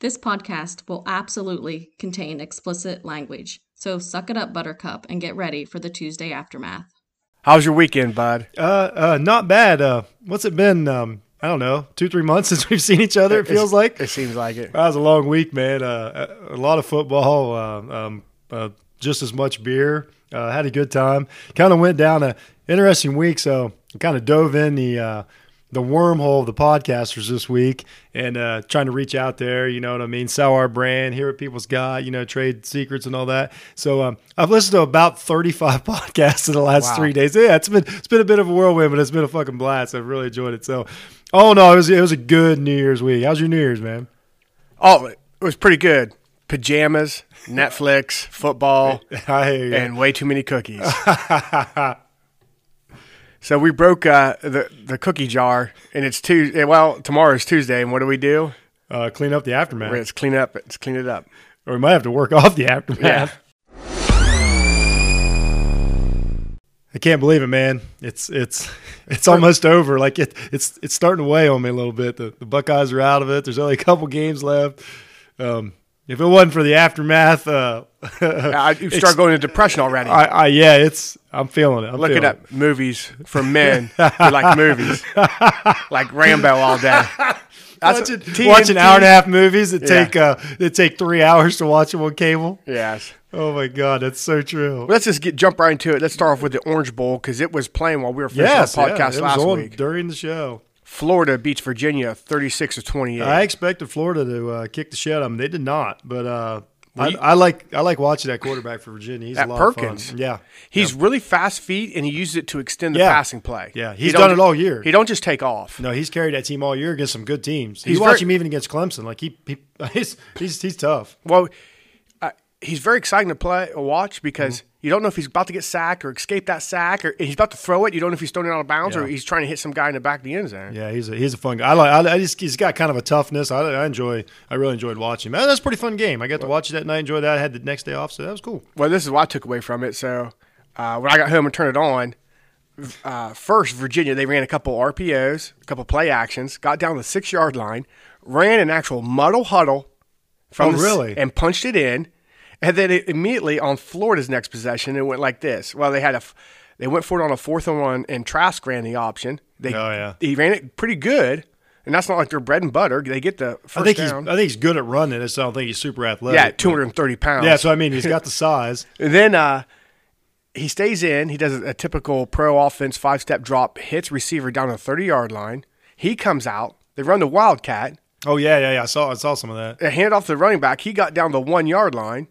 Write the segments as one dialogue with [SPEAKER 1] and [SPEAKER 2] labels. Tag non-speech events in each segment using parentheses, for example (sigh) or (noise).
[SPEAKER 1] This podcast will absolutely contain explicit language. So suck it up, Buttercup, and get ready for the Tuesday aftermath.
[SPEAKER 2] How's your weekend, bud?
[SPEAKER 3] Uh, uh, not bad. Uh, what's it been? Um, I don't know, two, three months (laughs) since we've seen each other. It feels like
[SPEAKER 2] It seems like it.
[SPEAKER 3] that was a long week, man. Uh, a a lot of football. Uh, um, uh, just as much beer. Uh, had a good time. Kind of went down a interesting week, so kind of dove in the uh, the wormhole of the podcasters this week and uh, trying to reach out there. You know what I mean? Sell our brand, hear what people's got. You know, trade secrets and all that. So um, I've listened to about thirty five (laughs) podcasts in the last
[SPEAKER 2] Wow.
[SPEAKER 3] three days days. Yeah, it's been it's been a bit of a whirlwind, but it's been a fucking blast. I've really enjoyed it. So, oh no, it was it was a good New Year's week. How's your New Year's, man?
[SPEAKER 2] Oh, it was pretty good.
[SPEAKER 3] (laughs)
[SPEAKER 2] Pajamas, Netflix, football,
[SPEAKER 3] I hear you.
[SPEAKER 2] and way too many
[SPEAKER 3] (laughs)
[SPEAKER 2] cookies. so we broke uh, the the cookie jar, and it's Tuesday. Well, tomorrow's Tuesday, and what do we do?
[SPEAKER 3] uh, clean up the aftermath,
[SPEAKER 2] Let's clean up. Let's clean it up.
[SPEAKER 3] or we might have to work (laughs) off the aftermath.
[SPEAKER 2] Yeah.
[SPEAKER 3] I can't believe it, man. It's it's (laughs) it's almost over. Like it it's it's starting to weigh on me a little bit. The, the Buckeyes are out of it. There's only a couple games left. Um, if it wasn't for the aftermath, uh,
[SPEAKER 2] I,
[SPEAKER 3] (laughs)
[SPEAKER 2] you start going into depression already.
[SPEAKER 3] I, I yeah, it's I'm feeling it. I'm
[SPEAKER 2] Look
[SPEAKER 3] feeling
[SPEAKER 2] it up. Movies
[SPEAKER 3] (laughs)
[SPEAKER 2] from men who like movies, like Rambo all
[SPEAKER 3] (laughs)
[SPEAKER 2] day. That's
[SPEAKER 3] watching,
[SPEAKER 2] TNT.
[SPEAKER 3] watching hour and a half movies that
[SPEAKER 2] Yeah.
[SPEAKER 3] take uh, that take three (laughs) hours to watch them on cable.
[SPEAKER 2] Yes.
[SPEAKER 3] Oh my god, that's so true.
[SPEAKER 2] Well, let's just get jump right into it. Let's start off with the Orange Bowl because it was playing while we were finishing
[SPEAKER 3] Yes,
[SPEAKER 2] our
[SPEAKER 3] yeah,
[SPEAKER 2] podcast
[SPEAKER 3] it was
[SPEAKER 2] last
[SPEAKER 3] on
[SPEAKER 2] week.
[SPEAKER 3] during the show.
[SPEAKER 2] Florida beats Virginia thirty-six to twenty-eight.
[SPEAKER 3] I expected Florida to uh, kick the shit out of them. They did not, but uh,
[SPEAKER 2] Well, you-
[SPEAKER 3] I, I like I like watching that quarterback for Virginia. He's
[SPEAKER 2] That
[SPEAKER 3] a lot of
[SPEAKER 2] Perkins.
[SPEAKER 3] fun. Yeah,
[SPEAKER 2] He's really fast feet, and he uses it to extend the
[SPEAKER 3] Yeah.
[SPEAKER 2] passing play.
[SPEAKER 3] Yeah,
[SPEAKER 2] He
[SPEAKER 3] he's
[SPEAKER 2] don't
[SPEAKER 3] done
[SPEAKER 2] ju-
[SPEAKER 3] it all year.
[SPEAKER 2] He don't just take off.
[SPEAKER 3] no, he's carried that team all year against some good teams.
[SPEAKER 2] He's
[SPEAKER 3] you watch
[SPEAKER 2] very-
[SPEAKER 3] him even against Clemson. Like he, (laughs) he he's, he's he's tough.
[SPEAKER 2] Well, uh, he's very exciting to play or watch because
[SPEAKER 3] Mm-hmm.
[SPEAKER 2] you don't know if he's about to get sacked or escape that sack, or he's about to throw it. You don't know if he's throwing it out of bounds or
[SPEAKER 3] Yeah.
[SPEAKER 2] he's trying to hit some guy in the back of the end zone.
[SPEAKER 3] Yeah, he's a he's a fun guy. I like. I, I just he's got kind of a toughness. I, I enjoy. I really enjoyed watching him. That was a pretty fun game. I got to watch it that night. Enjoyed that. I had the next day off, so that was cool.
[SPEAKER 2] Well, this is what I took away from it. So uh, when I got home and turned it on, uh, first Virginia they ran a couple RPOs, a couple play actions, got down the six yard line, ran an actual muddle huddle from
[SPEAKER 3] Oh,
[SPEAKER 2] the s-
[SPEAKER 3] really?
[SPEAKER 2] and punched it in, and then it immediately on Florida's next possession it went like this. Well, they had a f- they went for it on a fourth and one, and Trask ran the option. They,
[SPEAKER 3] Oh, yeah.
[SPEAKER 2] he ran it pretty good, and that's not like their bread and butter. They get the first
[SPEAKER 3] I think
[SPEAKER 2] down.
[SPEAKER 3] he's I think he's good at running. So I don't think he's super athletic.
[SPEAKER 2] yeah, two hundred and thirty pounds.
[SPEAKER 3] Yeah, so I mean, he's got the size.
[SPEAKER 2] And then uh, he stays in. He does a typical pro offense five step drop, hits receiver down to the 30 yard line. He comes out. They run the Wildcat.
[SPEAKER 3] Oh yeah, yeah, yeah. I saw I saw some of that.
[SPEAKER 2] They hand it off to the running back. He got down the one yard line.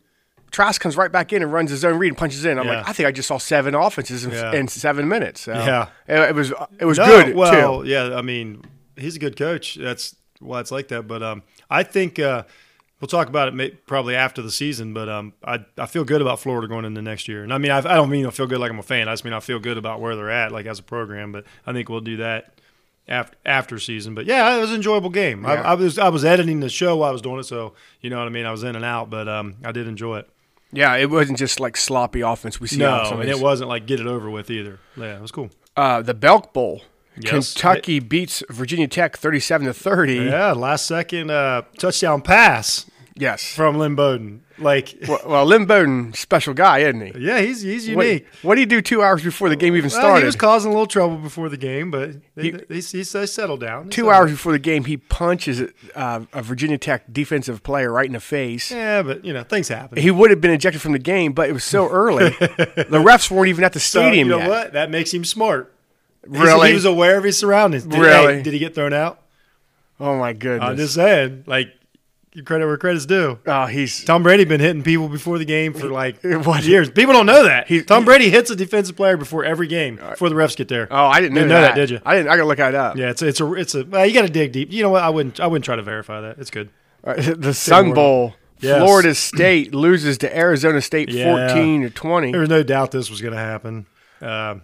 [SPEAKER 2] Trask comes right back in and runs his own read and punches in. I'm
[SPEAKER 3] Yeah.
[SPEAKER 2] like, I think I just saw seven offenses in,
[SPEAKER 3] Yeah.
[SPEAKER 2] in seven minutes. So
[SPEAKER 3] Yeah.
[SPEAKER 2] it, it was it was
[SPEAKER 3] No,
[SPEAKER 2] good
[SPEAKER 3] Oh, Well,
[SPEAKER 2] too.
[SPEAKER 3] yeah. I mean, he's a good coach. That's why it's like that. But um, I think uh, we'll talk about it may, probably after the season. But um, I I feel good about Florida going into next year. And I mean, I, I don't mean I feel good like I'm a fan. I just mean I feel good about where they're at, like as a program. But I think we'll do that. After, after season, but yeah, it was an enjoyable game. I,
[SPEAKER 2] Yeah.
[SPEAKER 3] I was I was editing the show while I was doing it, so you know what I mean. I was in and out, but um, I did enjoy it.
[SPEAKER 2] Yeah, it wasn't just like sloppy offense we see. on
[SPEAKER 3] No,
[SPEAKER 2] some of
[SPEAKER 3] and it
[SPEAKER 2] these.
[SPEAKER 3] wasn't like get it over with either. Yeah, it was cool.
[SPEAKER 2] uh, the Belk Bowl.
[SPEAKER 3] Yes.
[SPEAKER 2] Kentucky beats Virginia Tech 37 to 30.
[SPEAKER 3] Yeah, last second uh, touchdown pass
[SPEAKER 2] Yes.
[SPEAKER 3] from Lynn Bowden. Like,
[SPEAKER 2] Well, well, Lynn Bowden, special guy, isn't he?
[SPEAKER 3] (laughs) yeah, he's he's
[SPEAKER 2] Wait,
[SPEAKER 3] unique. Uh,
[SPEAKER 2] what did he do two hours before the game even
[SPEAKER 3] Well,
[SPEAKER 2] started?
[SPEAKER 3] he was causing a little trouble before the game, but they,
[SPEAKER 2] He-
[SPEAKER 3] they, he, they settled down. They
[SPEAKER 2] two
[SPEAKER 3] settled
[SPEAKER 2] hours before the game, he punches uh, a Virginia Tech defensive player right in the face.
[SPEAKER 3] down. Yeah, but you know things happen.
[SPEAKER 2] He would have been ejected from the game, but it was so
[SPEAKER 3] (laughs)
[SPEAKER 2] early. the refs weren't even at the
[SPEAKER 3] so, you
[SPEAKER 2] stadium
[SPEAKER 3] know
[SPEAKER 2] yet.
[SPEAKER 3] what? That makes him smart. He's-
[SPEAKER 2] Really?
[SPEAKER 3] he was aware of his surroundings. Did, hey,
[SPEAKER 2] Really?
[SPEAKER 3] did he get thrown out?
[SPEAKER 2] Oh my goodness!
[SPEAKER 3] I'm just saying, like, give credit where credit's due.
[SPEAKER 2] oh, he's
[SPEAKER 3] Tom Brady been hitting people before the game for like
[SPEAKER 2] (laughs) What?
[SPEAKER 3] years. People don't know that.
[SPEAKER 2] He-
[SPEAKER 3] Tom Brady hits a defensive player before every game before the refs get there.
[SPEAKER 2] oh, I didn't know,
[SPEAKER 3] Didn't know that, did you?
[SPEAKER 2] I didn't. I gotta look that up.
[SPEAKER 3] Yeah, it's it's a it's a well, you got to dig deep. You know what? I wouldn't I wouldn't try to verify that. It's good.
[SPEAKER 2] All right, Uh, the Sun
[SPEAKER 3] world.
[SPEAKER 2] Bowl.
[SPEAKER 3] Yes.
[SPEAKER 2] Florida State loses to Arizona State
[SPEAKER 3] Yeah.
[SPEAKER 2] 14 to 20.
[SPEAKER 3] There was no doubt this was going to happen. Um,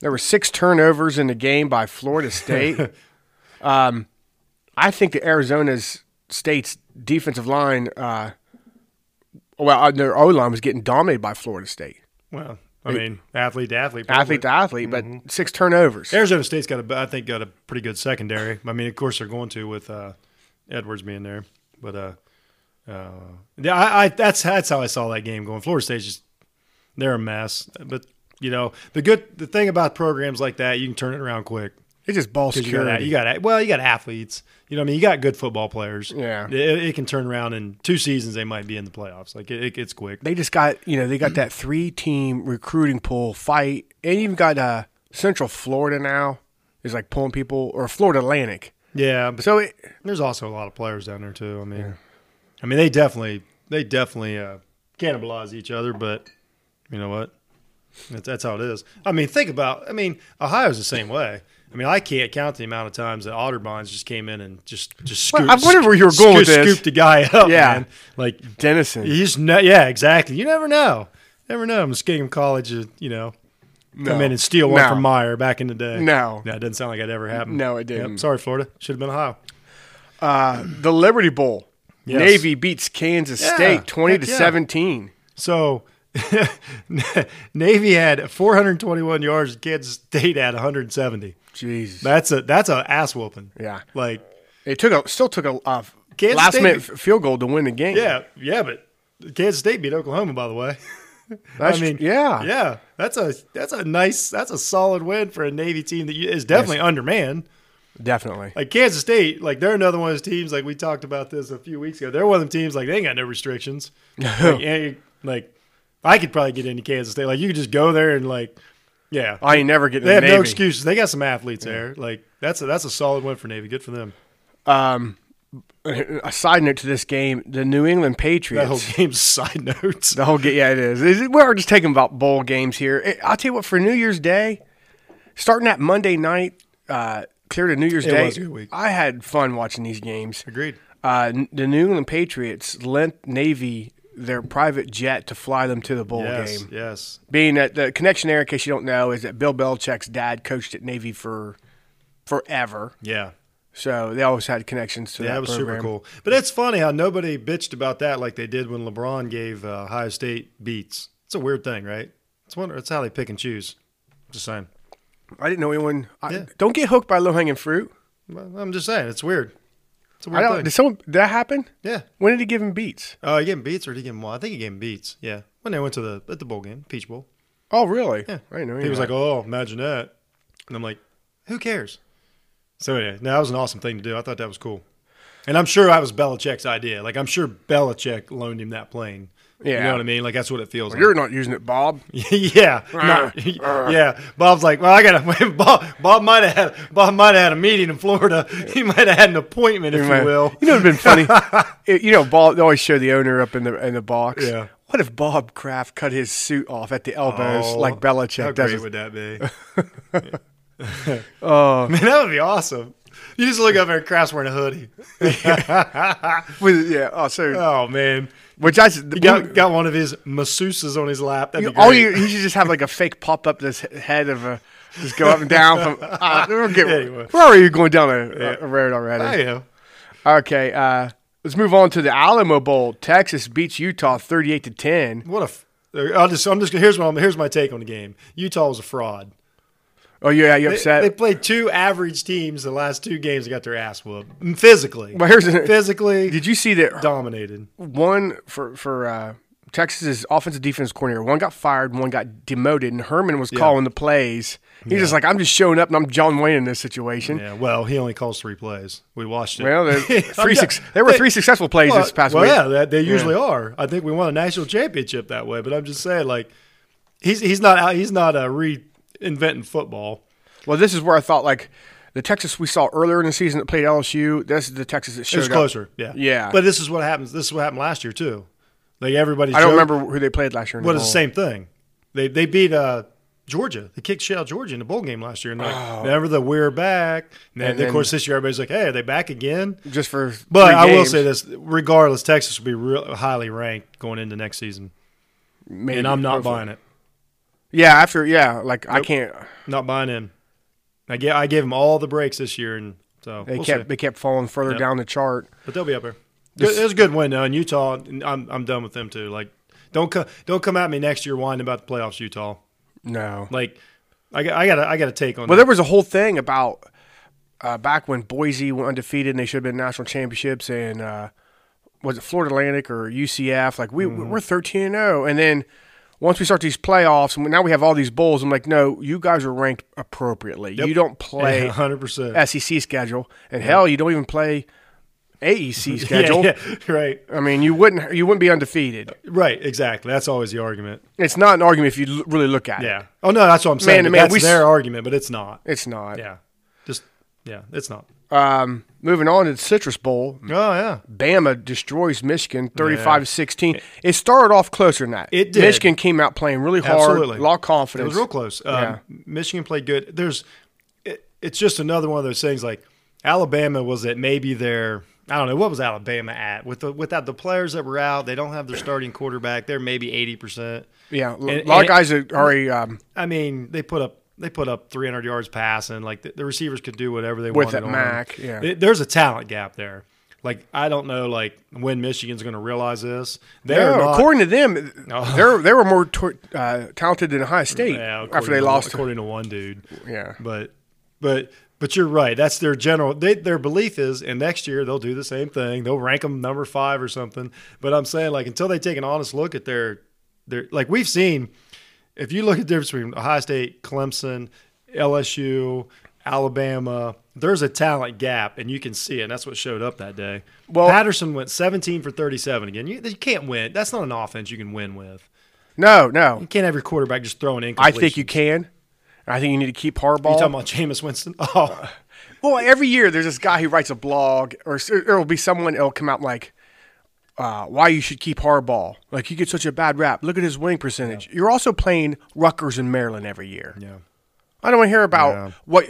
[SPEAKER 2] There were six turnovers in the game by Florida (laughs) State. um, I think the Arizona's State's defensive line, uh, well, uh, their O line was getting dominated by Florida State,
[SPEAKER 3] well, I mean, athlete to athlete, probably.
[SPEAKER 2] athlete to athlete, but six turnovers.
[SPEAKER 3] Arizona State's got a I think got a pretty good secondary. I mean, of course they're going to with uh, Edwards being there, but uh, Uh, yeah, I, I that's that's how I saw that game going. Florida State's just they're a mess, but you know the good the thing about programs like that, you can turn it around quick.
[SPEAKER 2] It's just ball
[SPEAKER 3] 'Cause You got,
[SPEAKER 2] security.
[SPEAKER 3] you got well, you got athletes. You know, what I mean, you got good football players.
[SPEAKER 2] Yeah.
[SPEAKER 3] it, it can turn around in two seasons. They might be in the playoffs. Like it, it gets quick.
[SPEAKER 2] they just got you know they got that three team recruiting pool fight, and even got uh, Central Florida now is like pulling people or Florida Atlantic.
[SPEAKER 3] Yeah, but
[SPEAKER 2] So it,
[SPEAKER 3] there's also a lot of players down there too. I mean, I mean they definitely they definitely uh, cannibalize each other, but you know what? That's, that's how it is. I mean, think about. I mean, Ohio's the same way. I mean, I can't count the amount of times that Otterbonds just came in and just just scooped,
[SPEAKER 2] Well, I wonder where you were going with
[SPEAKER 3] scooped,
[SPEAKER 2] this.
[SPEAKER 3] scooped the guy up.
[SPEAKER 2] Yeah.
[SPEAKER 3] man. like
[SPEAKER 2] Denison,
[SPEAKER 3] You just know, yeah, exactly. You never know. Never know. Muskingum College, uh, you know,
[SPEAKER 2] no.
[SPEAKER 3] come in and steal one
[SPEAKER 2] No.
[SPEAKER 3] from Meyer back in the day.
[SPEAKER 2] No.
[SPEAKER 3] that doesn't sound like that ever happened.
[SPEAKER 2] No, it didn't.
[SPEAKER 3] sorry, Florida. Should have been Ohio.
[SPEAKER 2] Uh, the Liberty Bowl.
[SPEAKER 3] Yes.
[SPEAKER 2] Navy beats Kansas
[SPEAKER 3] Yeah,
[SPEAKER 2] State twenty
[SPEAKER 3] heck
[SPEAKER 2] to
[SPEAKER 3] yeah.
[SPEAKER 2] seventeen.
[SPEAKER 3] So (laughs) Navy had 421 yards. Kansas State had 170.
[SPEAKER 2] Jeez,
[SPEAKER 3] That's a that's a ass whooping.
[SPEAKER 2] Yeah.
[SPEAKER 3] like
[SPEAKER 2] it took a still took a uh,
[SPEAKER 3] Kansas
[SPEAKER 2] last
[SPEAKER 3] State-
[SPEAKER 2] minute f- field goal to win the game.
[SPEAKER 3] yeah, yeah. But Kansas State beat Oklahoma, by the way. (laughs)
[SPEAKER 2] That's
[SPEAKER 3] I mean,
[SPEAKER 2] tr- yeah.
[SPEAKER 3] yeah. That's a that's a nice that's a solid win for a Navy team that you- is definitely undermanned.
[SPEAKER 2] definitely.
[SPEAKER 3] Like Kansas State, like they're another one of those teams. Like we talked about this a few weeks ago. They're one of them teams. Like they ain't got no
[SPEAKER 2] (laughs)
[SPEAKER 3] restrictions. like, any- like, I could probably get into Kansas State. Like you could just go there and like, yeah,
[SPEAKER 2] I ain't never getting the
[SPEAKER 3] they have
[SPEAKER 2] Navy.
[SPEAKER 3] no excuses. They got some athletes there. Like that's a, that's a solid win for Navy. Good for them.
[SPEAKER 2] Um, a side note to this game: the New England
[SPEAKER 3] That
[SPEAKER 2] Patriots. (laughs)
[SPEAKER 3] whole (laughs) game's side notes.
[SPEAKER 2] The whole game, yeah, it is. Is it- We're just taking about bowl games here. Eh, I'll tell you what, for New Year's Day, starting that Monday night, uh, clear to New Year's
[SPEAKER 3] It
[SPEAKER 2] Day,
[SPEAKER 3] was a good week.
[SPEAKER 2] I had fun watching these games.
[SPEAKER 3] Agreed.
[SPEAKER 2] Uh, n- the New England Patriots lent Navy their private jet to fly them to the bowl
[SPEAKER 3] Yes,
[SPEAKER 2] game.
[SPEAKER 3] yes.
[SPEAKER 2] Being that the connection there, in case you don't know, is that Bill Belichick's dad coached at Navy for forever,
[SPEAKER 3] Yeah.
[SPEAKER 2] so they always had connections to
[SPEAKER 3] Yeah,
[SPEAKER 2] that.
[SPEAKER 3] that was
[SPEAKER 2] program.
[SPEAKER 3] super cool. But it's funny how nobody bitched about that like they did when LeBron gave uh, Ohio State beats. It's a weird thing, right? It's wonder. It's how they pick and choose. Just saying.
[SPEAKER 2] I didn't know anyone. I,
[SPEAKER 3] Yeah.
[SPEAKER 2] Don't get hooked by low hanging fruit.
[SPEAKER 3] Well, I'm just saying it's weird. It's a
[SPEAKER 2] I
[SPEAKER 3] weird
[SPEAKER 2] don't.
[SPEAKER 3] thing.
[SPEAKER 2] Did someone did that happen?
[SPEAKER 3] yeah.
[SPEAKER 2] When did he give him beats?
[SPEAKER 3] Oh, he gave him beats or did he give him? Well, I think he gave him beats. Yeah. When they went to the at the bowl game, Peach Bowl.
[SPEAKER 2] Oh, really?
[SPEAKER 3] Yeah.
[SPEAKER 2] I didn't know.
[SPEAKER 3] He was like,
[SPEAKER 2] that.
[SPEAKER 3] "Oh, imagine that," and I'm like, "Who cares?" So yeah, no, that was an awesome thing to do. I thought that was cool, and I'm sure that was Belichick's idea. Like I'm sure Belichick loaned him that plane. you
[SPEAKER 2] Yeah.
[SPEAKER 3] know what I mean. Like that's what it feels like.
[SPEAKER 2] "You're not using it, Bob."
[SPEAKER 3] (laughs) yeah, not- (laughs) yeah. Bob's like, well, I got to. (laughs) Bob, Bob might have had. Bob might have had a meeting in Florida. (laughs) He might have had an appointment, if
[SPEAKER 2] (laughs)
[SPEAKER 3] you will.
[SPEAKER 2] You know, it'd been funny.
[SPEAKER 3] (laughs)
[SPEAKER 2] It- you know, Bob they always show the owner up in the in the box.
[SPEAKER 3] Yeah.
[SPEAKER 2] What if Bob Kraft cut his suit off at the elbows
[SPEAKER 3] Oh,
[SPEAKER 2] like
[SPEAKER 3] How
[SPEAKER 2] Belichick does?
[SPEAKER 3] great
[SPEAKER 2] with-
[SPEAKER 3] would that be?
[SPEAKER 2] (laughs)
[SPEAKER 3] oh (laughs) man, that would be awesome. You just look up there, Kraft's wearing a hoodie.
[SPEAKER 2] (laughs)
[SPEAKER 3] (laughs)
[SPEAKER 2] with- yeah. Oh, so
[SPEAKER 3] Oh man,
[SPEAKER 2] which I s-
[SPEAKER 3] he got got one of his masseuses on his lap. That'd be
[SPEAKER 2] all
[SPEAKER 3] great.
[SPEAKER 2] you he should just have like a fake pop up this head of a just go up and
[SPEAKER 3] (laughs)
[SPEAKER 2] down from. Uh, we're, getting,
[SPEAKER 3] Anyway.
[SPEAKER 2] we're already going down a, a road already.
[SPEAKER 3] I am.
[SPEAKER 2] Okay. Uh, let's move on to the Alamo Bowl. Texas beats Utah thirty-eight to ten.
[SPEAKER 3] What a. F- uh, I'll just. I'm just. Here's my. Here's my take on the game. Utah was a fraud.
[SPEAKER 2] Oh yeah, you
[SPEAKER 3] They,
[SPEAKER 2] upset?
[SPEAKER 3] they played two average teams the last two games. and got their ass whooped Mm, physically.
[SPEAKER 2] Well, (laughs) here's the-
[SPEAKER 3] physically
[SPEAKER 2] Did you see that
[SPEAKER 3] (laughs) dominated.
[SPEAKER 2] one for for uh, Texas's offensive defense coordinator? One got fired, one got demoted, and Herman was calling the plays. He's just like, I'm just showing up, and I'm John Wayne in this situation.
[SPEAKER 3] Yeah. Well, he only calls three plays. We watched it.
[SPEAKER 2] Well,
[SPEAKER 3] (laughs)
[SPEAKER 2] there-
[SPEAKER 3] I'm
[SPEAKER 2] three
[SPEAKER 3] not-
[SPEAKER 2] six, there were three successful plays
[SPEAKER 3] Well,
[SPEAKER 2] this past
[SPEAKER 3] well,
[SPEAKER 2] week.
[SPEAKER 3] yeah, that, they usually are. I think we won a national championship that way. But I'm just saying, like, he's he's not out. He's not uh, reinventing football.
[SPEAKER 2] Well, this is where I thought like the Texas we saw earlier in the season that played LSU. This is the Texas that
[SPEAKER 3] It
[SPEAKER 2] showed
[SPEAKER 3] was
[SPEAKER 2] up.
[SPEAKER 3] closer. Yeah.
[SPEAKER 2] Yeah.
[SPEAKER 3] But this is what happens. This is what happened last year too. Like everybody's.
[SPEAKER 2] I don't
[SPEAKER 3] joke-
[SPEAKER 2] remember who they played last year. In
[SPEAKER 3] But
[SPEAKER 2] the
[SPEAKER 3] it's the
[SPEAKER 2] bowl.
[SPEAKER 3] same thing. They they beat uh, Georgia. They kicked shit out of Georgia in the bowl game last year. And they're like, remember the we're back. And, then,
[SPEAKER 2] Oh. And
[SPEAKER 3] of
[SPEAKER 2] then-
[SPEAKER 3] course this year everybody's like, hey, are they back again?
[SPEAKER 2] Just for
[SPEAKER 3] But
[SPEAKER 2] three
[SPEAKER 3] I will
[SPEAKER 2] games,
[SPEAKER 3] say this: regardless, Texas will be real, highly ranked going into next season,
[SPEAKER 2] maybe,
[SPEAKER 3] and I'm not
[SPEAKER 2] hopefully.
[SPEAKER 3] buying it.
[SPEAKER 2] Yeah, after yeah, like I can't.
[SPEAKER 3] Not buying in. I gave, I gave them all the breaks this year, and so
[SPEAKER 2] They
[SPEAKER 3] we'll
[SPEAKER 2] kept
[SPEAKER 3] see.
[SPEAKER 2] they kept falling further down the chart.
[SPEAKER 3] but they'll be up there. Good, it was a good win though, and Utah. I'm I'm done with them too. Like, don't come don't come at me next year whining about the playoffs, Utah.
[SPEAKER 2] No,
[SPEAKER 3] Like, I got I got I got to take on.
[SPEAKER 2] Well,
[SPEAKER 3] that.
[SPEAKER 2] there was a whole thing about uh, back when Boise went undefeated and they should have been national championships, and uh, was it Florida Atlantic or UCF? Like we
[SPEAKER 3] Mm-hmm.
[SPEAKER 2] we're thirteen and zero, and then once we start these playoffs, and now we have all these bowls. I'm like, no, you guys are ranked appropriately. You don't
[SPEAKER 3] (laughs)
[SPEAKER 2] play
[SPEAKER 3] hundred percent.
[SPEAKER 2] SEC schedule, and hell, you don't even play AEC schedule.
[SPEAKER 3] (laughs) Yeah, yeah, right,
[SPEAKER 2] I mean, you wouldn't you wouldn't be undefeated.
[SPEAKER 3] right, exactly. That's always the argument.
[SPEAKER 2] It's not an argument if you l- really look at it.
[SPEAKER 3] Yeah. Oh no, that's what I'm saying.
[SPEAKER 2] Man,
[SPEAKER 3] but
[SPEAKER 2] man,
[SPEAKER 3] that's
[SPEAKER 2] we s-
[SPEAKER 3] their argument, but it's not.
[SPEAKER 2] It's not.
[SPEAKER 3] Yeah, just yeah, it's not.
[SPEAKER 2] Um, moving on to the Citrus Bowl,
[SPEAKER 3] Oh yeah,
[SPEAKER 2] Bama destroys Michigan 35-16. It started off closer than that.
[SPEAKER 3] It did.
[SPEAKER 2] Michigan came out playing really hard,
[SPEAKER 3] Absolutely.
[SPEAKER 2] a lot of
[SPEAKER 3] it
[SPEAKER 2] confidence.
[SPEAKER 3] was real close. Um,
[SPEAKER 2] Yeah.
[SPEAKER 3] Michigan played good. There's, it, it's just another one of those things. Like Alabama was at maybe their. I don't know what was Alabama at with the without the players that were out. They don't have their starting quarterback. They're maybe eighty percent.
[SPEAKER 2] yeah, a
[SPEAKER 3] and-
[SPEAKER 2] lot
[SPEAKER 3] and
[SPEAKER 2] of
[SPEAKER 3] it-
[SPEAKER 2] guys are already um,
[SPEAKER 3] I mean, they put up they put up 300 yards passing. Like the, the receivers could do whatever they
[SPEAKER 2] With
[SPEAKER 3] wanted.
[SPEAKER 2] that
[SPEAKER 3] on
[SPEAKER 2] Mac,
[SPEAKER 3] them.
[SPEAKER 2] yeah.
[SPEAKER 3] There- there's a talent gap there. Like I don't know, like when Michigan's going to realize this. They're
[SPEAKER 2] no,
[SPEAKER 3] not,
[SPEAKER 2] according to them, (laughs) they're they were more tor- uh, talented than Ohio State
[SPEAKER 3] (laughs) Yeah, according
[SPEAKER 2] after they
[SPEAKER 3] to-
[SPEAKER 2] lost.
[SPEAKER 3] according to one dude.
[SPEAKER 2] Yeah.
[SPEAKER 3] but but but you're right. That's their general. They, their belief is, and next year they'll do the same thing. They'll rank them number five or something. But I'm saying, like, until they take an honest look at their their like we've seen. If you look at the difference between Ohio State, Clemson, LSU, Alabama, there's a talent gap, and you can see it. And that's what showed up that day.
[SPEAKER 2] Well-
[SPEAKER 3] Patterson went 17 for 37 again. You, you can't win. That's not an offense you can win with.
[SPEAKER 2] No, no,
[SPEAKER 3] You can't have your quarterback just throwing in.
[SPEAKER 2] I think you can. I think you need to keep Harbaugh.
[SPEAKER 3] You talking about Jameis Winston? (laughs) Oh,
[SPEAKER 2] Well, every year there's this guy who writes a blog, or s- there will be someone that'll come out like, uh, "Why you should keep Harbaugh? Like he gets such a bad rap. Look at his winning percentage. You're also playing Rutgers and Maryland every year.
[SPEAKER 3] yeah.
[SPEAKER 2] I don't want to hear about
[SPEAKER 3] Yeah.
[SPEAKER 2] what.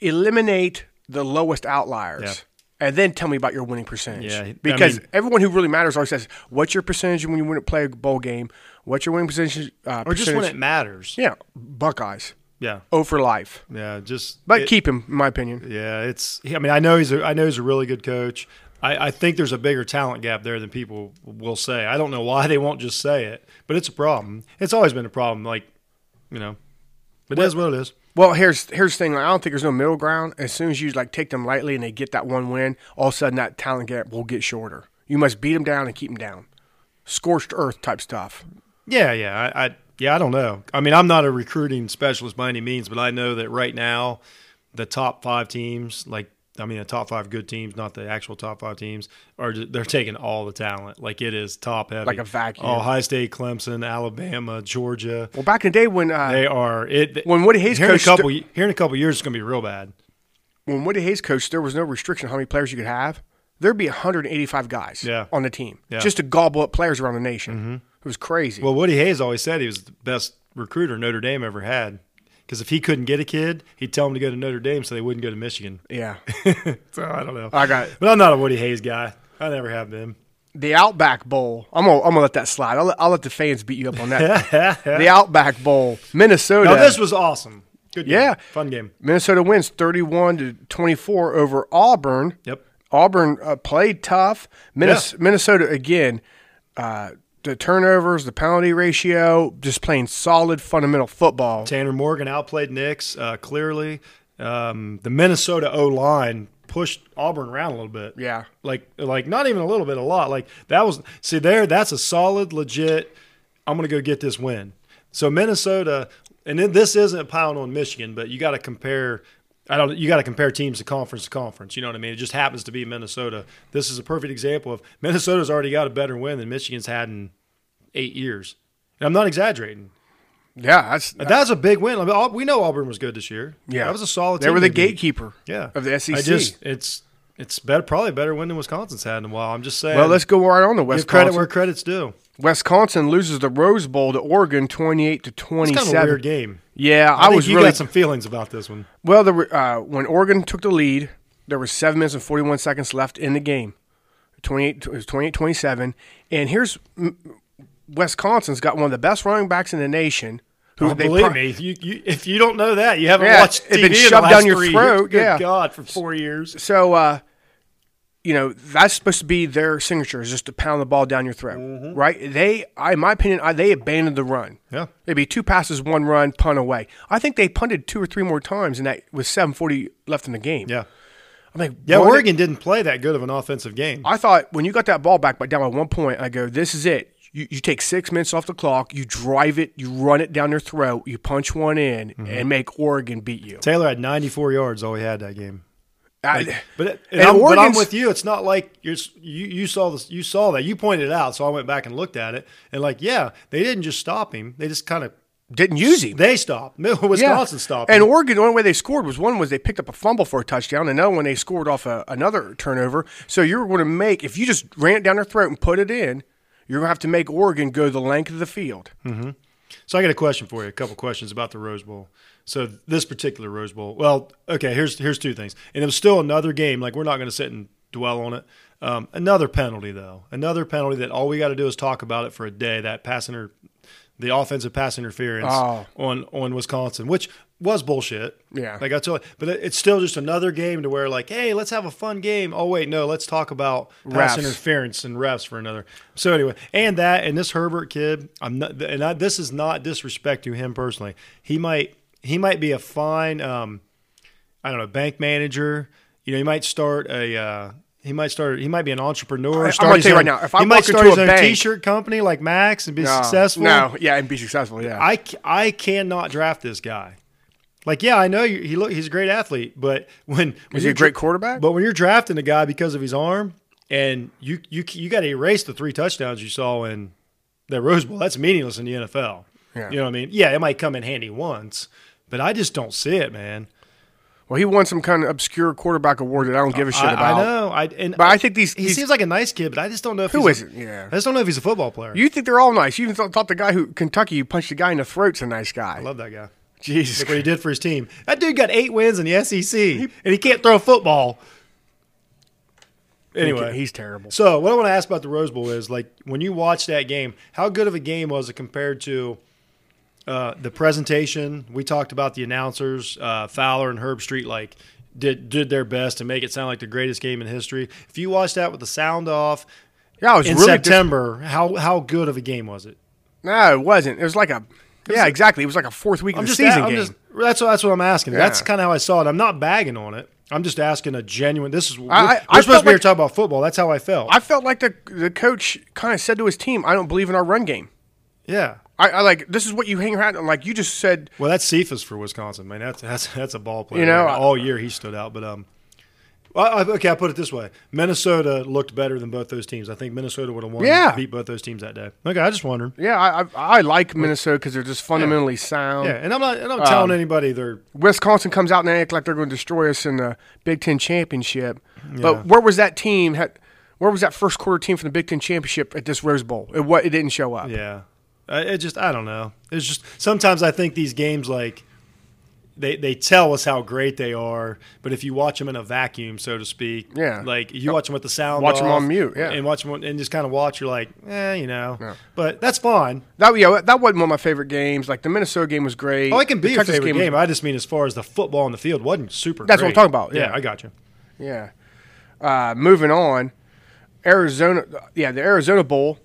[SPEAKER 2] Eliminate the lowest outliers, and then tell me about your winning percentage.
[SPEAKER 3] Yeah, I mean-
[SPEAKER 2] because everyone who really matters always says, "What's your percentage when you win play a bowl game? What's your winning percentage?" Uh,
[SPEAKER 3] Or just when it
[SPEAKER 2] percentage?"
[SPEAKER 3] matters.
[SPEAKER 2] yeah, Buckeyes,
[SPEAKER 3] Yeah,
[SPEAKER 2] oh for life.
[SPEAKER 3] yeah. Just
[SPEAKER 2] But
[SPEAKER 3] it-
[SPEAKER 2] keep him, in my opinion.
[SPEAKER 3] yeah, it's. I mean, I know he's. A, I know he's a really good coach. I, I think there's a bigger talent gap there than people will say. I don't know why they won't just say it, but it's a problem. It's always been a problem. Like, you know, it is what it is.
[SPEAKER 2] Well, here's here's the thing. I don't think there's no middle ground. As soon as you like take them lightly and they get that one win, all of a sudden that talent gap will get shorter. You must beat them down and keep them down. Scorched earth type stuff.
[SPEAKER 3] Yeah, yeah. I, I yeah, I don't know. I mean, I'm not a recruiting specialist by any means, but I know that right now, the top five teams, like I mean, the top five good teams, not the actual top five teams, are ju- they're taking all the talent. Like it is top heavy,
[SPEAKER 2] Like a vacuum.
[SPEAKER 3] Ohio State, Clemson, Alabama, Georgia.
[SPEAKER 2] Well, back in the day when uh,
[SPEAKER 3] They are it.
[SPEAKER 2] when Woody Hayes
[SPEAKER 3] here in a
[SPEAKER 2] coached,
[SPEAKER 3] couple here in a couple years, it's gonna be real bad.
[SPEAKER 2] when Woody Hayes coached, there was no restriction on how many players you could have. There'd be 185 guys
[SPEAKER 3] Yeah.
[SPEAKER 2] on the team
[SPEAKER 3] Yeah. Mm-hmm.
[SPEAKER 2] just to gobble up players around the nation. It was crazy.
[SPEAKER 3] Well, Woody Hayes always said he was the best recruiter Notre Dame ever had. Because if he couldn't get a kid, he'd tell him to go to Notre Dame so they wouldn't go to Michigan.
[SPEAKER 2] yeah, (laughs)
[SPEAKER 3] (laughs) So I don't know.
[SPEAKER 2] I got
[SPEAKER 3] But I'm not a Woody Hayes guy. I never have been. (laughs)
[SPEAKER 2] the Outback Bowl. I'm gonna, I'm gonna let that slide. I'll let, I'll let the fans beat you up on
[SPEAKER 3] (laughs)
[SPEAKER 2] that. the Outback Bowl, Minnesota.
[SPEAKER 3] Now this was awesome. Good game.
[SPEAKER 2] Yeah.
[SPEAKER 3] Fun game.
[SPEAKER 2] Minnesota wins 31 to 24 over Auburn.
[SPEAKER 3] Yep.
[SPEAKER 2] Auburn uh, played tough. Minnes-
[SPEAKER 3] Yeah.
[SPEAKER 2] Minnesota again, uh, the turnovers, the penalty ratio, just playing solid fundamental football.
[SPEAKER 3] Tanner Morgan outplayed Knicks uh, clearly. Um, the Minnesota O line pushed Auburn around a little bit.
[SPEAKER 2] Yeah.
[SPEAKER 3] Like like not even a little bit, a lot. Like that was see there, that's a solid, legit I'm gonna go get this win. So Minnesota and then this isn't piling on Michigan, but you gotta compare I don't you gotta compare teams to conference to conference. You know what I mean? It just happens to be Minnesota. This is a perfect example of Minnesota's already got a better win than Michigan's had in eight years. And I'm not exaggerating.
[SPEAKER 2] Yeah, that's
[SPEAKER 3] But That's a big win. I mean, Au- we know Auburn was good this year.
[SPEAKER 2] yeah.
[SPEAKER 3] that was a solid.
[SPEAKER 2] They
[SPEAKER 3] team
[SPEAKER 2] were the
[SPEAKER 3] beat.
[SPEAKER 2] gatekeeper.
[SPEAKER 3] Yeah,
[SPEAKER 2] of the E SEC.
[SPEAKER 3] I just it's it's better, probably a better win than Wisconsin's had in a while. I'm just saying.
[SPEAKER 2] well, let's go right on to
[SPEAKER 3] give credit
[SPEAKER 2] Wisconsin.
[SPEAKER 3] where credit's due.
[SPEAKER 2] Wisconsin loses the Rose Bowl to Oregon, 28 to
[SPEAKER 3] It's
[SPEAKER 2] 27.
[SPEAKER 3] kind of a weird game.
[SPEAKER 2] Yeah, I,
[SPEAKER 3] I, think
[SPEAKER 2] was
[SPEAKER 3] you
[SPEAKER 2] really
[SPEAKER 3] got some feelings about this one.
[SPEAKER 2] Well, there were, uh, when Oregon took the lead, there were seven minutes and 41 seconds left in the game. 28, it was 28 27. And here's mm, Wisconsin's got one of the best running backs in the nation. Who
[SPEAKER 3] Oh, believe
[SPEAKER 2] pro-
[SPEAKER 3] me, if you, you if you don't know that, you haven't
[SPEAKER 2] Yeah,
[SPEAKER 3] watched
[SPEAKER 2] it's
[SPEAKER 3] TV
[SPEAKER 2] been
[SPEAKER 3] in the
[SPEAKER 2] shoved
[SPEAKER 3] last
[SPEAKER 2] down your
[SPEAKER 3] three
[SPEAKER 2] throat,
[SPEAKER 3] years. Good
[SPEAKER 2] yeah.
[SPEAKER 3] God, for four years.
[SPEAKER 2] So, uh, you know, that's supposed to be their signature is just to pound the ball down your throat,
[SPEAKER 3] Mm-hmm.
[SPEAKER 2] right? They, I, in my opinion, I, they abandoned the run.
[SPEAKER 3] Yeah.
[SPEAKER 2] It'd be two passes, one run, punt away. I think they punted two or three more times, and that was 740 left in the game.
[SPEAKER 3] Yeah,
[SPEAKER 2] I'm like,
[SPEAKER 3] Yeah,
[SPEAKER 2] "Run it."
[SPEAKER 3] Oregon didn't play that good of an offensive game.
[SPEAKER 2] I thought when you got that ball back by down by one point, I go, this is it. You, you take six minutes off the clock, you drive it, you run it down their throat, you punch one in,
[SPEAKER 3] Mm-hmm.
[SPEAKER 2] and make Oregon beat you.
[SPEAKER 3] Taylor had 94 yards all he had that game.
[SPEAKER 2] I,
[SPEAKER 3] But, it,
[SPEAKER 2] And
[SPEAKER 3] and I'm, but I'm
[SPEAKER 2] Oregon's-
[SPEAKER 3] with you. It's not like you're, s- you you saw this. You saw that. You pointed it out. So I went back and looked at it. And like, yeah, they didn't just stop him. They just kind of
[SPEAKER 2] didn't use him.
[SPEAKER 3] they stopped. (laughs) No, Wisconsin stopped.
[SPEAKER 2] And
[SPEAKER 3] him.
[SPEAKER 2] Oregon, the only way they scored was one was they picked up a fumble for a touchdown, and another one they scored off a, another turnover. So you're going to make if you just ran it down their throat and put it in, you're going to have to make Oregon go the length of the field.
[SPEAKER 3] so I got a question for you. A couple questions about the Rose Bowl. So this particular Rose Bowl. Well, okay. Here's here's two things. And it was still another game. Like we're not going to sit and dwell on it. Um, another penalty though. Another penalty that all we got to do is talk about it for a day. That pass inter, the offensive pass interference
[SPEAKER 2] Oh.
[SPEAKER 3] on on Wisconsin, which was bullshit.
[SPEAKER 2] Yeah.
[SPEAKER 3] Like I told you, but it- it's still just another game to where like, hey, let's have a fun game. Oh wait, no, let's talk about pass
[SPEAKER 2] Refs.
[SPEAKER 3] interference and refs for another. So anyway, and that and this Herbert kid, I'm not, and I, this is not disrespect to him personally. He might he might be a fine, um, I don't know, bank manager. You know, he might start a. Uh, he might start. He might be an entrepreneur.
[SPEAKER 2] I'm
[SPEAKER 3] start
[SPEAKER 2] gonna
[SPEAKER 3] his
[SPEAKER 2] tell you right
[SPEAKER 3] own-
[SPEAKER 2] now, if
[SPEAKER 3] he
[SPEAKER 2] I
[SPEAKER 3] might
[SPEAKER 2] walk
[SPEAKER 3] start
[SPEAKER 2] into
[SPEAKER 3] his
[SPEAKER 2] a
[SPEAKER 3] own
[SPEAKER 2] bank-
[SPEAKER 3] T-shirt company like Max and be
[SPEAKER 2] No.
[SPEAKER 3] successful.
[SPEAKER 2] no, yeah, and be successful, yeah.
[SPEAKER 3] I, c- I cannot draft this guy. Like, yeah, I know you, he look he's a great athlete, but when, when
[SPEAKER 2] Is he
[SPEAKER 3] you're
[SPEAKER 2] a great
[SPEAKER 3] dra-
[SPEAKER 2] quarterback?
[SPEAKER 3] But when you're drafting a guy because of his arm, and you you c- you got to erase the three touchdowns you saw in the Rose Bowl, that's meaningless in the NFL.
[SPEAKER 2] Yeah.
[SPEAKER 3] You know what I mean? Yeah, it might come in handy once, but I just don't see it, man.
[SPEAKER 2] well, he won some kind of obscure quarterback award that I don't give a shit
[SPEAKER 3] I, I
[SPEAKER 2] about.
[SPEAKER 3] know. I and
[SPEAKER 2] But I think these,
[SPEAKER 3] he
[SPEAKER 2] these
[SPEAKER 3] seems like a nice kid, but I just don't know if
[SPEAKER 2] Who
[SPEAKER 3] he's
[SPEAKER 2] isn't?
[SPEAKER 3] A,
[SPEAKER 2] Yeah.
[SPEAKER 3] I just don't know if he's a football player.
[SPEAKER 2] you think they're all nice. You even thought, thought the guy who Kentucky you punched the guy in the throat's a nice guy.
[SPEAKER 3] I love that guy.
[SPEAKER 2] Jesus,
[SPEAKER 3] Look what he did for his team. That dude got eight wins in the SEC, and he can't throw a football. Anyway,
[SPEAKER 2] he's terrible.
[SPEAKER 3] so what I want to ask about the Rose Bowl is like when you watch that game, how good of a game was it compared to uh, the presentation? We talked about the announcers, uh, Fowler and Herb Street, like did did their best to make it sound like the greatest game in history. If you watch that with the sound off
[SPEAKER 2] Yeah, I was
[SPEAKER 3] in
[SPEAKER 2] really dis-
[SPEAKER 3] September, how how good of a game was it?
[SPEAKER 2] No, it wasn't. It was like a yeah, exactly. It was like a fourth week of the season
[SPEAKER 3] I'm
[SPEAKER 2] game.
[SPEAKER 3] just- that's what that's what I'm asking. That's
[SPEAKER 2] Yeah.
[SPEAKER 3] kind of how I saw it. I'm not bagging on it. I'm just asking a genuine. This is we're,
[SPEAKER 2] I- I
[SPEAKER 3] we're
[SPEAKER 2] felt
[SPEAKER 3] supposed to be here
[SPEAKER 2] like-
[SPEAKER 3] talking about football. That's how I felt.
[SPEAKER 2] I felt like the the coach kind of said to his team, "I don't believe in our run game."
[SPEAKER 3] yeah.
[SPEAKER 2] I, I like this is what you hang around. i like you just said,
[SPEAKER 3] Well, that's Cephas for Wisconsin, man. That's that's that's a ball player.
[SPEAKER 2] You know,
[SPEAKER 3] man.
[SPEAKER 2] I-
[SPEAKER 3] all year he stood out. But um, well, I, okay, I put it this way: Minnesota looked better than both those teams. I think Minnesota would have won.
[SPEAKER 2] Yeah.
[SPEAKER 3] beat both those teams that day. Okay, I just wondered.
[SPEAKER 2] "Yeah, I I, I like Minnesota because they're just fundamentally sound."
[SPEAKER 3] Yeah, and I'm not and I'm telling
[SPEAKER 2] um,
[SPEAKER 3] anybody they're
[SPEAKER 2] Wisconsin comes out and they act like they're going to destroy us in the Big Ten championship. But where was that team? Had, where was that first quarter team from the Big Ten championship at this Rose Bowl? It what it didn't show up.
[SPEAKER 3] Yeah. I, it just, I don't know. It's just, sometimes I think these games, like, they, they tell us how great they are, but if you watch them in a vacuum, so to speak,
[SPEAKER 2] Yeah.
[SPEAKER 3] like you watch them with the sound,
[SPEAKER 2] Watch 'em
[SPEAKER 3] off
[SPEAKER 2] on mute, yeah.
[SPEAKER 3] and watch them and just kind of watch. You're like, eh, you know, but that's fine.
[SPEAKER 2] That yeah, that wasn't one of my favorite games. Like the Minnesota game was great.
[SPEAKER 3] Oh, it can be
[SPEAKER 2] The
[SPEAKER 3] your
[SPEAKER 2] Texas
[SPEAKER 3] favorite game.
[SPEAKER 2] was-
[SPEAKER 3] I just mean as far as the football on the field wasn't super.
[SPEAKER 2] That's what I'm
[SPEAKER 3] great.
[SPEAKER 2] talking about, yeah.
[SPEAKER 3] I got you.
[SPEAKER 2] Yeah. Uh, moving on, Arizona. Yeah, the Arizona Bowl.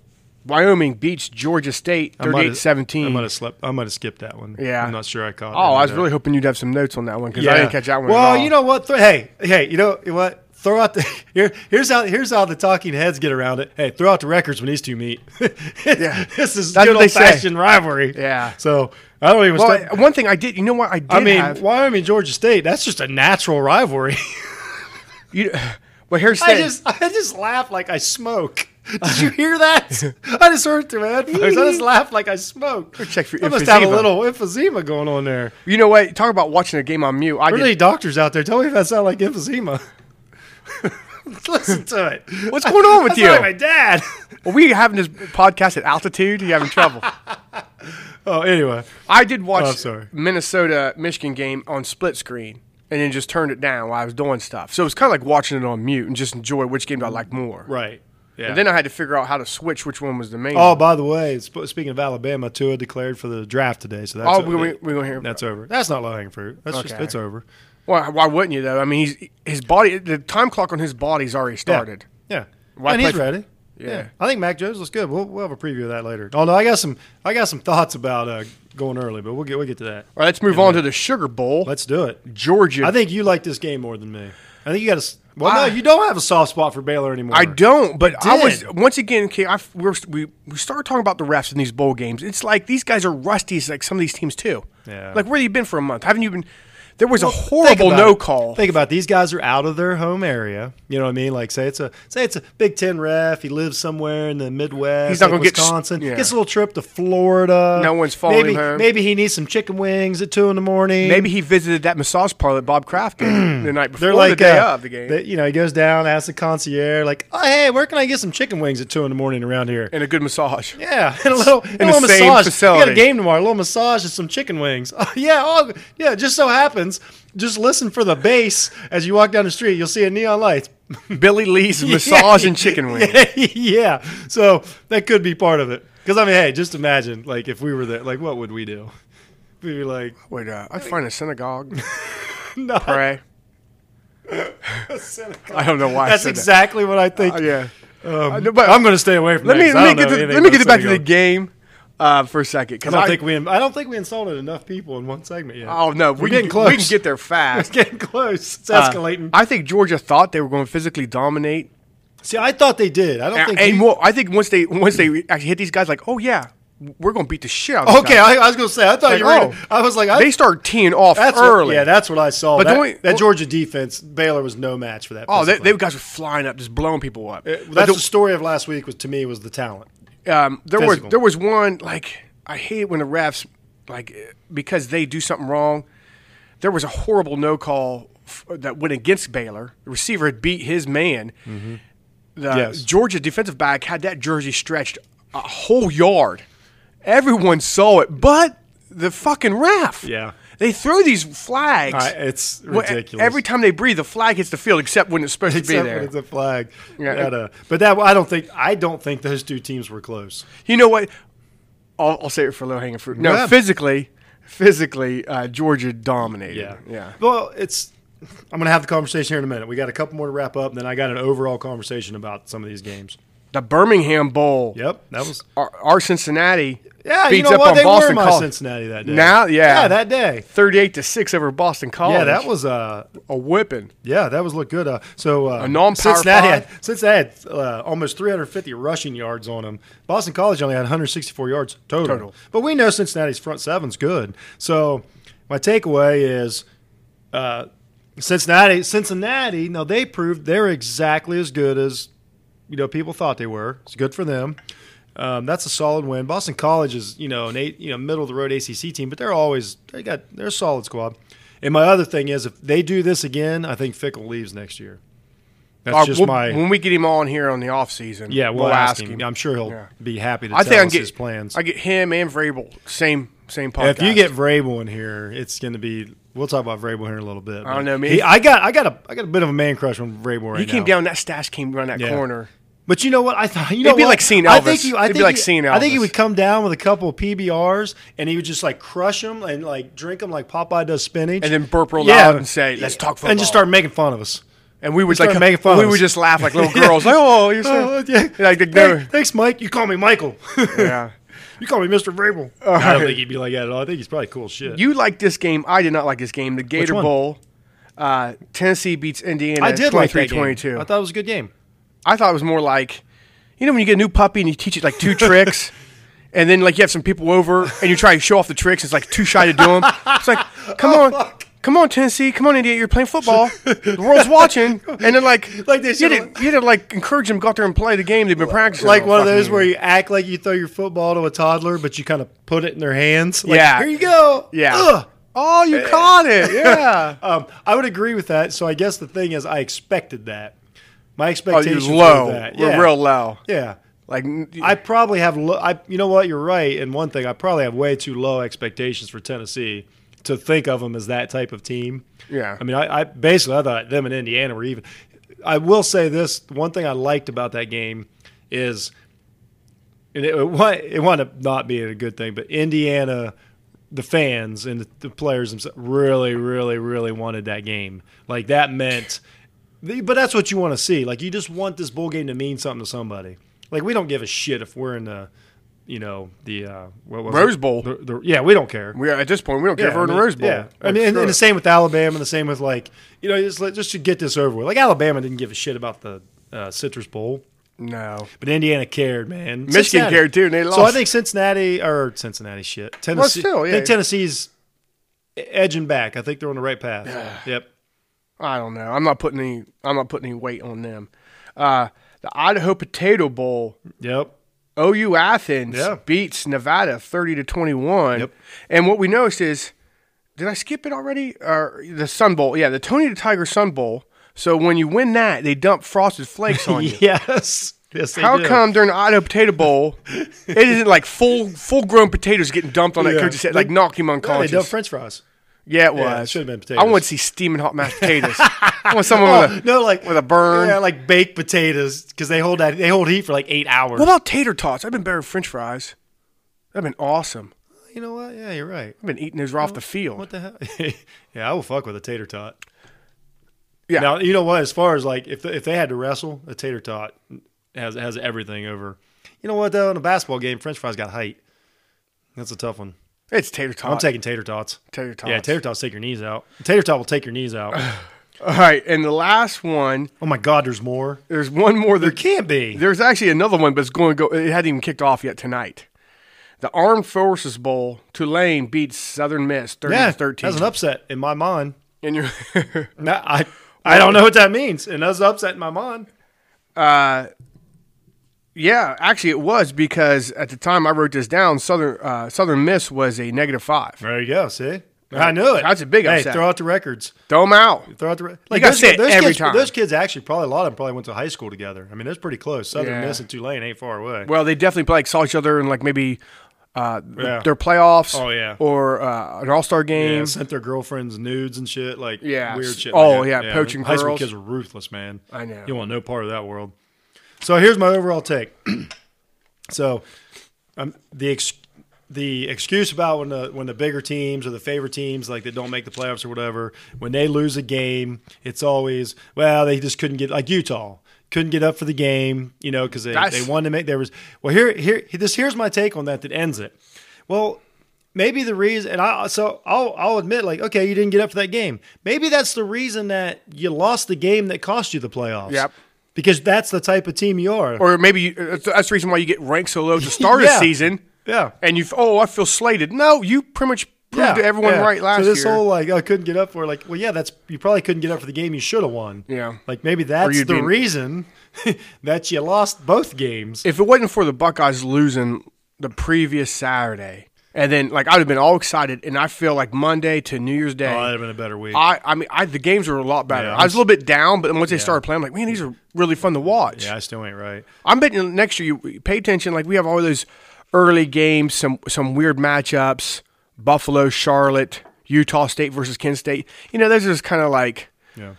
[SPEAKER 2] Wyoming beats Georgia State
[SPEAKER 3] I might
[SPEAKER 2] 38
[SPEAKER 3] have-
[SPEAKER 2] 17.
[SPEAKER 3] I might have slept. I might have skipped that one.
[SPEAKER 2] Yeah.
[SPEAKER 3] I'm not sure I caught.
[SPEAKER 2] Oh,
[SPEAKER 3] any
[SPEAKER 2] I
[SPEAKER 3] of
[SPEAKER 2] was
[SPEAKER 3] that.
[SPEAKER 2] really hoping you'd have some notes on that one because I didn't catch that one. at
[SPEAKER 3] Well,
[SPEAKER 2] all.
[SPEAKER 3] you know what? Th- hey, hey, you know what? Throw out the (laughs) here, here's how here's how the talking heads get around it. Hey, throw out the records when these two meet. (laughs) yeah, this is
[SPEAKER 2] That's
[SPEAKER 3] good
[SPEAKER 2] what they
[SPEAKER 3] old
[SPEAKER 2] say.
[SPEAKER 3] fashioned rivalry.
[SPEAKER 2] Yeah.
[SPEAKER 3] So I don't even.
[SPEAKER 2] Well,
[SPEAKER 3] sta-
[SPEAKER 2] I- one thing I did. You know what I did
[SPEAKER 3] I mean,
[SPEAKER 2] have.
[SPEAKER 3] Wyoming, Georgia State. That's just a
[SPEAKER 2] (laughs)
[SPEAKER 3] natural rivalry.
[SPEAKER 2] You, (sighs) well, here's the
[SPEAKER 3] I
[SPEAKER 2] thing.
[SPEAKER 3] just I just laugh like I smoke. (laughs) Did
[SPEAKER 2] (laughs)
[SPEAKER 3] you hear that? I just heard it through my headphones. I just laugh like I smoke.
[SPEAKER 2] Check for
[SPEAKER 3] I must have a
[SPEAKER 2] emphysema.
[SPEAKER 3] little emphysema going on there.
[SPEAKER 2] you know what? Talk about watching a game on mute. I
[SPEAKER 3] Really,
[SPEAKER 2] did.
[SPEAKER 3] doctors out there, tell me if I sound like emphysema. (laughs) Listen to it.
[SPEAKER 2] What's going on with
[SPEAKER 3] I sound
[SPEAKER 2] you?
[SPEAKER 3] like
[SPEAKER 2] (laughs)
[SPEAKER 3] my dad.
[SPEAKER 2] Are we having this podcast at altitude? Are you having
[SPEAKER 3] (laughs)
[SPEAKER 2] trouble?
[SPEAKER 3] Oh, anyway,
[SPEAKER 2] I did
[SPEAKER 3] Oh, I'm
[SPEAKER 2] watch
[SPEAKER 3] sorry.
[SPEAKER 2] Minnesota Michigan game on split screen and then just turned it down while I was doing stuff. So it was kind of like watching it on mute and just enjoy which game do I like more.
[SPEAKER 3] right. Yeah.
[SPEAKER 2] And then I had to figure out how to switch which one was the main.
[SPEAKER 3] oh,
[SPEAKER 2] one.
[SPEAKER 3] by the way, sp- speaking of Alabama, Tua declared for the draft today, so that's
[SPEAKER 2] oh, we we we gonna hear.
[SPEAKER 3] that's over. That's not low hanging fruit. That's just
[SPEAKER 2] Okay.
[SPEAKER 3] it's over.
[SPEAKER 2] Why, why wouldn't you though? I mean, he's his body. The time clock on his body's already started.
[SPEAKER 3] Yeah.
[SPEAKER 2] Why
[SPEAKER 3] and he's
[SPEAKER 2] play-
[SPEAKER 3] ready.
[SPEAKER 2] Yeah.
[SPEAKER 3] I think Mac Jones looks good. We'll, we'll have a preview of that later. Oh no, I got some I got some thoughts about uh, going early, but we'll get we'll get to that.
[SPEAKER 2] All right, let's move on to the Sugar Bowl.
[SPEAKER 3] Let's do it.
[SPEAKER 2] Georgia.
[SPEAKER 3] I think you like this game more than me. I think you got to Well,
[SPEAKER 2] I-
[SPEAKER 3] no, you don't have a soft spot for Baylor anymore.
[SPEAKER 2] I don't, but I was
[SPEAKER 3] did.
[SPEAKER 2] once again. Okay, I, we're, we we started talking about the refs in these bowl games. It's like these guys are rusty. as, Like some of these teams too.
[SPEAKER 3] Yeah.
[SPEAKER 2] Like where have you been for a month? Haven't you been? There was a
[SPEAKER 3] Think
[SPEAKER 2] horrible
[SPEAKER 3] about
[SPEAKER 2] no
[SPEAKER 3] it.
[SPEAKER 2] call.
[SPEAKER 3] Think about it. these guys are out of their home area. You know what I mean? Like say it's a say it's a Big Ten ref. He lives somewhere in the Midwest.
[SPEAKER 2] He's not
[SPEAKER 3] like
[SPEAKER 2] gonna get s-
[SPEAKER 3] Wisconsin.
[SPEAKER 2] yeah.
[SPEAKER 3] Gets a little trip to Florida.
[SPEAKER 2] No one's following
[SPEAKER 3] maybe,
[SPEAKER 2] him.
[SPEAKER 3] Maybe he needs some chicken wings at two in the morning.
[SPEAKER 2] Maybe he visited that massage parlor that Bob Kraft
[SPEAKER 3] (clears throat)
[SPEAKER 2] did the night before
[SPEAKER 3] They're like
[SPEAKER 2] the day
[SPEAKER 3] uh,
[SPEAKER 2] of the game.
[SPEAKER 3] they- you know, he goes down, asks the concierge, like, "Oh, hey, where can I get some chicken wings at two in the morning around here?"
[SPEAKER 2] and a good massage.
[SPEAKER 3] Yeah, and a little, and
[SPEAKER 2] In the
[SPEAKER 3] a little
[SPEAKER 2] same
[SPEAKER 3] massage. We
[SPEAKER 2] facility.
[SPEAKER 3] got a game tomorrow. A little massage and some chicken wings. (laughs) Oh, yeah, oh, yeah. it Just so happens, just listen for the bass as you walk down the street. You'll see a neon light.
[SPEAKER 2] (laughs)
[SPEAKER 3] (laughs)
[SPEAKER 2] Billy Lee's (laughs) massage and chicken wings.
[SPEAKER 3] yeah, so that could be part of it. Because I mean, hey, just imagine like if we were there, like what would we do? We'd be like, (laughs)
[SPEAKER 2] Wait, uh, I'd find a synagogue,
[SPEAKER 3] no, (laughs)
[SPEAKER 2] pray. I don't know why. I
[SPEAKER 3] that's
[SPEAKER 2] said
[SPEAKER 3] exactly what I think.
[SPEAKER 2] That. Uh, yeah.
[SPEAKER 3] Um,
[SPEAKER 2] but-
[SPEAKER 3] I'm going to stay away from.
[SPEAKER 2] Let
[SPEAKER 3] that
[SPEAKER 2] me
[SPEAKER 3] 'cause I
[SPEAKER 2] let
[SPEAKER 3] don't
[SPEAKER 2] me get
[SPEAKER 3] know
[SPEAKER 2] to,
[SPEAKER 3] anything
[SPEAKER 2] let me
[SPEAKER 3] about
[SPEAKER 2] get back to the
[SPEAKER 3] synagogue.
[SPEAKER 2] game uh, for a second because
[SPEAKER 3] I don't think we. I don't think we insulted enough people in one segment yet.
[SPEAKER 2] Oh no,
[SPEAKER 3] we're getting
[SPEAKER 2] We can
[SPEAKER 3] close.
[SPEAKER 2] get there
[SPEAKER 3] It's
[SPEAKER 2] fast.
[SPEAKER 3] getting close. It's
[SPEAKER 2] Uh,
[SPEAKER 3] escalating.
[SPEAKER 2] I think Georgia thought they were going to physically dominate,
[SPEAKER 3] See, I thought they did. I don't
[SPEAKER 2] and,
[SPEAKER 3] think.
[SPEAKER 2] and
[SPEAKER 3] you-
[SPEAKER 2] more. I think once they once they actually hit these guys, like, oh yeah, we're going to beat the shit out. of these
[SPEAKER 3] okay,
[SPEAKER 2] guys.
[SPEAKER 3] I, I was gonna say. I thought
[SPEAKER 2] Like,
[SPEAKER 3] you were.
[SPEAKER 2] oh,
[SPEAKER 3] gonna- I was like, I,
[SPEAKER 2] they start teeing off
[SPEAKER 3] that's what-
[SPEAKER 2] early.
[SPEAKER 3] yeah, that's what I saw.
[SPEAKER 2] But
[SPEAKER 3] But that,
[SPEAKER 2] don't we-
[SPEAKER 3] that Georgia defense, Baylor was no match for that.
[SPEAKER 2] oh, they,
[SPEAKER 3] physically.
[SPEAKER 2] they guys were flying up, just blowing people up.
[SPEAKER 3] Uh, well,
[SPEAKER 2] Like,
[SPEAKER 3] that's the story of last week. Was to me was the talent.
[SPEAKER 2] um, there
[SPEAKER 3] Physical.
[SPEAKER 2] was there was one like I hate when the refs like because they do something wrong. There was a horrible no call f- that went against Baylor. The receiver had beat his man. The
[SPEAKER 3] Mm-hmm. Yes.
[SPEAKER 2] Georgia defensive back had that jersey stretched a whole yard. Everyone saw it, but the fucking ref.
[SPEAKER 3] Yeah.
[SPEAKER 2] They throw these flags.
[SPEAKER 3] I, it's
[SPEAKER 2] Well, e-
[SPEAKER 3] ridiculous.
[SPEAKER 2] Every time they breathe, the flag hits the field, except when it's supposed to
[SPEAKER 3] Except
[SPEAKER 2] be there.
[SPEAKER 3] when it's a flag.
[SPEAKER 2] Yeah.
[SPEAKER 3] That, uh, but that I don't think. I don't think those two teams were close.
[SPEAKER 2] You know what? I'll, I'll save it for low hanging fruit. No,
[SPEAKER 3] Yeah.
[SPEAKER 2] physically, physically, uh, Georgia dominated.
[SPEAKER 3] Yeah.
[SPEAKER 2] yeah.
[SPEAKER 3] Well, it's. I'm going to have the conversation here in a minute. We got a couple more to wrap up, and then I got an overall conversation about some of these games.
[SPEAKER 2] The Birmingham Bowl.
[SPEAKER 3] Yep, that was.
[SPEAKER 2] Our, our Cincinnati.
[SPEAKER 3] Yeah,
[SPEAKER 2] beats
[SPEAKER 3] you know
[SPEAKER 2] up
[SPEAKER 3] what?
[SPEAKER 2] on
[SPEAKER 3] They
[SPEAKER 2] Boston
[SPEAKER 3] were my
[SPEAKER 2] College.
[SPEAKER 3] Cincinnati that day.
[SPEAKER 2] Now, yeah.
[SPEAKER 3] yeah, that day.
[SPEAKER 2] Thirty-eight to six over Boston College.
[SPEAKER 3] Yeah, that was uh,
[SPEAKER 2] a whipping.
[SPEAKER 3] yeah, that was looked good. Uh, so uh,
[SPEAKER 2] A non-power
[SPEAKER 3] Cincinnati
[SPEAKER 2] five.
[SPEAKER 3] had, Cincinnati had uh, almost 350 rushing yards on them. Boston College only had 164 yards total.
[SPEAKER 2] Total.
[SPEAKER 3] But we know Cincinnati's front seven's good. So my takeaway is uh, Cincinnati. Cincinnati. Now they proved they're exactly as good as you know people thought they were. It's good for them. Um, that's a solid win. Boston College is you know an eight you know middle of the road ACC team, but they're always they got they're a solid squad. And my other thing is if they do this again, I think Fickle leaves next year. That's
[SPEAKER 2] Our-
[SPEAKER 3] just
[SPEAKER 2] Uh, we'll-
[SPEAKER 3] my
[SPEAKER 2] when we get him on here on the off season.
[SPEAKER 3] yeah. We'll, ask him. I'm sure he'll
[SPEAKER 2] Yeah.
[SPEAKER 3] be happy to
[SPEAKER 2] I
[SPEAKER 3] tell
[SPEAKER 2] think I
[SPEAKER 3] us
[SPEAKER 2] get
[SPEAKER 3] his plans.
[SPEAKER 2] I get him and Vrabel same same podcast.
[SPEAKER 3] If you get Vrabel in here, it's going to be. We'll talk about Vrabel here in a little bit.
[SPEAKER 2] I
[SPEAKER 3] but
[SPEAKER 2] don't know, man.
[SPEAKER 3] he- I got, I got a, I got a bit of a man crush on Vrabel right
[SPEAKER 2] he came
[SPEAKER 3] now.
[SPEAKER 2] down that stash came around that
[SPEAKER 3] Yeah.
[SPEAKER 2] corner.
[SPEAKER 3] But you know what? I thought you know
[SPEAKER 2] It'd be
[SPEAKER 3] what?
[SPEAKER 2] like seeing
[SPEAKER 3] I
[SPEAKER 2] Elvis.
[SPEAKER 3] think you, I
[SPEAKER 2] It'd be
[SPEAKER 3] think
[SPEAKER 2] like
[SPEAKER 3] he-
[SPEAKER 2] seeing
[SPEAKER 3] I think he
[SPEAKER 2] Elvis.
[SPEAKER 3] would come down with a couple of PBRs and he would just like crush them and like drink them like Popeye does spinach,
[SPEAKER 2] And then burp real
[SPEAKER 3] Yeah.
[SPEAKER 2] loud and say, "Let's talk football."
[SPEAKER 3] and just start making fun of us.
[SPEAKER 2] And we would
[SPEAKER 3] Just
[SPEAKER 2] like
[SPEAKER 3] start making fun
[SPEAKER 2] We
[SPEAKER 3] of
[SPEAKER 2] would
[SPEAKER 3] us.
[SPEAKER 2] just laugh like
[SPEAKER 3] (laughs)
[SPEAKER 2] little girls, like, "Oh, you're so
[SPEAKER 3] Oh, yeah.
[SPEAKER 2] (laughs) like the
[SPEAKER 3] Hey, thanks, Mike. You call me Michael. (laughs)
[SPEAKER 2] (laughs) yeah."
[SPEAKER 3] you call me Mister Vrabel. I don't think he'd be like that at all. I think he's probably cool as shit.
[SPEAKER 2] You like this game? I did not like this game. The Gator
[SPEAKER 3] one?
[SPEAKER 2] Bowl. Uh, Tennessee beats Indiana.
[SPEAKER 3] I did like that game.
[SPEAKER 2] 23-22.
[SPEAKER 3] I thought it was a good game.
[SPEAKER 2] I thought it was more like, you know, when you get a new puppy and you teach it like
[SPEAKER 3] (laughs)
[SPEAKER 2] two tricks, and then like you have some people over and you try to show off the tricks. It's like too shy to do them. It's
[SPEAKER 3] (laughs)
[SPEAKER 2] like, come
[SPEAKER 3] Oh,
[SPEAKER 2] on, come on, Tennessee, come on, Indiana, you're playing football. The world's watching, and then like,
[SPEAKER 3] (laughs) Like they
[SPEAKER 2] you
[SPEAKER 3] should've-
[SPEAKER 2] did, you did like encourage them to go out there and play the game they've been practicing.
[SPEAKER 3] like
[SPEAKER 2] all
[SPEAKER 3] one of
[SPEAKER 2] fucking
[SPEAKER 3] those
[SPEAKER 2] year.
[SPEAKER 3] where you act like you throw your football to a toddler, but you kind of put it in their hands. Like,
[SPEAKER 2] Yeah.
[SPEAKER 3] here you go.
[SPEAKER 2] yeah,
[SPEAKER 3] Ugh.
[SPEAKER 2] (laughs) oh, you caught (laughs) it, yeah.
[SPEAKER 3] Um, I would agree with that. So I guess the thing is, I expected that. My expectations were
[SPEAKER 2] Oh, low.
[SPEAKER 3] that.
[SPEAKER 2] We're real low.
[SPEAKER 3] Yeah.
[SPEAKER 2] Like
[SPEAKER 3] I probably have. Lo- I you know what? You're right. And one thing, I probably have way too low expectations for Tennessee to think of them as that type of team.
[SPEAKER 2] Yeah.
[SPEAKER 3] I mean, I, I basically I thought them and Indiana were even. I will say this: one thing I liked about that game is, and it, it, wa- it wound up not being a good thing, but Indiana, the fans and the, the players themselves really, really, really wanted that game. Like that meant. The- But that's what you want to see. Like you just want this bowl game to mean something to somebody. Like we don't give a shit if we're in the, you know the uh, what was
[SPEAKER 2] Rose
[SPEAKER 3] it?
[SPEAKER 2] Bowl.
[SPEAKER 3] The, the, yeah, we don't care.
[SPEAKER 2] We are, at this point we don't care if we're in
[SPEAKER 3] I
[SPEAKER 2] the
[SPEAKER 3] mean,
[SPEAKER 2] Rose Bowl.
[SPEAKER 3] Yeah, I
[SPEAKER 2] Like,
[SPEAKER 3] mean, and,
[SPEAKER 2] sure.
[SPEAKER 3] and the same with Alabama. The same with like you know just like, just to get this over with. Like Alabama didn't give a shit about the uh, Citrus Bowl,
[SPEAKER 2] no.
[SPEAKER 3] but Indiana cared, man.
[SPEAKER 2] Michigan
[SPEAKER 3] Cincinnati-
[SPEAKER 2] cared too, and they
[SPEAKER 3] So I
[SPEAKER 2] lost.
[SPEAKER 3] think Cincinnati or Cincinnati shit. Tennessee.
[SPEAKER 2] still,
[SPEAKER 3] I
[SPEAKER 2] yeah.
[SPEAKER 3] think Tennessee's edging back. I think they're on the right path. yep.
[SPEAKER 2] I don't know. I'm not putting any. I'm not putting any weight on them. Uh, the Idaho Potato Bowl.
[SPEAKER 3] Yep.
[SPEAKER 2] OU Athens
[SPEAKER 3] Yeah.
[SPEAKER 2] beats Nevada 30 to 21.
[SPEAKER 3] Yep.
[SPEAKER 2] And what we noticed is, did I skip it already? Or the Sun Bowl? Yeah, the Tony the Tiger Sun Bowl. So when you win that, they dump frosted flakes
[SPEAKER 3] (laughs)
[SPEAKER 2] on you.
[SPEAKER 3] Yes. Yes. They
[SPEAKER 2] How
[SPEAKER 3] did.
[SPEAKER 2] come during the Idaho Potato Bowl, it isn't like full full grown potatoes getting dumped on that
[SPEAKER 3] Yeah.
[SPEAKER 2] coach's head, like knock him
[SPEAKER 3] Yeah, they
[SPEAKER 2] unconscious?
[SPEAKER 3] done French fries.
[SPEAKER 2] Yeah, it was.
[SPEAKER 3] Yeah, it should've been
[SPEAKER 2] I want
[SPEAKER 3] potatoes.
[SPEAKER 2] to see steaming hot
[SPEAKER 3] (laughs)
[SPEAKER 2] mashed potatoes. I want someone with a
[SPEAKER 3] No, like
[SPEAKER 2] with a burn.
[SPEAKER 3] Yeah, like baked potatoes because they hold that they hold heat for like eight hours.
[SPEAKER 2] What about tater tots? I've been better with French fries. That'd been awesome.
[SPEAKER 3] you know what? Yeah, you're right.
[SPEAKER 2] I've been eating those right off the field.
[SPEAKER 3] What the hell? (laughs) yeah, I will fuck with a tater tot.
[SPEAKER 2] Yeah.
[SPEAKER 3] Now you know what? As far as like if if they had to wrestle, a tater tot has has everything over. You know what though? In a basketball game, French fries got height. That's a tough one.
[SPEAKER 2] It's tater tot.
[SPEAKER 3] I'm taking tater tots.
[SPEAKER 2] tater tots.
[SPEAKER 3] Yeah, tater tots take your knees out. Tater tot will take your
[SPEAKER 2] (sighs)
[SPEAKER 3] knees out.
[SPEAKER 2] All right, and the last one.
[SPEAKER 3] oh my God, there's more.
[SPEAKER 2] There's one more.
[SPEAKER 3] There
[SPEAKER 2] That,
[SPEAKER 3] can't be.
[SPEAKER 2] there's actually another one, but it's going to go. It hadn't even kicked off yet tonight. The Armed Forces Bowl. Tulane beats Southern Miss 30
[SPEAKER 3] yeah,
[SPEAKER 2] thirteen.
[SPEAKER 3] that's an upset in my mind.
[SPEAKER 2] And you're (laughs)
[SPEAKER 3] No, I I don't know what that means, and that's upset in my mind.
[SPEAKER 2] Yeah, actually, it was because at the time I wrote this down, Southern uh, Southern Miss was a negative five.
[SPEAKER 3] There you go. See, I knew it.
[SPEAKER 2] That's a big
[SPEAKER 3] hey,
[SPEAKER 2] upset.
[SPEAKER 3] Throw out the records.
[SPEAKER 2] Throw them out.
[SPEAKER 3] Throw out the re-
[SPEAKER 2] gotta
[SPEAKER 3] those,
[SPEAKER 2] say it
[SPEAKER 3] those
[SPEAKER 2] every
[SPEAKER 3] kids,
[SPEAKER 2] time.
[SPEAKER 3] Those kids actually probably a lot of them probably went to high school together. I mean, that's pretty close. Southern
[SPEAKER 2] Yeah.
[SPEAKER 3] Miss and Tulane ain't far away.
[SPEAKER 2] Well, they definitely like saw each other in like maybe uh, th-
[SPEAKER 3] Yeah.
[SPEAKER 2] their playoffs.
[SPEAKER 3] Oh, yeah.
[SPEAKER 2] or uh, an All Star game.
[SPEAKER 3] Yeah, sent their girlfriends nudes and shit like
[SPEAKER 2] Yeah.
[SPEAKER 3] weird shit.
[SPEAKER 2] Oh,
[SPEAKER 3] like that.
[SPEAKER 2] yeah, poaching
[SPEAKER 3] high school
[SPEAKER 2] girls.
[SPEAKER 3] kids are ruthless, man.
[SPEAKER 2] I know.
[SPEAKER 3] You want no part of that world. So here's my overall take. so, um, the ex- the excuse about when the when the bigger teams or the favorite teams like that don't make the playoffs or whatever when they lose a game, it's always well they just couldn't get like Utah couldn't get up for the game, you know, because they,
[SPEAKER 2] That's-
[SPEAKER 3] they wanted to make there was well here here this here's my take on that that ends it. Well, maybe the reason, and I so I'll I'll admit like okay you didn't get up for that game. Maybe that's the reason that you lost the game that cost you the playoffs.
[SPEAKER 2] Yep.
[SPEAKER 3] Because that's the type of team you are.
[SPEAKER 2] Or maybe you, uh, that's the reason why you get ranked so low to start
[SPEAKER 3] (laughs) Yeah.
[SPEAKER 2] a season.
[SPEAKER 3] yeah.
[SPEAKER 2] And you, f- oh, I feel slated. No, you pretty much proved to everyone
[SPEAKER 3] yeah.
[SPEAKER 2] right last
[SPEAKER 3] So this
[SPEAKER 2] year.
[SPEAKER 3] whole like I couldn't get up for like well yeah that's you probably couldn't get up for the game you should have won.
[SPEAKER 2] Yeah.
[SPEAKER 3] Like maybe that's
[SPEAKER 2] you'd
[SPEAKER 3] the
[SPEAKER 2] be-
[SPEAKER 3] reason (laughs) that you lost both games.
[SPEAKER 2] if it wasn't for the Buckeyes losing the previous Saturday, and then like I'd have been all excited, and I feel like Monday to New Year's Day.
[SPEAKER 3] oh, that'd have been a better week.
[SPEAKER 2] I, I mean, I, the games were a lot better.
[SPEAKER 3] Yeah,
[SPEAKER 2] I was a little bit down, but then once they started playing, I'm like, man, these are really fun to watch.
[SPEAKER 3] yeah, I still ain't right.
[SPEAKER 2] I'm betting next year you pay attention. Like we have all those early games, some some weird matchups: Buffalo, Charlotte, Utah State versus Kent State. You know, those are just kind of like
[SPEAKER 3] Yeah.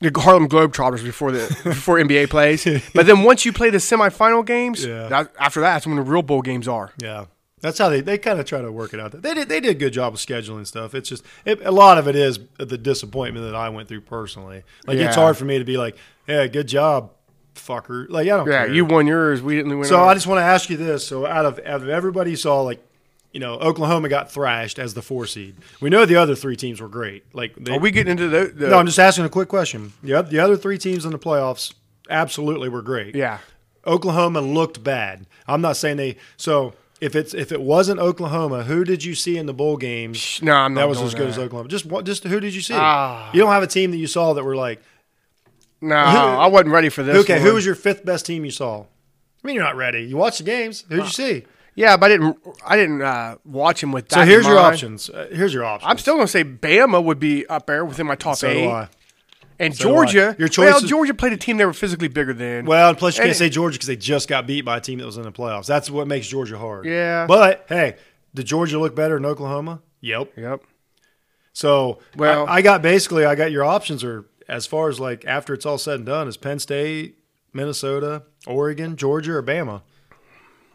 [SPEAKER 2] the Harlem Globetrotters before
[SPEAKER 3] (laughs)
[SPEAKER 2] the before NBA plays. But then once you play the semifinal games,
[SPEAKER 3] Yeah.
[SPEAKER 2] that, after that, that's when the real bowl games are.
[SPEAKER 3] Yeah. That's how they, they kind of try to work it out. They did they did a good job of scheduling stuff. It's just it, a lot of it is the disappointment that I went through personally. Like it's
[SPEAKER 2] Yeah.
[SPEAKER 3] hard for me to be like, yeah, good job, fucker. Like I don't
[SPEAKER 2] Yeah,
[SPEAKER 3] care.
[SPEAKER 2] you won yours. We didn't win.
[SPEAKER 3] So I
[SPEAKER 2] ours.
[SPEAKER 3] just want to ask you this. So out of out of everybody you saw like, you know, Oklahoma got thrashed as the four seed. We know the other three teams were great. Like they,
[SPEAKER 2] are we getting into the? the
[SPEAKER 3] No, I'm just asking a quick question. The oth- the other three teams in the playoffs absolutely were great.
[SPEAKER 2] yeah.
[SPEAKER 3] Oklahoma looked bad. I'm not saying they. So if it's if it wasn't Oklahoma, who did you see in the bowl games?
[SPEAKER 2] No, I'm not.
[SPEAKER 3] that was
[SPEAKER 2] doing
[SPEAKER 3] as good as
[SPEAKER 2] that.
[SPEAKER 3] Oklahoma. Just what? Just who did you see?
[SPEAKER 2] Ah.
[SPEAKER 3] you don't have a team that you saw that were like
[SPEAKER 2] No, I wasn't ready for this.
[SPEAKER 3] okay. Who
[SPEAKER 2] one.
[SPEAKER 3] was your fifth best team you saw? I mean, you're not ready. You watched the games. Who did you see?
[SPEAKER 2] Yeah, but I didn't. I didn't uh, watch him with. That
[SPEAKER 3] So
[SPEAKER 2] in
[SPEAKER 3] here's your
[SPEAKER 2] mind.
[SPEAKER 3] options. Uh, here's your options.
[SPEAKER 2] I'm still gonna say Bama would be up there within my top
[SPEAKER 3] so do
[SPEAKER 2] eight,
[SPEAKER 3] I.
[SPEAKER 2] and
[SPEAKER 3] do
[SPEAKER 2] Georgia.
[SPEAKER 3] I. Your
[SPEAKER 2] well,
[SPEAKER 3] choices-
[SPEAKER 2] Georgia played a team they were physically bigger than.
[SPEAKER 3] Well, and plus you
[SPEAKER 2] And-
[SPEAKER 3] can't say Georgia because they just got beat by a team that was in the playoffs. That's what makes Georgia hard.
[SPEAKER 2] Yeah.
[SPEAKER 3] But hey, did Georgia look better than Oklahoma? Yep.
[SPEAKER 2] yep.
[SPEAKER 3] So
[SPEAKER 2] Well-
[SPEAKER 3] I, I got basically I got your options are as far as like after it's all said and done is Penn State, Minnesota, Oregon, Georgia, or Bama.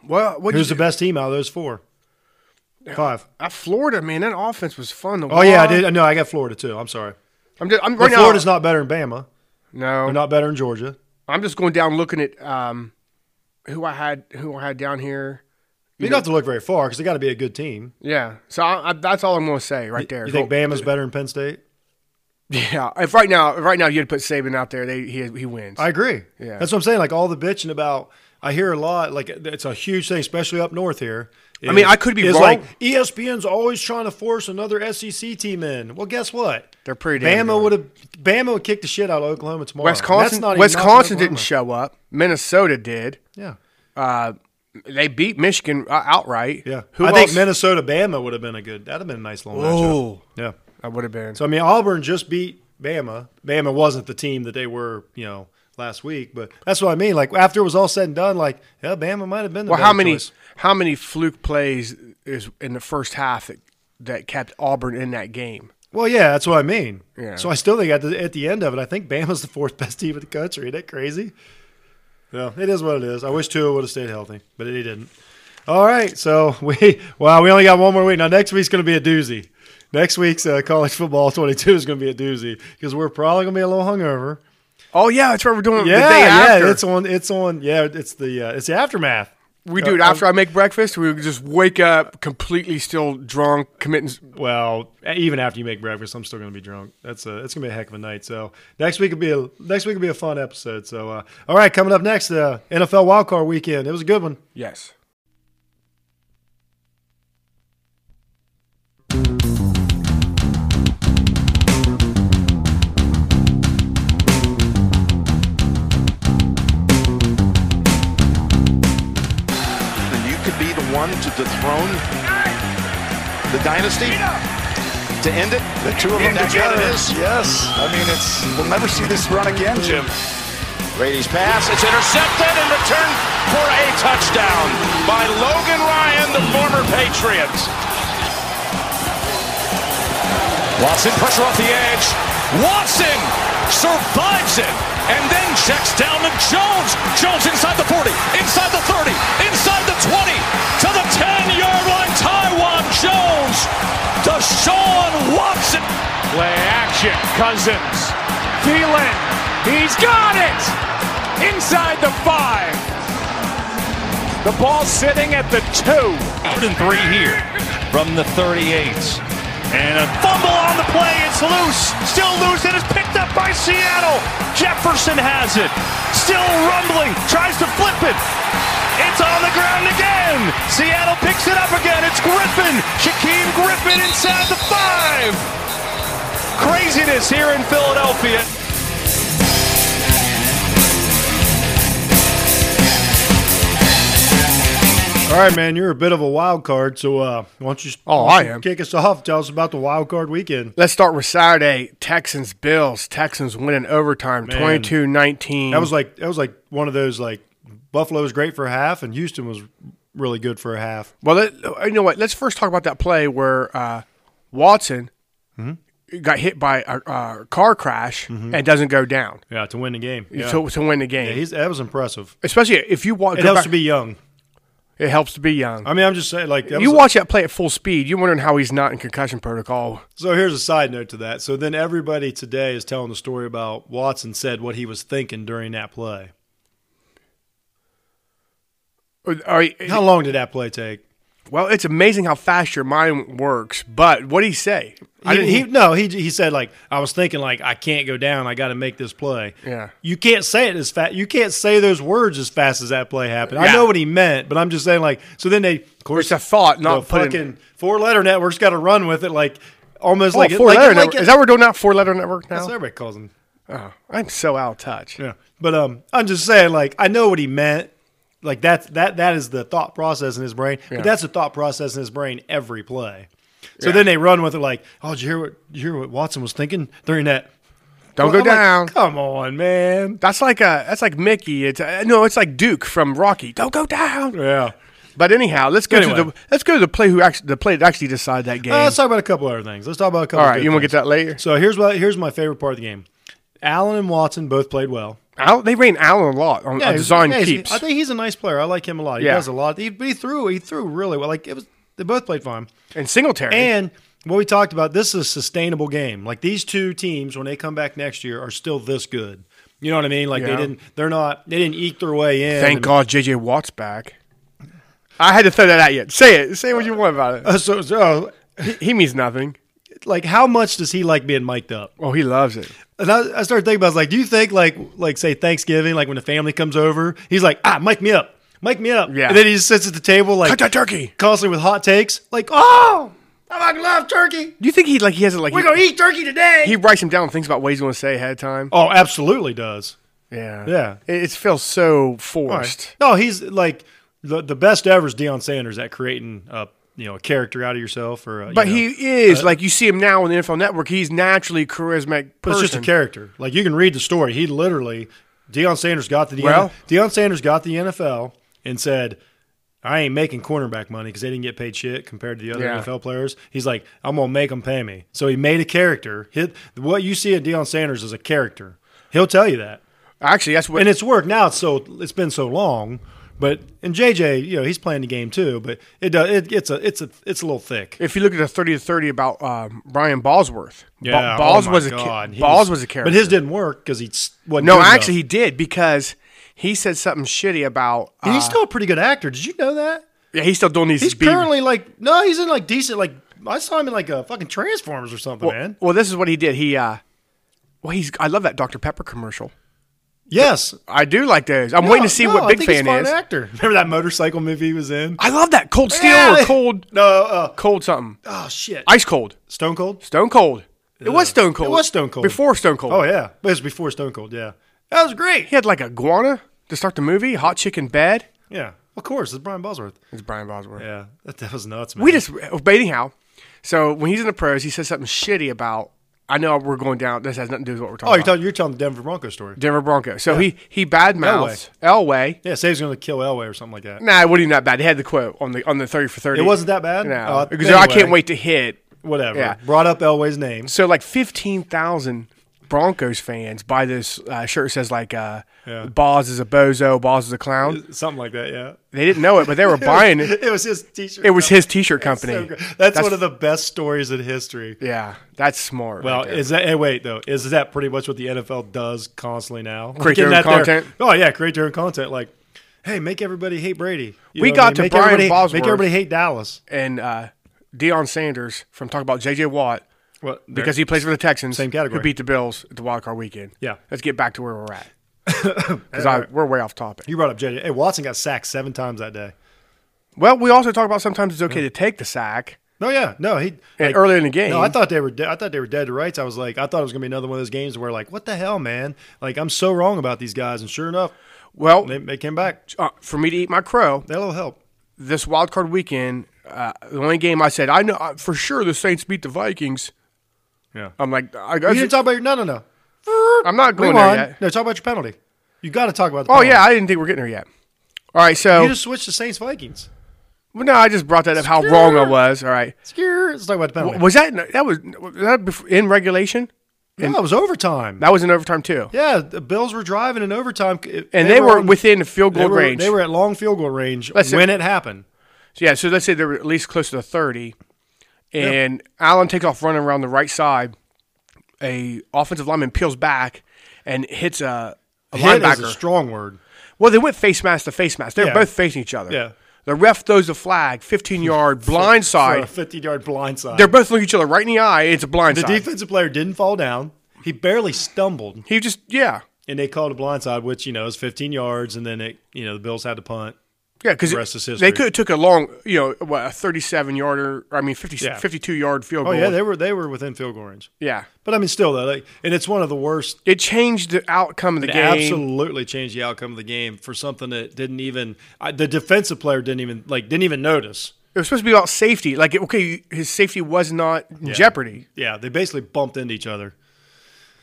[SPEAKER 2] Well, what uh,
[SPEAKER 3] Who's the best team out of those four? Five.
[SPEAKER 2] Florida man, that offense was fun to watch.
[SPEAKER 3] Oh yeah, I did. No, I got Florida too. I'm sorry.
[SPEAKER 2] I'm just. I'm
[SPEAKER 3] But
[SPEAKER 2] right now.
[SPEAKER 3] Florida's not better than Bama.
[SPEAKER 2] no,
[SPEAKER 3] They're not better than Georgia.
[SPEAKER 2] I'm just going down looking at um, who I had who I had down here.
[SPEAKER 3] You don't have to look very far because they got to be a good team.
[SPEAKER 2] Yeah. So I, I, that's all I'm going to say right there.
[SPEAKER 3] You think Bama's better than Penn State?
[SPEAKER 2] Yeah. If right now, if right now you'd put Saban out there, they he he wins.
[SPEAKER 3] I agree.
[SPEAKER 2] Yeah.
[SPEAKER 3] that's what I'm saying. Like all the bitching about, I hear a lot. Like it's a huge thing, especially up north here.
[SPEAKER 2] I mean, I could be
[SPEAKER 3] it's
[SPEAKER 2] wrong.
[SPEAKER 3] Like E ESPN's always trying to force another SEC team in. Well, guess what?
[SPEAKER 2] They're pretty damn
[SPEAKER 3] Bama
[SPEAKER 2] good.
[SPEAKER 3] would have Bama would kick the shit out of Oklahoma tomorrow. And that's
[SPEAKER 2] Wisconsin.
[SPEAKER 3] not even
[SPEAKER 2] Wisconsin
[SPEAKER 3] knocking
[SPEAKER 2] didn't show
[SPEAKER 3] Oklahoma.
[SPEAKER 2] up. Minnesota did.
[SPEAKER 3] Yeah,
[SPEAKER 2] Uh, they beat Michigan uh, outright.
[SPEAKER 3] yeah.
[SPEAKER 2] Who
[SPEAKER 3] I
[SPEAKER 2] else?
[SPEAKER 3] think Minnesota Bama would have been a good. That'd have been a nice long matchup.
[SPEAKER 2] Oh,
[SPEAKER 3] Yeah.
[SPEAKER 2] that would have been.
[SPEAKER 3] So I mean, Auburn just beat Bama. Bama wasn't the team that they were, you know, last week. But that's what I mean. Like after it was all said and done, like yeah, Bama might have been. The
[SPEAKER 2] well,
[SPEAKER 3] better
[SPEAKER 2] how many
[SPEAKER 3] choice.
[SPEAKER 2] how many fluke plays is in the first half that, that kept Auburn in that game?
[SPEAKER 3] Well, yeah, that's what I mean.
[SPEAKER 2] Yeah.
[SPEAKER 3] So I still think at the, at the end of it, I think Bama's the fourth best team in the country. Isn't that crazy? No, it is what it is. I wish Tua would have stayed healthy, but he didn't. All right, so (laughs) we wow, we only got one more week now. Next week's going to be a doozy. Next week's uh, college football twenty two is going to be a doozy because we're probably going to be a little hungover.
[SPEAKER 2] Oh yeah, that's what we're doing. the
[SPEAKER 3] Yeah,
[SPEAKER 2] day after.
[SPEAKER 3] yeah, it's on, it's on. Yeah, it's the uh, it's the aftermath.
[SPEAKER 2] we do it
[SPEAKER 3] Uh,
[SPEAKER 2] after I make breakfast. We just wake up completely still drunk, committing.
[SPEAKER 3] Well, even after you make breakfast, I'm still going to be drunk. That's a it's going to be a heck of a night. So next week will be a next week will be a fun episode. So uh, all right, coming up next, uh, NFL Wildcard Weekend. It was a good one.
[SPEAKER 2] Yes.
[SPEAKER 4] and you could be the one to dethrone the dynasty to end it.
[SPEAKER 5] The two of them
[SPEAKER 4] That's what
[SPEAKER 5] together.
[SPEAKER 4] it is.
[SPEAKER 5] Yes. I mean, it's we'll never see this run again, Jim.
[SPEAKER 4] Brady's pass, it's intercepted and returned for a touchdown by Logan Ryan, the former Patriot. Watson, pressure off the edge. Watson survives it and then checks down to Jones. Jones inside the 40, inside the 30, inside the 20, to the 10 yard line. Taiwan Jones to Sean Watson. Play action, Cousins. Thielen, he's got it! Inside the five. The ball sitting at the two. Third and three here from the 38. And a fumble on the play. It's loose. Still loose. It is picked up by Seattle. Jefferson has it. Still rumbling. Tries to flip it. It's on the ground again. Seattle picks it up again. It's Griffin. Shaquem Griffin inside the five. Craziness here in Philadelphia.
[SPEAKER 3] All right, man, you're a bit of a wild card. So uh, why don't you?
[SPEAKER 2] Oh,
[SPEAKER 3] why don't
[SPEAKER 2] I
[SPEAKER 3] you
[SPEAKER 2] am.
[SPEAKER 3] Kick us off. Tell us about the Wild Card Weekend.
[SPEAKER 2] Let's start with Saturday. Texans Bills. Texans win in overtime, 22-19.
[SPEAKER 3] That was like that was like one of those like Buffalo was great for a half, and Houston was really good for a half.
[SPEAKER 2] Well, let, uh, you know what? Let's first talk about that play where uh, Watson
[SPEAKER 3] Mm-hmm.
[SPEAKER 2] got hit by a, a car crash and doesn't go down
[SPEAKER 3] Yeah, to win the game. Mm-hmm. Yeah,
[SPEAKER 2] to, to win the game.
[SPEAKER 3] Yeah, he's, that was impressive.
[SPEAKER 2] Especially if you watch,
[SPEAKER 3] It helps to be young.
[SPEAKER 2] it helps to be young.
[SPEAKER 3] I mean, I'm just saying, like that
[SPEAKER 2] you
[SPEAKER 3] was-
[SPEAKER 2] watch that play at full speed, you're wondering how he's not in concussion protocol.
[SPEAKER 3] So here's a side note to that. So then everybody today is telling the story about Watson said what he was thinking during that play.
[SPEAKER 2] Or- or-
[SPEAKER 3] How long did that play take?
[SPEAKER 2] well, it's amazing how fast your mind works. But what did he say? I
[SPEAKER 3] He,
[SPEAKER 2] didn't.
[SPEAKER 3] he, no, he he said like I was thinking like I can't go down. I got to make this play.
[SPEAKER 2] Yeah.
[SPEAKER 3] you can't say it as fast. You can't say those words as fast as that play happened. I
[SPEAKER 2] Yeah.
[SPEAKER 3] know what he meant, but I'm just saying like. So then they, of course,
[SPEAKER 2] it's a thought,
[SPEAKER 3] the
[SPEAKER 2] not put in-
[SPEAKER 3] fucking four letter networks got to run with it like almost
[SPEAKER 2] Oh,
[SPEAKER 3] like
[SPEAKER 2] four
[SPEAKER 3] like,
[SPEAKER 2] letter
[SPEAKER 3] like
[SPEAKER 2] network. Is that we're doing now? Four letter network
[SPEAKER 3] that's
[SPEAKER 2] now?
[SPEAKER 3] what everybody calls them.
[SPEAKER 2] Oh, I'm so out of touch.
[SPEAKER 3] Yeah. But um, I'm just saying, like, I know what he meant. Like that's that that is the thought process in his brain.
[SPEAKER 2] Yeah.
[SPEAKER 3] But that's the thought process in his brain every play. So then they run with it like, oh, did you hear what did you hear what Watson was thinking during that?
[SPEAKER 2] Don't
[SPEAKER 3] I'm
[SPEAKER 2] Oh, go
[SPEAKER 3] like,
[SPEAKER 2] down.
[SPEAKER 3] Come on, man.
[SPEAKER 2] That's like uh that's like Mickey. It's uh, no, it's like Duke from Rocky. Don't go down.
[SPEAKER 3] Yeah.
[SPEAKER 2] But anyhow, let's go to
[SPEAKER 3] Anyway.
[SPEAKER 2] the let's go to the play who actually the play that actually decided that game.
[SPEAKER 3] Uh, let's talk about a couple other things. Let's talk about a couple.
[SPEAKER 2] All right,
[SPEAKER 3] good
[SPEAKER 2] you want to
[SPEAKER 3] things.
[SPEAKER 2] get that later?
[SPEAKER 3] So here's what here's my favorite part of the game. Allen and Watson both played well.
[SPEAKER 2] Al, they ran Allen a lot on, on
[SPEAKER 3] he's-
[SPEAKER 2] design
[SPEAKER 3] yeah, he's-
[SPEAKER 2] keeps.
[SPEAKER 3] I think he's a nice player. I like him a lot. He
[SPEAKER 2] Yeah.
[SPEAKER 3] does a lot. He, but he threw he threw really well. Like it was they both played fine.
[SPEAKER 2] and Singletary.
[SPEAKER 3] And what we talked about, this is a sustainable game. Like these two teams, when they come back next year, are still this good. You know what I mean? Like they
[SPEAKER 2] Yeah.
[SPEAKER 3] didn't. They're not. They didn't eke their way in.
[SPEAKER 2] Thank
[SPEAKER 3] And-
[SPEAKER 2] God JJ Watt's back. I had to throw that out yet. Say it. Say what you want about it.
[SPEAKER 3] Uh, (laughs) so, so
[SPEAKER 2] He, he means nothing.
[SPEAKER 3] like, how much does he like being mic'd up?
[SPEAKER 2] Oh, he loves it.
[SPEAKER 3] And I, I started thinking about, it, I was like, do you think, like, like say Thanksgiving, like when the family comes over, he's like, ah, mic me up, mic me up,
[SPEAKER 2] Yeah.
[SPEAKER 3] and then he just sits at the table, like,
[SPEAKER 2] Cut (laughs) that turkey.
[SPEAKER 3] constantly with hot takes, like, oh, I fucking love turkey.
[SPEAKER 2] Do you think he like he has it like
[SPEAKER 3] We're
[SPEAKER 2] he,
[SPEAKER 3] gonna eat turkey today.
[SPEAKER 2] he writes him down and thinks about what he's going to say ahead of time?
[SPEAKER 3] oh, absolutely does.
[SPEAKER 2] Yeah,
[SPEAKER 3] Yeah.
[SPEAKER 2] It, it feels so forced.
[SPEAKER 3] No, he's like the the best ever is Deion Sanders at creating a you know a character out of yourself or a,
[SPEAKER 2] But
[SPEAKER 3] you know, Uh,
[SPEAKER 2] he is like you see him now on the NFL Network. He's naturally charismatic. Person.
[SPEAKER 3] but it's just a character. Like you can read the story. He literally Deion Sanders got to the
[SPEAKER 2] Well-
[SPEAKER 3] Deion Sanders got the NFL and said. I ain't making cornerback money because they didn't get paid shit compared to the other
[SPEAKER 2] Yeah.
[SPEAKER 3] NFL players. He's like, I'm gonna make them pay me. So he made a character. Hit what you see at Deion Sanders is a character. He'll tell you that.
[SPEAKER 2] Actually, that's what.
[SPEAKER 3] and it's worked now. It's so it's been so long, but and JJ, you know, he's playing the game too. But it does it, it's a it's a it's a little thick.
[SPEAKER 2] if you look at the thirty to thirty about um, Brian Ballsworth, Ba-
[SPEAKER 3] Yeah,
[SPEAKER 2] Balls
[SPEAKER 3] oh my
[SPEAKER 2] was a cha-
[SPEAKER 3] God. He
[SPEAKER 2] Balls was a character.
[SPEAKER 3] but his didn't work because he s- wasn't.
[SPEAKER 2] no,
[SPEAKER 3] good enough.
[SPEAKER 2] actually he did because he said something shitty about.
[SPEAKER 3] And
[SPEAKER 2] Uh,
[SPEAKER 3] he's still a pretty good actor. Did you know that?
[SPEAKER 2] yeah, he's still doing these.
[SPEAKER 3] He's
[SPEAKER 2] B-
[SPEAKER 3] currently like no, he's in like decent like I saw him in like a fucking Transformers or something,
[SPEAKER 2] well,
[SPEAKER 3] man.
[SPEAKER 2] well, this is what he did. He, uh, well, he's. I love that Dr Pepper commercial.
[SPEAKER 3] Yes,
[SPEAKER 2] I do like those. I'm waiting to see
[SPEAKER 3] No,
[SPEAKER 2] what
[SPEAKER 3] I
[SPEAKER 2] Big
[SPEAKER 3] think he's
[SPEAKER 2] Fan
[SPEAKER 3] a fine
[SPEAKER 2] is.
[SPEAKER 3] Actor, (laughs) remember that motorcycle movie he was in?
[SPEAKER 2] I love that cold steel
[SPEAKER 3] Yeah.
[SPEAKER 2] or cold,
[SPEAKER 3] No, uh,
[SPEAKER 2] cold something,
[SPEAKER 3] oh shit,
[SPEAKER 2] ice cold,
[SPEAKER 3] Stone Cold.
[SPEAKER 2] Stone Cold. It was Stone Cold.
[SPEAKER 3] It was Stone Cold.
[SPEAKER 2] before Stone Cold.
[SPEAKER 3] Oh yeah, but it was before Stone Cold. Yeah, that was great.
[SPEAKER 2] He had like a iguana to start the movie. Hot chicken bed.
[SPEAKER 3] Yeah, of course. It's Brian Bosworth.
[SPEAKER 2] It's Brian Bosworth.
[SPEAKER 3] Yeah, that, that was nuts, man.
[SPEAKER 2] We just Bating Howe. So when he's in the pros, he says something shitty about. I know we're going down. This has nothing to do with what we're talking
[SPEAKER 3] oh, you're
[SPEAKER 2] about.
[SPEAKER 3] telling you're telling the Denver Broncos story.
[SPEAKER 2] Denver Broncos. So he he badmouths Elway.
[SPEAKER 3] Yeah, say he's going to kill Elway or something like that.
[SPEAKER 2] Nah, it wasn't even that bad. They had the quote on the on the thirty for thirty.
[SPEAKER 3] It wasn't that bad?
[SPEAKER 2] No,
[SPEAKER 3] Uh,
[SPEAKER 2] because I
[SPEAKER 3] anyway.
[SPEAKER 2] can't wait to hit.
[SPEAKER 3] Whatever.
[SPEAKER 2] Yeah.
[SPEAKER 3] Brought up Elway's name.
[SPEAKER 2] So like fifteen thousand Broncos fans buy this uh, shirt. That says like uh,
[SPEAKER 3] Yeah.
[SPEAKER 2] "Boz is a bozo, Boz is a
[SPEAKER 3] (laughs)
[SPEAKER 2] clown."
[SPEAKER 3] Something like that,
[SPEAKER 2] (laughs)
[SPEAKER 3] yeah.
[SPEAKER 2] They didn't know it, but they were buying it.
[SPEAKER 3] It was his t-shirt.
[SPEAKER 2] It was
[SPEAKER 3] company.
[SPEAKER 2] his T-shirt company.
[SPEAKER 3] So great. That's, one of the best stories in history.
[SPEAKER 2] yeah. That's smart.
[SPEAKER 3] Well,
[SPEAKER 2] right there.
[SPEAKER 3] is that hey, wait though? Is that pretty much what the NFL does constantly now?
[SPEAKER 2] Create their
[SPEAKER 3] Getting
[SPEAKER 2] own
[SPEAKER 3] out there-
[SPEAKER 2] content?
[SPEAKER 3] Oh yeah, create their own content. Like, hey, make everybody hate Brady. You
[SPEAKER 2] We
[SPEAKER 3] know what
[SPEAKER 2] got
[SPEAKER 3] I mean?
[SPEAKER 2] to
[SPEAKER 3] make
[SPEAKER 2] Brian
[SPEAKER 3] everybody-
[SPEAKER 2] Bosworth.
[SPEAKER 3] Make everybody hate Dallas.
[SPEAKER 2] and uh, Deion Sanders from talking about J.J. Watt
[SPEAKER 3] Well,
[SPEAKER 2] because he plays for the Texans,
[SPEAKER 3] Same category.
[SPEAKER 2] who beat the Bills at the wild card weekend.
[SPEAKER 3] Yeah.
[SPEAKER 2] Let's get back to where we're at
[SPEAKER 3] (coughs)
[SPEAKER 2] because we're way off topic.
[SPEAKER 3] you brought up JJ. Hey, Watson got sacked seven times that day.
[SPEAKER 2] Well, we also talk about sometimes it's okay to take the sack.
[SPEAKER 3] No, yeah, no, he
[SPEAKER 2] And early in the game-
[SPEAKER 3] No, I thought they were. De- I thought they were dead to rights. I was like, I thought it was gonna be another one of those games where, like, what the hell, man? Like, I'm so wrong about these guys, and sure enough,
[SPEAKER 2] Well,
[SPEAKER 3] they, they came back.
[SPEAKER 2] uh, for me to eat my crow,
[SPEAKER 3] That'll help.
[SPEAKER 2] this wild card weekend, uh, the only game I said I know uh, for sure the Saints beat the Vikings.
[SPEAKER 3] Yeah.
[SPEAKER 2] I'm like, I,
[SPEAKER 3] You didn't talk about your no, no, no.
[SPEAKER 2] I'm not going there
[SPEAKER 3] Rewind.
[SPEAKER 2] yet.
[SPEAKER 3] No, talk about your penalty. You got to talk about. The
[SPEAKER 2] Oh
[SPEAKER 3] penalty.
[SPEAKER 2] yeah, I didn't think we're getting there yet. All right, so
[SPEAKER 3] you just switched to Saints Vikings.
[SPEAKER 2] well, no, I just brought that up how wrong I was. All right,
[SPEAKER 3] Skeer. Let's talk about the penalty.
[SPEAKER 2] W- was that that was, was that bef- in regulation?
[SPEAKER 3] no, it was overtime.
[SPEAKER 2] That was in overtime too.
[SPEAKER 3] yeah, the Bills were driving in overtime, and
[SPEAKER 2] And they, were,
[SPEAKER 3] on-
[SPEAKER 2] within the field
[SPEAKER 3] they
[SPEAKER 2] goal
[SPEAKER 3] were,
[SPEAKER 2] range.
[SPEAKER 3] They were at long field goal range
[SPEAKER 2] Let's say-
[SPEAKER 3] when it happened.
[SPEAKER 2] So, yeah, so let's say they were at least close to the 30. And Allen takes off running around the right side. A offensive lineman peels back and hits a, a
[SPEAKER 3] Hit is a
[SPEAKER 2] linebacker.
[SPEAKER 3] strong word.
[SPEAKER 2] well, they went face mask to face mask. They're
[SPEAKER 3] Yeah.
[SPEAKER 2] both facing each other.
[SPEAKER 3] Yeah.
[SPEAKER 2] The ref throws a flag, 15 yard blind
[SPEAKER 3] for a
[SPEAKER 2] side.
[SPEAKER 3] 50 yard blind side.
[SPEAKER 2] They're both looking each other right in the eye. It's a blind
[SPEAKER 3] the
[SPEAKER 2] side.
[SPEAKER 3] defensive player didn't fall down. He barely stumbled,
[SPEAKER 2] He just, yeah.
[SPEAKER 3] and they called a blind side, which you know is 15 yards, and then it, you know the Bills had to punt.
[SPEAKER 2] Yeah, because
[SPEAKER 3] The rest is history.
[SPEAKER 2] they could have took a long, you know, what, a 37 yarder, I mean, 50,
[SPEAKER 3] Yeah.
[SPEAKER 2] 52 yard field
[SPEAKER 3] Oh
[SPEAKER 2] goal.
[SPEAKER 3] yeah, they were they were within field goal range.
[SPEAKER 2] yeah.
[SPEAKER 3] But I mean, still though, like, and it's one of the worst.
[SPEAKER 2] It changed the outcome of the
[SPEAKER 3] It
[SPEAKER 2] game.
[SPEAKER 3] absolutely changed the outcome of the game for something that didn't even I, the defensive player didn't even like didn't even notice.
[SPEAKER 2] It was supposed to be about safety. Like, okay, his safety was not in jeopardy.
[SPEAKER 3] Yeah, they basically bumped into each other.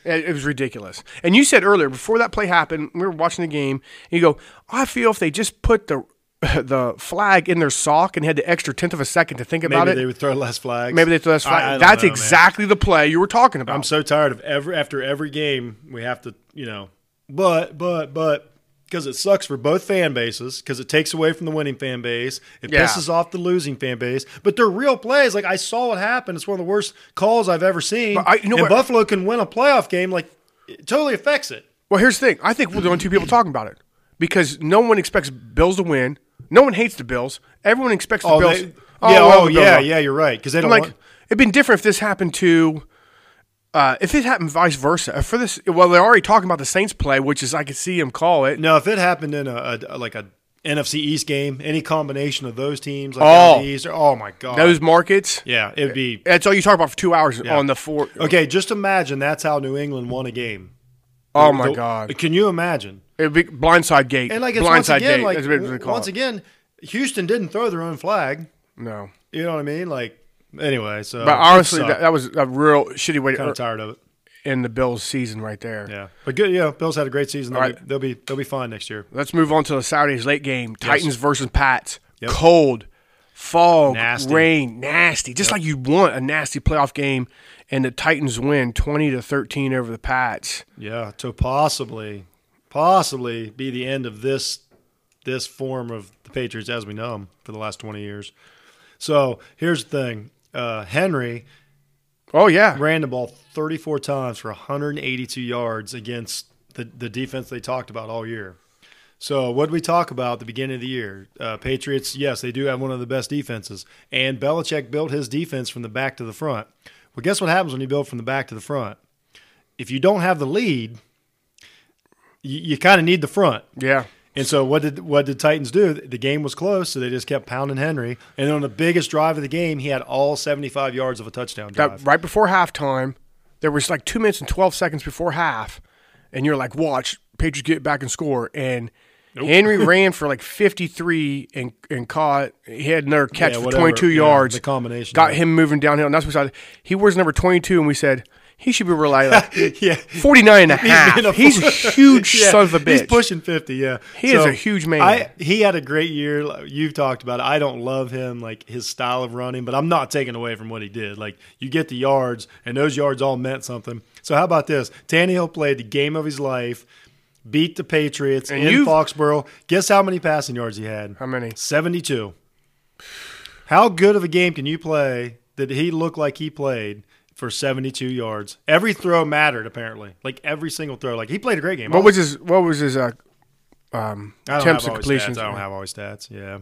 [SPEAKER 2] It it was ridiculous. And you said earlier, before that play happened, we were watching the game. And you go, I feel if they just put the (laughs) the flag in their sock and had the extra tenth of a second to think about
[SPEAKER 3] Maybe
[SPEAKER 2] it,
[SPEAKER 3] they would throw less flags.
[SPEAKER 2] maybe they throw this
[SPEAKER 3] I- I
[SPEAKER 2] flag.
[SPEAKER 3] don't
[SPEAKER 2] That's
[SPEAKER 3] know, man.
[SPEAKER 2] exactly the play you were talking about.
[SPEAKER 3] I'm so tired of every after every game we have to you know, but but but because it sucks for both fan bases because it takes away from the winning fan base, it
[SPEAKER 2] Yeah.
[SPEAKER 3] pisses off the losing fan base. But they're real plays. Like I saw what happened. It's one of the worst calls I've ever seen.
[SPEAKER 2] But I- you know
[SPEAKER 3] and
[SPEAKER 2] what-
[SPEAKER 3] Buffalo can win a playoff game. Like it totally affects it.
[SPEAKER 2] well, here's the thing. I think we're the only two people talking about it because no one expects Bills to win. No one hates the Bills. Everyone expects the
[SPEAKER 3] Oh,
[SPEAKER 2] Bills.
[SPEAKER 3] they-
[SPEAKER 2] I
[SPEAKER 3] yeah,
[SPEAKER 2] love
[SPEAKER 3] oh,
[SPEAKER 2] the Bills.
[SPEAKER 3] yeah, yeah, you're right. Because they
[SPEAKER 2] I'm
[SPEAKER 3] don't
[SPEAKER 2] like,
[SPEAKER 3] want,
[SPEAKER 2] it'd been different if this happened to, uh, if it happened vice versa. If For this, well, they're already talking about the Saints play, which is I could see him call it.
[SPEAKER 3] No, if it happened in a, a like a NFC East game, any combination of those teams, like down
[SPEAKER 2] Oh.
[SPEAKER 3] the East, oh my god,
[SPEAKER 2] Those markets.
[SPEAKER 3] yeah, it'd be
[SPEAKER 2] That's all you talk about for two hours on the four.
[SPEAKER 3] okay. Just imagine that's how New England won a game.
[SPEAKER 2] Oh my
[SPEAKER 3] The-
[SPEAKER 2] God!
[SPEAKER 3] can you imagine?
[SPEAKER 2] It'd be blindside gate.
[SPEAKER 3] And like it's
[SPEAKER 2] blindside
[SPEAKER 3] once again,
[SPEAKER 2] gate.
[SPEAKER 3] like
[SPEAKER 2] That's what they call
[SPEAKER 3] once
[SPEAKER 2] it.
[SPEAKER 3] again, Houston didn't throw their own flag.
[SPEAKER 2] no.
[SPEAKER 3] You know what I mean? Like anyway, so
[SPEAKER 2] But honestly, that,
[SPEAKER 3] kind
[SPEAKER 2] that was a real shitty way
[SPEAKER 3] of
[SPEAKER 2] to
[SPEAKER 3] tired of it.
[SPEAKER 2] end the Bills' season right there.
[SPEAKER 3] Yeah, but good. Yeah, Bills had a great season. They'll,
[SPEAKER 2] All
[SPEAKER 3] be,
[SPEAKER 2] right.
[SPEAKER 3] they'll be they'll be fine next year.
[SPEAKER 2] Let's move on to the Saturday's late game. Titans versus Pats.
[SPEAKER 3] Yep.
[SPEAKER 2] Cold, fog,
[SPEAKER 3] Nasty.
[SPEAKER 2] rain, nasty. Just like you want a nasty playoff game, and the Titans win twenty to thirteen over the Pats.
[SPEAKER 3] Yeah, to possibly, possibly be the end of this this form of the Patriots as we know them for the last twenty years. So here's the thing: uh, Henry
[SPEAKER 2] Oh yeah,
[SPEAKER 3] ran the ball 34 times for 182 yards against the the defense they talked about all year. So what did we talk about at the beginning of the year? Uh, Patriots, yes, they do have one of the best defenses, and Belichick built his defense from the back to the front. Well, guess what happens when you build from the back to the front? If you don't have the lead, you, you kind of need the front.
[SPEAKER 2] yeah.
[SPEAKER 3] And so what did what did Titans do? The game was close, so they just kept pounding Henry. And then on the biggest drive of the game, he had all 75 yards of a touchdown drive.
[SPEAKER 2] That, right before halftime, there was like two minutes and twelve seconds before half, and you're like, watch Patriots get back and score. And Henry ran for like fifty three and and caught. He had another catch
[SPEAKER 3] Yeah,
[SPEAKER 2] for
[SPEAKER 3] whatever.
[SPEAKER 2] twenty two
[SPEAKER 3] Yeah,
[SPEAKER 2] yards.
[SPEAKER 3] the combination,
[SPEAKER 2] got
[SPEAKER 3] yeah.
[SPEAKER 2] him moving downhill. And that's what we said. He wears number twenty two, and we said. He should be really like
[SPEAKER 3] (laughs) yeah.
[SPEAKER 2] 49 and a half.
[SPEAKER 3] been
[SPEAKER 2] He's
[SPEAKER 3] a
[SPEAKER 2] a, huge
[SPEAKER 3] (laughs) Yeah,
[SPEAKER 2] son of a bitch.
[SPEAKER 3] He's pushing 50, yeah.
[SPEAKER 2] He is a huge man.
[SPEAKER 3] I, he had a great year. like, You've talked about it. I don't love him, like his style of running, but I'm not taking away from what he did. Like, you get the yards, and those yards all meant something. So, how about this? Tannehill played the game of his life, beat the Patriots
[SPEAKER 2] And
[SPEAKER 3] in
[SPEAKER 2] you've-
[SPEAKER 3] Foxborough. Guess how many passing yards he had?
[SPEAKER 2] How many?
[SPEAKER 3] 72. How good of a game can you play that he looked like he played for 72 yards? Every throw mattered, apparently. Like every single throw. Like he played a great game.
[SPEAKER 2] What was his what was his uh, um,
[SPEAKER 3] I don't
[SPEAKER 2] attempts and
[SPEAKER 3] have all his stats.
[SPEAKER 2] completions?
[SPEAKER 3] I don't have all his stats. Yeah.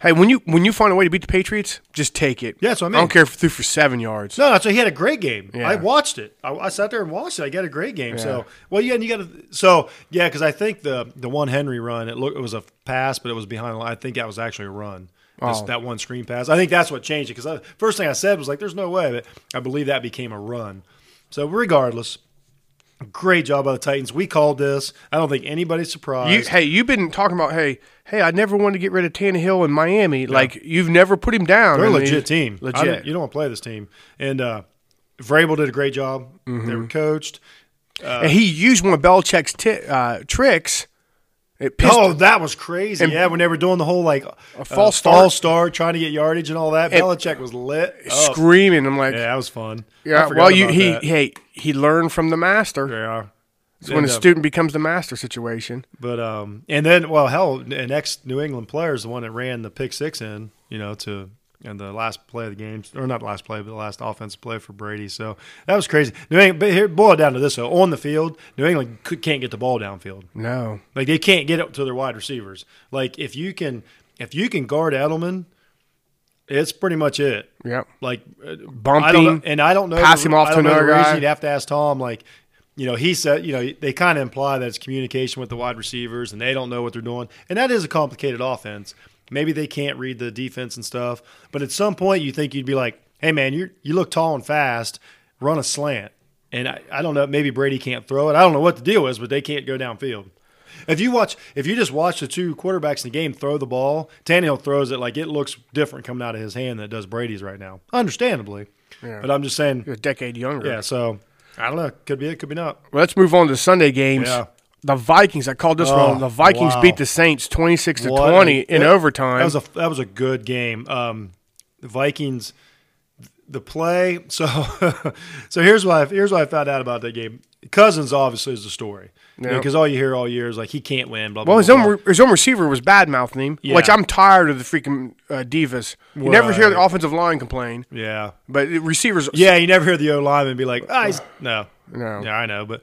[SPEAKER 2] Hey, when you when you find a way to beat the Patriots, just take it.
[SPEAKER 3] Yeah, that's what I mean.
[SPEAKER 2] I don't care if it threw for seven yards.
[SPEAKER 3] No, so he had a great game.
[SPEAKER 2] Yeah.
[SPEAKER 3] I watched it. I, I sat there and watched it. I got a great game. So well, yeah, and you got to. So yeah, because I think the the one Henry run, it looked it was a pass, but it was behind. the line. I think that was actually a run. This- That one screen pass. I think that's what changed it. Because first thing I said was like, "There's no way," but I believe that became a run. So regardless, great job by the Titans. We called this. I don't think anybody's surprised.
[SPEAKER 2] You, hey, you've been talking about hey, hey, I never wanted to get rid of Tannehill in Miami. Like you've never put him down.
[SPEAKER 3] They're a
[SPEAKER 2] And
[SPEAKER 3] legit
[SPEAKER 2] he-
[SPEAKER 3] team. I don't-
[SPEAKER 2] Legit.
[SPEAKER 3] you don't want to play this team. And uh, Vrabel did a great job. They
[SPEAKER 2] Mm-hmm.
[SPEAKER 3] were coached.
[SPEAKER 2] and he used one of Belichick's ti uh, tricks. It pissed,
[SPEAKER 3] Oh, that was crazy! yeah, when they were doing the whole like a
[SPEAKER 2] false start.
[SPEAKER 3] false start, trying to get yardage and all that, Belichick was lit. up.
[SPEAKER 2] screaming. I'm like,
[SPEAKER 3] oh. Yeah,
[SPEAKER 2] yeah.
[SPEAKER 3] that was fun. I forgot
[SPEAKER 2] well, you
[SPEAKER 3] about
[SPEAKER 2] he
[SPEAKER 3] that.
[SPEAKER 2] hey he learned from the master.
[SPEAKER 3] yeah.
[SPEAKER 2] It's when a
[SPEAKER 3] And, uh,
[SPEAKER 2] student becomes the master situation.
[SPEAKER 3] but um, and then well, hell, an ex New England player is the one that ran the pick six in, you know, to and the last play of the game, or not last play, but the last offensive play for Brady. So that was crazy. New England, but here, boil it down to this though: on the field, New England could, can't get the ball downfield.
[SPEAKER 2] No,
[SPEAKER 3] Like they can't get up to their wide receivers. Like if you can, if you can guard Edelman, it's pretty much it.
[SPEAKER 2] Yep.
[SPEAKER 3] Like uh,
[SPEAKER 2] Bumping,
[SPEAKER 3] I don't know, and I don't know.
[SPEAKER 2] pass him off
[SPEAKER 3] I don't
[SPEAKER 2] to
[SPEAKER 3] know the
[SPEAKER 2] another
[SPEAKER 3] reason
[SPEAKER 2] guy.
[SPEAKER 3] You'd have to ask Tom. Like, you know, he said, you know, they kind of imply that it's communication with the wide receivers, and they don't know what they're doing, and that is a complicated offense. Maybe they can't read the defense and stuff, but at some point, you think you'd be like, "Hey, man, you you look tall and fast. Run a slant." And I, I don't know. Maybe Brady can't throw it. I don't know what the deal is, but they can't go downfield. If you watch, if you just watch the two quarterbacks in the game throw the ball, Tannehill throws it like it looks different coming out of his hand than it does Brady's right now, understandably. But I'm just saying,
[SPEAKER 2] a decade younger.
[SPEAKER 3] yeah. So I don't know. Could be it. Could be not.
[SPEAKER 2] Well, let's move on to Sunday games.
[SPEAKER 3] Yeah.
[SPEAKER 2] The Vikings. I called this
[SPEAKER 3] Oh,
[SPEAKER 2] one. The Vikings
[SPEAKER 3] wow.
[SPEAKER 2] beat the Saints twenty six to
[SPEAKER 3] What a-
[SPEAKER 2] twenty in
[SPEAKER 3] that-
[SPEAKER 2] overtime.
[SPEAKER 3] That was a that was a good game. Um, the Vikings, the play. (laughs) So so here's what I, here's what I found out about that game. Cousins obviously is the story because
[SPEAKER 2] Yeah.
[SPEAKER 3] all you hear all year is like he can't win. Blah blah.
[SPEAKER 2] Well, his
[SPEAKER 3] blah,
[SPEAKER 2] own
[SPEAKER 3] blah.
[SPEAKER 2] re- his own receiver was bad mouthing him, which
[SPEAKER 3] Yeah.
[SPEAKER 2] I'm tired of the freaking uh, divas. You never hear the
[SPEAKER 3] Right.
[SPEAKER 2] offensive line complain,
[SPEAKER 3] yeah.
[SPEAKER 2] but the receivers.
[SPEAKER 3] (laughs) Yeah, you never hear the O lineman be like, ah, he's, no,
[SPEAKER 2] No.
[SPEAKER 3] yeah, I know. But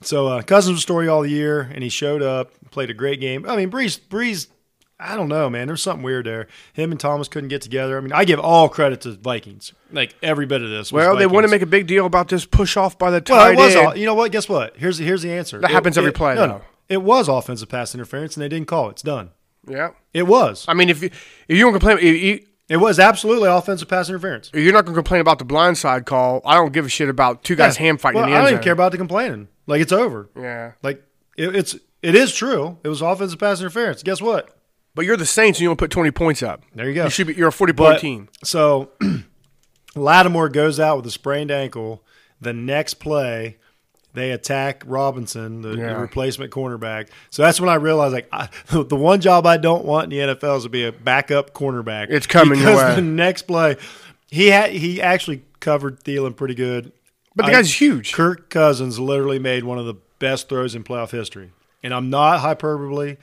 [SPEAKER 3] so uh, Cousins was story all year, and he showed up, played a great game. I mean, Breeze, Breeze I don't know, man. There's something weird there. Him and Thomas couldn't get together. I mean, I give all credit to Vikings. Like every bit of this. was
[SPEAKER 2] Well, they want to
[SPEAKER 3] Vikings.
[SPEAKER 2] make a big deal about this push off by the
[SPEAKER 3] Well,
[SPEAKER 2] tight
[SPEAKER 3] it was.
[SPEAKER 2] end.
[SPEAKER 3] All, you know what? Guess what? Here's here's the answer.
[SPEAKER 2] That
[SPEAKER 3] It-
[SPEAKER 2] happens every
[SPEAKER 3] it-
[SPEAKER 2] play,
[SPEAKER 3] no,
[SPEAKER 2] though.
[SPEAKER 3] no. It was offensive pass interference, and they didn't call it. It's done.
[SPEAKER 2] yeah,
[SPEAKER 3] It was.
[SPEAKER 2] I mean, if you if you don't complain, if you,
[SPEAKER 3] It was absolutely offensive pass interference.
[SPEAKER 2] you're not going to complain about the blindside call. I don't give a shit about two guys
[SPEAKER 3] Yeah.
[SPEAKER 2] ham fighting
[SPEAKER 3] Well,
[SPEAKER 2] in the end
[SPEAKER 3] I
[SPEAKER 2] zone.
[SPEAKER 3] don't even care about the complaining. Like it's over.
[SPEAKER 2] Yeah.
[SPEAKER 3] Like it, it's it is true. It was offensive pass interference. Guess what?
[SPEAKER 2] But you're the Saints, and you don't put 20 points up.
[SPEAKER 3] There you go.
[SPEAKER 2] You should be. You're a 40 point
[SPEAKER 3] But-
[SPEAKER 2] team.
[SPEAKER 3] So (clears throat) Lattimore goes out with a sprained ankle. The next play, they attack Robinson, the, the
[SPEAKER 2] Yeah.
[SPEAKER 3] replacement cornerback. So that's when I realized, like, I, (laughs) the one job I don't want in the NFL is to be a backup cornerback.
[SPEAKER 2] It's coming your
[SPEAKER 3] because
[SPEAKER 2] way.
[SPEAKER 3] the next play, he had he actually covered Thielen pretty good.
[SPEAKER 2] But the
[SPEAKER 3] I-
[SPEAKER 2] guy's huge.
[SPEAKER 3] Kirk Cousins literally made one of the best throws in playoff history, and I'm not hyperbole.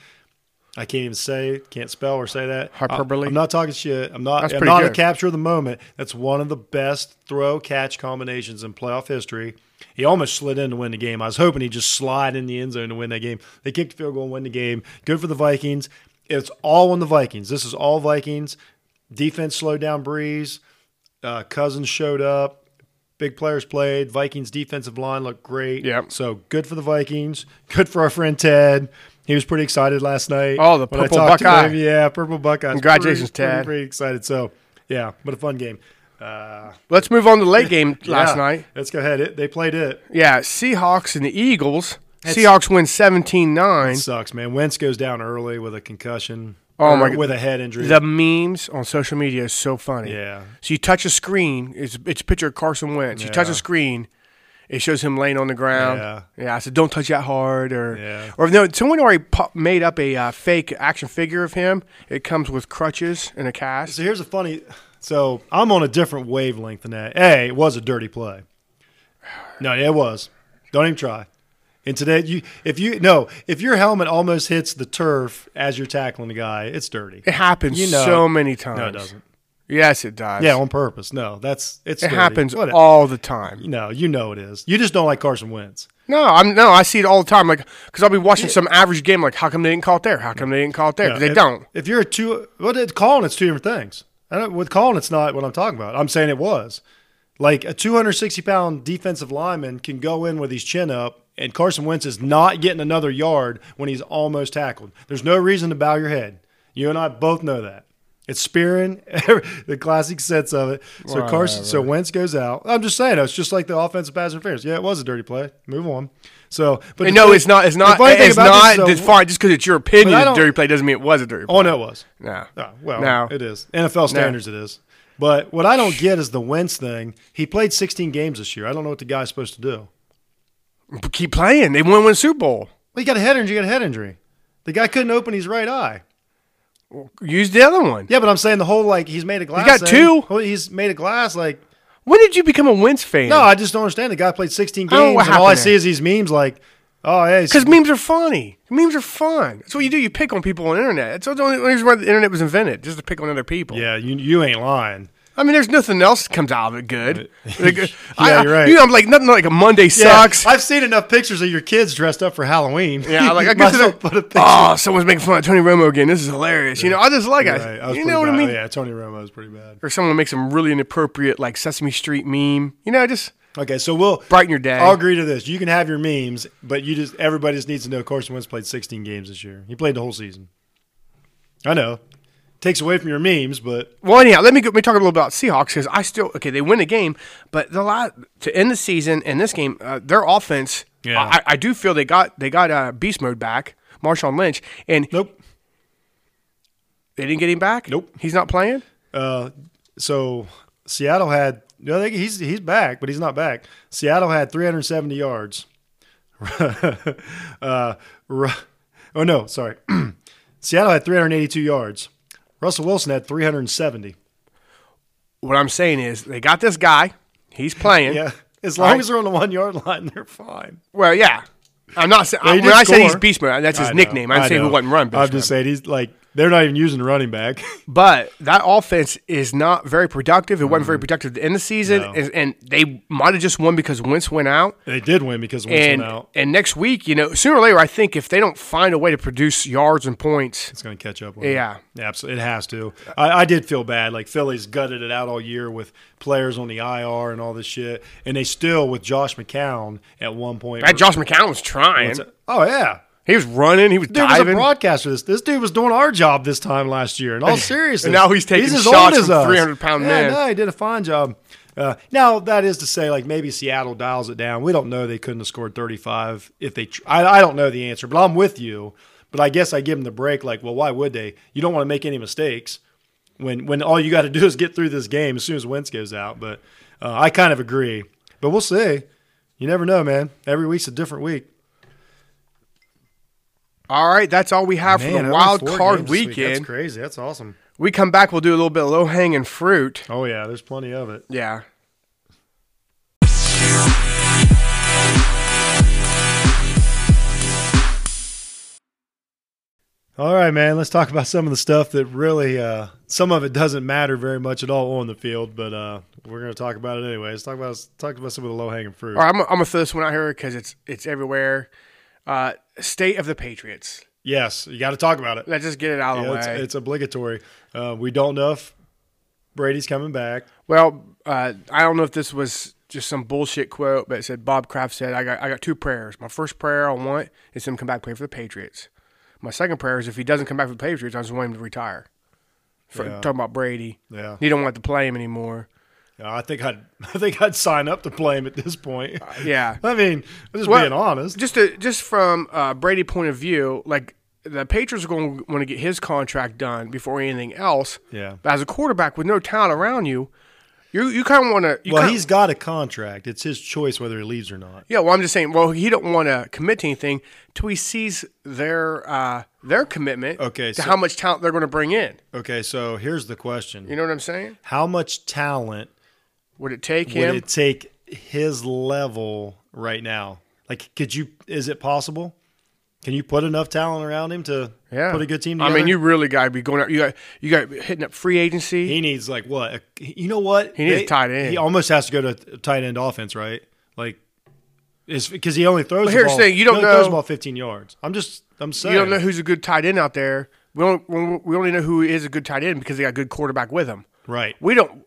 [SPEAKER 3] I can't even say, can't spell or say that.
[SPEAKER 2] Hyperbole?
[SPEAKER 3] I, am not talking shit. I'm not.
[SPEAKER 2] That's
[SPEAKER 3] I'm
[SPEAKER 2] pretty
[SPEAKER 3] not a
[SPEAKER 2] good.
[SPEAKER 3] capture of the moment. That's one of the best throw catch combinations in playoff history. He almost slid in to win the game. I was hoping he'd just slide in the end zone to win that game. They kicked the field goal and win the game. Good for the Vikings. It's all on the Vikings. This is all Vikings. Defense slowed down Breeze. Uh, Cousins showed up. Big players played. Vikings defensive line looked great.
[SPEAKER 2] Yep.
[SPEAKER 3] So good for the Vikings. Good for our friend Ted. He was pretty excited last night.
[SPEAKER 2] Oh, the
[SPEAKER 3] when I
[SPEAKER 2] purple
[SPEAKER 3] talked to
[SPEAKER 2] Buckeye.
[SPEAKER 3] him. Yeah, purple Buckeye.
[SPEAKER 2] Congratulations,
[SPEAKER 3] pretty, pretty,
[SPEAKER 2] Tad.
[SPEAKER 3] Pretty excited. So yeah, what a fun game
[SPEAKER 2] Let's move on to the
[SPEAKER 3] (laughs)
[SPEAKER 2] late game last
[SPEAKER 3] Yeah,
[SPEAKER 2] night.
[SPEAKER 3] Let's go ahead. It, they played it.
[SPEAKER 2] Yeah, Seahawks and the Eagles. Seahawks win 17-9.
[SPEAKER 3] Sucks, man. Wentz goes down early with a concussion.
[SPEAKER 2] Oh,
[SPEAKER 3] or
[SPEAKER 2] my God.
[SPEAKER 3] With a head injury.
[SPEAKER 2] The memes on social media is so funny.
[SPEAKER 3] Yeah.
[SPEAKER 2] So you touch a screen. It's it's a picture of Carson Wentz. You touch
[SPEAKER 3] Yeah.
[SPEAKER 2] a screen. It shows him laying on the ground.
[SPEAKER 3] Yeah.
[SPEAKER 2] I said, don't touch that hard. Or,
[SPEAKER 3] Yeah.
[SPEAKER 2] or no, someone already pop, made up a uh, fake action figure of him. It comes with crutches and a cast.
[SPEAKER 3] So here's a funny. So I'm on a different wavelength than that. A, it was a dirty play. No, it was. Don't even try. And today, you if you no, if your helmet almost hits the turf as you're tackling the guy, it's dirty.
[SPEAKER 2] It happens
[SPEAKER 3] You know-
[SPEAKER 2] so many times.
[SPEAKER 3] No, it doesn't.
[SPEAKER 2] Yes, it does.
[SPEAKER 3] Yeah, on purpose. No, that's it's.
[SPEAKER 2] it
[SPEAKER 3] dirty.
[SPEAKER 2] happens
[SPEAKER 3] What-
[SPEAKER 2] all the time.
[SPEAKER 3] No, you know it is. You just don't like Carson Wentz.
[SPEAKER 2] No, I'm no, I see it all the time. Like, because I'll be watching some average game. Like, how come they didn't call it there? How come they didn't call it there? 'Cause
[SPEAKER 3] No,
[SPEAKER 2] they
[SPEAKER 3] if,
[SPEAKER 2] don't.
[SPEAKER 3] If you're a two, well, it, calling it's two different things. I don't, with calling, it's not what I'm talking about. I'm saying it was like a 260 pound defensive lineman can go in with his chin up, and Carson Wentz is not getting another yard when he's almost tackled. There's no reason to bow your head. You and I both know that. It's spearing (laughs) the classic sets of it. So Carson, so Wentz goes out. I'm just saying, it's just like the offensive pass interference. Yeah, it was a dirty play. Move on. So, but
[SPEAKER 2] And
[SPEAKER 3] the
[SPEAKER 2] no,
[SPEAKER 3] thing-
[SPEAKER 2] it's not. It's
[SPEAKER 3] the
[SPEAKER 2] not.
[SPEAKER 3] funny thing
[SPEAKER 2] It's
[SPEAKER 3] about this is,
[SPEAKER 2] not.
[SPEAKER 3] though,
[SPEAKER 2] It's fine. Just because it's your
[SPEAKER 3] But
[SPEAKER 2] opinion,
[SPEAKER 3] I
[SPEAKER 2] it's a
[SPEAKER 3] don't-
[SPEAKER 2] dirty play doesn't mean it was a dirty play.
[SPEAKER 3] Oh no, it was.
[SPEAKER 2] No.
[SPEAKER 3] Oh, well,
[SPEAKER 2] No.
[SPEAKER 3] it is NFL standards. It is. But what I don't get is the Wentz thing. He played 16 games this year. I don't know what the guy's supposed to do.
[SPEAKER 2] But keep playing. They won one Super Bowl.
[SPEAKER 3] Well, he got a head injury. He got a head injury. The guy couldn't open his right eye.
[SPEAKER 2] Use the other one.
[SPEAKER 3] Yeah, but I'm saying the whole like he's made a glass.
[SPEAKER 2] got
[SPEAKER 3] thing.
[SPEAKER 2] two.
[SPEAKER 3] Well, He's made a glass. Like
[SPEAKER 2] When did you become a Wentz fan?
[SPEAKER 3] no, I just don't understand. The guy played 16
[SPEAKER 2] I don't know
[SPEAKER 3] games,
[SPEAKER 2] what
[SPEAKER 3] and all I
[SPEAKER 2] happened
[SPEAKER 3] see
[SPEAKER 2] there.
[SPEAKER 3] is these memes like, oh hey,
[SPEAKER 2] because memes are funny. Memes are fun. That's what you do. You pick on people on the internet. That's the only reason why the internet was invented, just to pick on other people.
[SPEAKER 3] yeah, you you ain't lying.
[SPEAKER 2] I mean, there's nothing else that comes out of it good. (laughs)
[SPEAKER 3] (laughs)
[SPEAKER 2] Like,
[SPEAKER 3] Yeah,
[SPEAKER 2] I,
[SPEAKER 3] you're right.
[SPEAKER 2] You know, I'm like nothing like a Monday sucks.
[SPEAKER 3] Yeah, I've seen enough pictures of your kids dressed up for Halloween.
[SPEAKER 2] Yeah, like I
[SPEAKER 3] (laughs) Might
[SPEAKER 2] guess
[SPEAKER 3] as well put a picture.
[SPEAKER 2] (laughs) oh, someone's making fun of Tony Romo again. This is hilarious. You know, I just like
[SPEAKER 3] Right,
[SPEAKER 2] it.
[SPEAKER 3] that was
[SPEAKER 2] You
[SPEAKER 3] pretty
[SPEAKER 2] know what
[SPEAKER 3] bad.
[SPEAKER 2] I mean?
[SPEAKER 3] Yeah, Tony Romo is pretty bad.
[SPEAKER 2] Or someone makes some really inappropriate like Sesame Street meme. You know, just
[SPEAKER 3] Okay, so we'll
[SPEAKER 2] Brighten your day.
[SPEAKER 3] I'll agree to this. You can have your memes, but you just everybody just needs to know Carson Wentz played 16 games this year. He played the whole season. I know. Takes away from your memes, but
[SPEAKER 2] well, anyhow. Let me go, let me talk a little about Seahawks because I still okay. They win a game, but the lot to end the season and this game, uh, their offense.
[SPEAKER 3] Yeah.
[SPEAKER 2] I, I do feel they got they got uh, beast mode back, Marshawn Lynch, and
[SPEAKER 3] nope.
[SPEAKER 2] they didn't get him back.
[SPEAKER 3] Nope.
[SPEAKER 2] he's not playing.
[SPEAKER 3] Uh, so Seattle had no, they, he's he's back, but he's not back. Seattle had 370 yards. (laughs) uh, Ru- oh no, sorry. (clears throat) Seattle had 382 yards. Russell Wilson had 370.
[SPEAKER 2] What I'm saying is they got this guy. He's playing.
[SPEAKER 3] (laughs) Yeah, as long
[SPEAKER 2] Right.
[SPEAKER 3] as they're on the one yard line, they're fine.
[SPEAKER 2] Well, yeah. I'm not saying
[SPEAKER 3] he
[SPEAKER 2] when
[SPEAKER 3] did
[SPEAKER 2] I said he's
[SPEAKER 3] score.
[SPEAKER 2] beast mode. That's his
[SPEAKER 3] I know,
[SPEAKER 2] nickname. I
[SPEAKER 3] I
[SPEAKER 2] didn't say who
[SPEAKER 3] know.
[SPEAKER 2] wasn't run. beast
[SPEAKER 3] I'm just
[SPEAKER 2] mode.
[SPEAKER 3] saying he's like They're not even using the running back. (laughs)
[SPEAKER 2] But that offense is not very productive. It wasn't very productive in the season,
[SPEAKER 3] Mm-hmm. No.
[SPEAKER 2] and, and they might have just won because Wentz went out.
[SPEAKER 3] they did win because Wentz
[SPEAKER 2] And
[SPEAKER 3] went out.
[SPEAKER 2] and next week, you know, sooner or later, I think if they don't find a way to produce yards and points,
[SPEAKER 3] It's going to catch up. With
[SPEAKER 2] Yeah.
[SPEAKER 3] absolutely. It has to. I, I did feel bad. Like Philly's gutted it out all year with players on the IR and all this shit, and they still with Josh McCown at one point.
[SPEAKER 2] that Josh McCown was trying.
[SPEAKER 3] Oh yeah,
[SPEAKER 2] He was running. He was
[SPEAKER 3] dude was a
[SPEAKER 2] diving.
[SPEAKER 3] broadcaster. This this dude was doing our job this time last year. In all
[SPEAKER 2] (laughs)
[SPEAKER 3] seriousness,
[SPEAKER 2] And now he's taking
[SPEAKER 3] as
[SPEAKER 2] shots
[SPEAKER 3] old as
[SPEAKER 2] from
[SPEAKER 3] us.
[SPEAKER 2] 300-pound
[SPEAKER 3] yeah,
[SPEAKER 2] men.
[SPEAKER 3] No, he did a fine job. Uh, now that is to say, like maybe Seattle dials it down. We don't know. They couldn't have scored 35 if they. Tr- I, I don't know the answer, but I'm with you. But I guess I give them the break. Like, well, why would they? You don't want to make any mistakes when when all you got to (laughs) do is get through this game as soon as Wentz goes out. But uh, I kind of agree. But we'll see. You never know, man. Every week's a different week.
[SPEAKER 2] all right, that's all we have for
[SPEAKER 3] Man,
[SPEAKER 2] the
[SPEAKER 3] only
[SPEAKER 2] wild
[SPEAKER 3] four
[SPEAKER 2] card
[SPEAKER 3] games this week.
[SPEAKER 2] weekend.
[SPEAKER 3] That's crazy. That's awesome.
[SPEAKER 2] we come back, we'll do a little bit of low hanging fruit.
[SPEAKER 3] Oh yeah, there's plenty of it.
[SPEAKER 2] Yeah.
[SPEAKER 3] All right, man. Let's talk about some of the stuff that really, uh, some of it doesn't matter very much at all on the field, but uh, we're going to talk about it anyway. Let's talk about let's talk about some of the low hanging fruit.
[SPEAKER 2] All right, I'm, I'm gonna throw this one out here because it's it's everywhere. Uh, state of the Patriots.
[SPEAKER 3] Yes, you got to talk about it.
[SPEAKER 2] Let's just get it out of the
[SPEAKER 3] Yeah, it's,
[SPEAKER 2] way.
[SPEAKER 3] it's obligatory. Uh, we don't know if Brady's coming back.
[SPEAKER 2] well, uh, I don't know if this was just some bullshit quote, but it said Bob Kraft said, "I got I got two prayers. My first prayer I want is him to come back and play for the Patriots. My second prayer is if he doesn't come back for the Patriots, I just want him to retire." For,
[SPEAKER 3] Yeah.
[SPEAKER 2] Talking about Brady,
[SPEAKER 3] Yeah.
[SPEAKER 2] you don't want to play him anymore.
[SPEAKER 3] Uh, I think I'd, (laughs) I think I'd sign up to play him at this point.
[SPEAKER 2] Uh, Yeah.
[SPEAKER 3] (laughs) I mean, I'm just
[SPEAKER 2] Well,
[SPEAKER 3] being honest.
[SPEAKER 2] just to, just from uh, Brady point of view, like the Patriots are going to want to get his contract done before anything else.
[SPEAKER 3] Yeah.
[SPEAKER 2] But as a quarterback with no talent around you, you you kind of want to.
[SPEAKER 3] Well, he's got a contract. It's his choice whether he leaves or not.
[SPEAKER 2] yeah. Well, I'm just saying. Well, he don't want to commit to anything till he sees their uh, their commitment.
[SPEAKER 3] Okay,
[SPEAKER 2] To
[SPEAKER 3] so-
[SPEAKER 2] how much talent they're going to bring in.
[SPEAKER 3] Okay, so here's the question:
[SPEAKER 2] You know what I'm saying?
[SPEAKER 3] How much talent
[SPEAKER 2] Would it take
[SPEAKER 3] would
[SPEAKER 2] him?
[SPEAKER 3] it take his level right now? Like, could you? Is it possible? Can you put enough talent around him to
[SPEAKER 2] yeah.
[SPEAKER 3] put a good team
[SPEAKER 2] I
[SPEAKER 3] together?
[SPEAKER 2] mean, you really got to be going out. You got you got hitting up free agency.
[SPEAKER 3] he needs like what? A- You know what?
[SPEAKER 2] He needs a tight end.
[SPEAKER 3] He almost has to go to tight end offense, right? Like, is because he only
[SPEAKER 2] Well,
[SPEAKER 3] throws. the
[SPEAKER 2] here's the
[SPEAKER 3] ball-
[SPEAKER 2] thing, you
[SPEAKER 3] he
[SPEAKER 2] don't
[SPEAKER 3] only throws
[SPEAKER 2] know-
[SPEAKER 3] the ball fifteen yards. I'm just. I'm saying.
[SPEAKER 2] You don't know who's a good tight end out there. We don't. we- We only know who is a good tight end because they got a good quarterback with him.
[SPEAKER 3] Right.
[SPEAKER 2] We don't.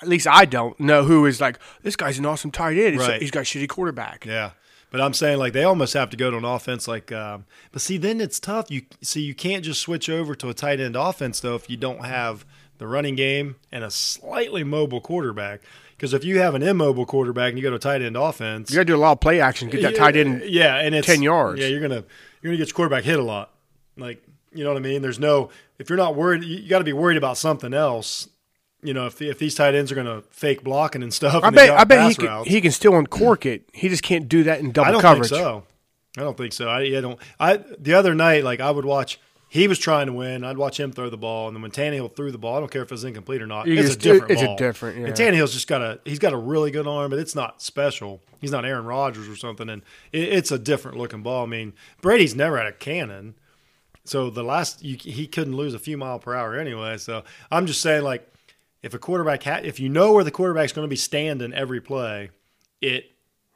[SPEAKER 2] At least I don't know who is like this guy's an awesome tight end. He's-
[SPEAKER 3] Right.
[SPEAKER 2] he's got a shitty quarterback.
[SPEAKER 3] Yeah. But I'm saying like they almost have to go to an offense like um, but see then it's tough. You see you can't just switch over to a tight end offense though if you don't have the running game and a slightly mobile quarterback. Because if you have an immobile quarterback and you go to a tight end offense,
[SPEAKER 2] You got to do a lot of play action. Get that tight end.
[SPEAKER 3] yeah, and it's
[SPEAKER 2] 10 yards.
[SPEAKER 3] Yeah, you're gonna you're gonna get your quarterback hit a lot. Like you know what I mean? There's no if you're not worried, you got to be worried about something else. You know if the, if these tight ends are gonna fake blocking and stuff.
[SPEAKER 2] I
[SPEAKER 3] and
[SPEAKER 2] bet.
[SPEAKER 3] they got
[SPEAKER 2] I bet he
[SPEAKER 3] pass
[SPEAKER 2] can,
[SPEAKER 3] routes.
[SPEAKER 2] he can still uncork it. He just can't do that in double
[SPEAKER 3] I don't
[SPEAKER 2] coverage.
[SPEAKER 3] think so. I don't think so. I, I don't. I the other night, like I would watch. He was trying to win. I'd watch him throw the ball, and then when Tannehill threw the ball, I don't care if it was incomplete or not.
[SPEAKER 2] You
[SPEAKER 3] it's
[SPEAKER 2] just-
[SPEAKER 3] a different.
[SPEAKER 2] it's a
[SPEAKER 3] ball.
[SPEAKER 2] different, yeah.
[SPEAKER 3] And Tannehill's just got a. He's got a really good arm, but it's not special. He's not Aaron Rodgers or something, and it, it's a different looking ball. I mean, Brady's never had a cannon, so the last you, he couldn't lose a few mile per hour anyway. So I'm just saying, like, if a quarterback ha- if you know where the quarterback's going to be standing every play, it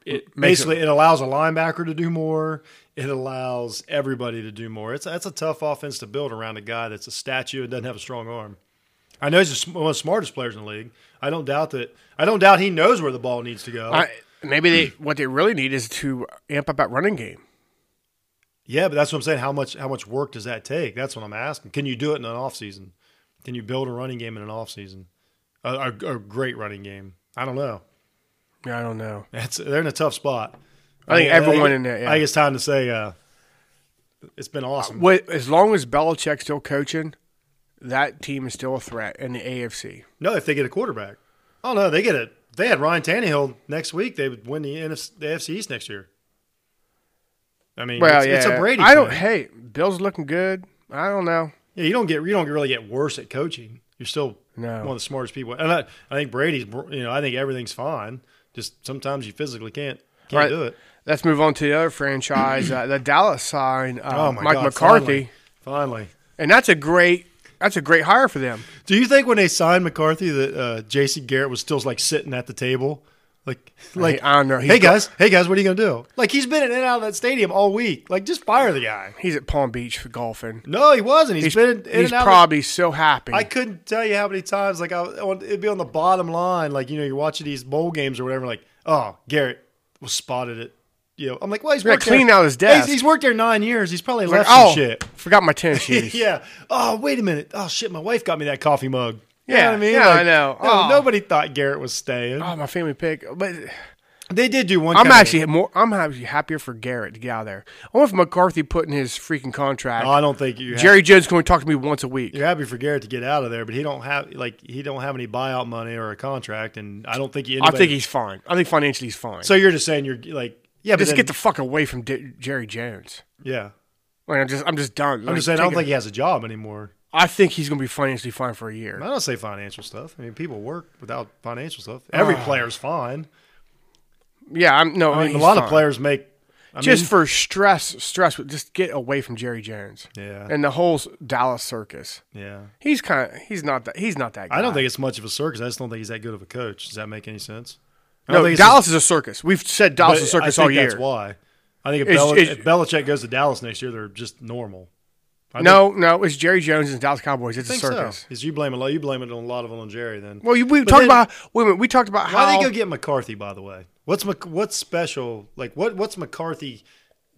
[SPEAKER 3] it
[SPEAKER 2] Makes
[SPEAKER 3] basically it, allows a linebacker to do more. It allows everybody to do more. It's that's a tough offense to build around a guy that's a statue and doesn't have a strong arm. I know he's the sm- one of the smartest players in the league. I don't doubt that. I don't doubt he knows where the ball needs to go.
[SPEAKER 2] I, maybe they
[SPEAKER 3] Hmm.
[SPEAKER 2] what they really need is to amp up that running game.
[SPEAKER 3] yeah, but that's what I'm saying. How much how much work does that take? That's what I'm asking. Can you do it in an offseason? Can you build a running game in an offseason? A, a, a great running game. I don't know.
[SPEAKER 2] Yeah, I don't know.
[SPEAKER 3] That's they're in a tough spot.
[SPEAKER 2] I think everyone in there.
[SPEAKER 3] I think
[SPEAKER 2] Yeah.
[SPEAKER 3] it's time to say uh, it's been awesome.
[SPEAKER 2] Wait, as long as Belichick's still coaching, that team is still a threat in the AFC.
[SPEAKER 3] No, if they get a quarterback. Oh no, they get it. They had Ryan Tannehill next week. They would win the NFC, the AFC East next year. I mean,
[SPEAKER 2] Well,
[SPEAKER 3] it's,
[SPEAKER 2] yeah,
[SPEAKER 3] it's a Brady.
[SPEAKER 2] I don't.
[SPEAKER 3] thing.
[SPEAKER 2] Hey, Bill's looking good. I don't know.
[SPEAKER 3] Yeah, you don't get you don't really get worse at coaching. You're still
[SPEAKER 2] No.
[SPEAKER 3] one of the smartest people. And I, I think Brady's. br- You know, I think everything's fine. Just sometimes you physically can't can't
[SPEAKER 2] Right.
[SPEAKER 3] do it.
[SPEAKER 2] Let's move on to the other franchise, uh, the Dallas sign. Uh,
[SPEAKER 3] Oh my
[SPEAKER 2] Mike
[SPEAKER 3] God,
[SPEAKER 2] McCarthy.
[SPEAKER 3] Finally, finally.
[SPEAKER 2] and that's a great that's a great hire for them.
[SPEAKER 3] Do you think when they signed McCarthy that uh, J.C. Garrett was still like sitting at the table, like like
[SPEAKER 2] I don't know. He's
[SPEAKER 3] Hey
[SPEAKER 2] got-
[SPEAKER 3] guys, hey guys, what are you gonna do? Like he's been in and out of that stadium all week. Like just fire the guy.
[SPEAKER 2] He's at Palm Beach for golfing.
[SPEAKER 3] No, he wasn't.
[SPEAKER 2] He's,
[SPEAKER 3] he's been in
[SPEAKER 2] he's
[SPEAKER 3] and out. of-
[SPEAKER 2] probably so happy.
[SPEAKER 3] I couldn't tell you how many times like I on, it'd be on the bottom line. Like you know, you're watching these bowl games or whatever. Like oh, Garrett was spotted it. You know, I'm like, well, he's
[SPEAKER 2] Yeah,
[SPEAKER 3] worked
[SPEAKER 2] clean
[SPEAKER 3] there-
[SPEAKER 2] out his
[SPEAKER 3] Hey, He's,
[SPEAKER 2] desk.
[SPEAKER 3] he's worked there nine years. He's probably
[SPEAKER 2] Like,
[SPEAKER 3] left
[SPEAKER 2] oh,
[SPEAKER 3] some shit.
[SPEAKER 2] forgot my
[SPEAKER 3] (laughs)
[SPEAKER 2] tennis shoes.
[SPEAKER 3] yeah. Oh, wait a minute. Oh shit, my wife got me that coffee mug. You
[SPEAKER 2] Yeah,
[SPEAKER 3] know what I mean?
[SPEAKER 2] yeah, I
[SPEAKER 3] Like,
[SPEAKER 2] know.
[SPEAKER 3] no,
[SPEAKER 2] Oh.
[SPEAKER 3] Nobody thought Garrett was staying.
[SPEAKER 2] Oh, my family pick. But
[SPEAKER 3] They did do one.
[SPEAKER 2] I'm
[SPEAKER 3] kinda-
[SPEAKER 2] actually more. I'm actually happier for Garrett to get out of there. I wonder if McCarthy putting his freaking contract.
[SPEAKER 3] No, Oh, I don't think you.
[SPEAKER 2] Jerry Jones can only talk to me once a week.
[SPEAKER 3] You're happy for Garrett to get out of there, but he don't have like he don't have any buyout money or a contract, and I don't think he.
[SPEAKER 2] I
[SPEAKER 3] Anybody,
[SPEAKER 2] think he's fine. I think financially he's fine.
[SPEAKER 3] So you're just saying you're like yeah, but
[SPEAKER 2] just
[SPEAKER 3] then-
[SPEAKER 2] get the fuck away from D- Jerry Jones.
[SPEAKER 3] yeah.
[SPEAKER 2] Like, I'm just, I'm just done.
[SPEAKER 3] I'm just saying I don't think he has a job anymore.
[SPEAKER 2] I think he's going to be financially fine for a year.
[SPEAKER 3] I don't say financial stuff. I mean, people work without financial stuff. Every player's fine.
[SPEAKER 2] Yeah, I'm no.
[SPEAKER 3] I mean,
[SPEAKER 2] Ah. Oh, he's
[SPEAKER 3] a lot of
[SPEAKER 2] fine.
[SPEAKER 3] players make. I
[SPEAKER 2] just
[SPEAKER 3] mean,
[SPEAKER 2] for stress, stress. Just get away from Jerry Jones.
[SPEAKER 3] Yeah.
[SPEAKER 2] and the whole s- Dallas circus.
[SPEAKER 3] yeah.
[SPEAKER 2] He's kind of he's not that he's not that. Guy.
[SPEAKER 3] I don't think it's much of a circus. I just don't think he's that good of a coach. Does that make any sense? I don't
[SPEAKER 2] no.
[SPEAKER 3] think it's-
[SPEAKER 2] Dallas is a circus. We've said
[SPEAKER 3] but
[SPEAKER 2] Dallas is a circus
[SPEAKER 3] I think
[SPEAKER 2] all year.
[SPEAKER 3] That's why. I think if,
[SPEAKER 2] It's-
[SPEAKER 3] Bel-
[SPEAKER 2] it's-
[SPEAKER 3] if Belichick goes to Dallas next year, they're just normal. I
[SPEAKER 2] no, no, it's Jerry Jones and Dallas Cowboys. It's
[SPEAKER 3] think,
[SPEAKER 2] a
[SPEAKER 3] I think
[SPEAKER 2] circus.
[SPEAKER 3] so. Is you blame a lot? You blame it on a lot of it on Jerry then.
[SPEAKER 2] Well, you, we
[SPEAKER 3] But
[SPEAKER 2] talked
[SPEAKER 3] then-
[SPEAKER 2] about wait a minute. We talked about how
[SPEAKER 3] Why they go get McCarthy? By the way, what's Mc, what's special? Like what what's McCarthy?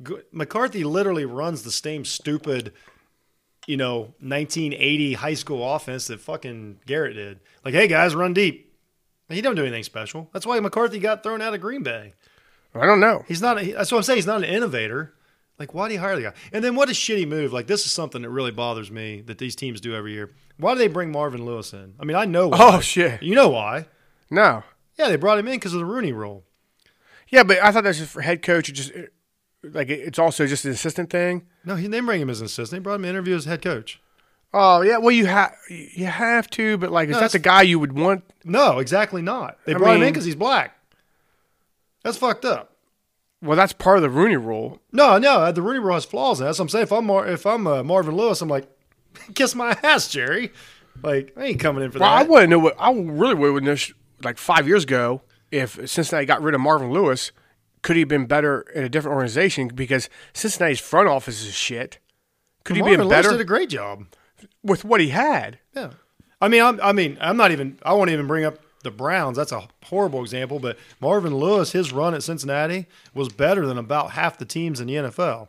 [SPEAKER 3] go- McCarthy literally runs the same stupid, you know, 1980 high school offense that fucking Garrett did. Like, hey guys, run deep. He don't do anything special. That's why McCarthy got thrown out of Green Bay.
[SPEAKER 2] I don't
[SPEAKER 3] (laughs)
[SPEAKER 2] know.
[SPEAKER 3] He's not. he- that's what I'm saying. He's not an innovator. Like, why do you hire the guy? And then what a shitty move. Like, this is something that really bothers me that these teams do every year. Why do they bring Marvin Lewis in? I mean, I know. Why.
[SPEAKER 2] Oh shit.
[SPEAKER 3] you know why?
[SPEAKER 2] No.
[SPEAKER 3] Yeah, they brought him in because of the Rooney Rule.
[SPEAKER 2] Yeah, but I thought that's just for head coach. It just like it- it's also just an assistant thing.
[SPEAKER 3] No, he didn't bring him as an assistant. They brought him to interview as head coach.
[SPEAKER 2] Oh yeah. Well, you have you have to, but like, is
[SPEAKER 3] No,
[SPEAKER 2] that
[SPEAKER 3] that's-
[SPEAKER 2] the guy you would want?
[SPEAKER 3] No, exactly not. They
[SPEAKER 2] I
[SPEAKER 3] brought him in
[SPEAKER 2] mean-
[SPEAKER 3] because he's black. That's fucked up.
[SPEAKER 2] Well, that's part of the Rooney Rule.
[SPEAKER 3] No, no, the Rooney Rule has flaws. in it. That's what I'm saying. If I'm Mar- if I'm uh, Marvin Lewis, I'm like, (laughs) kiss my ass, Jerry. Like, I ain't coming in for
[SPEAKER 2] Well, I
[SPEAKER 3] that.
[SPEAKER 2] wouldn't know what I really would know sh- like five years ago if Cincinnati got rid of Marvin Lewis. Could he have been better in a different organization? Because Cincinnati's front office is shit. Could he
[SPEAKER 3] Marvin
[SPEAKER 2] been
[SPEAKER 3] Lewis
[SPEAKER 2] better
[SPEAKER 3] did a great job.
[SPEAKER 2] with what he had?
[SPEAKER 3] Yeah. I mean, I'm, I mean, I'm not even. I won't even bring up the Browns. That's a horrible example. But Marvin Lewis, his run at Cincinnati was better than about half the teams in the NFL.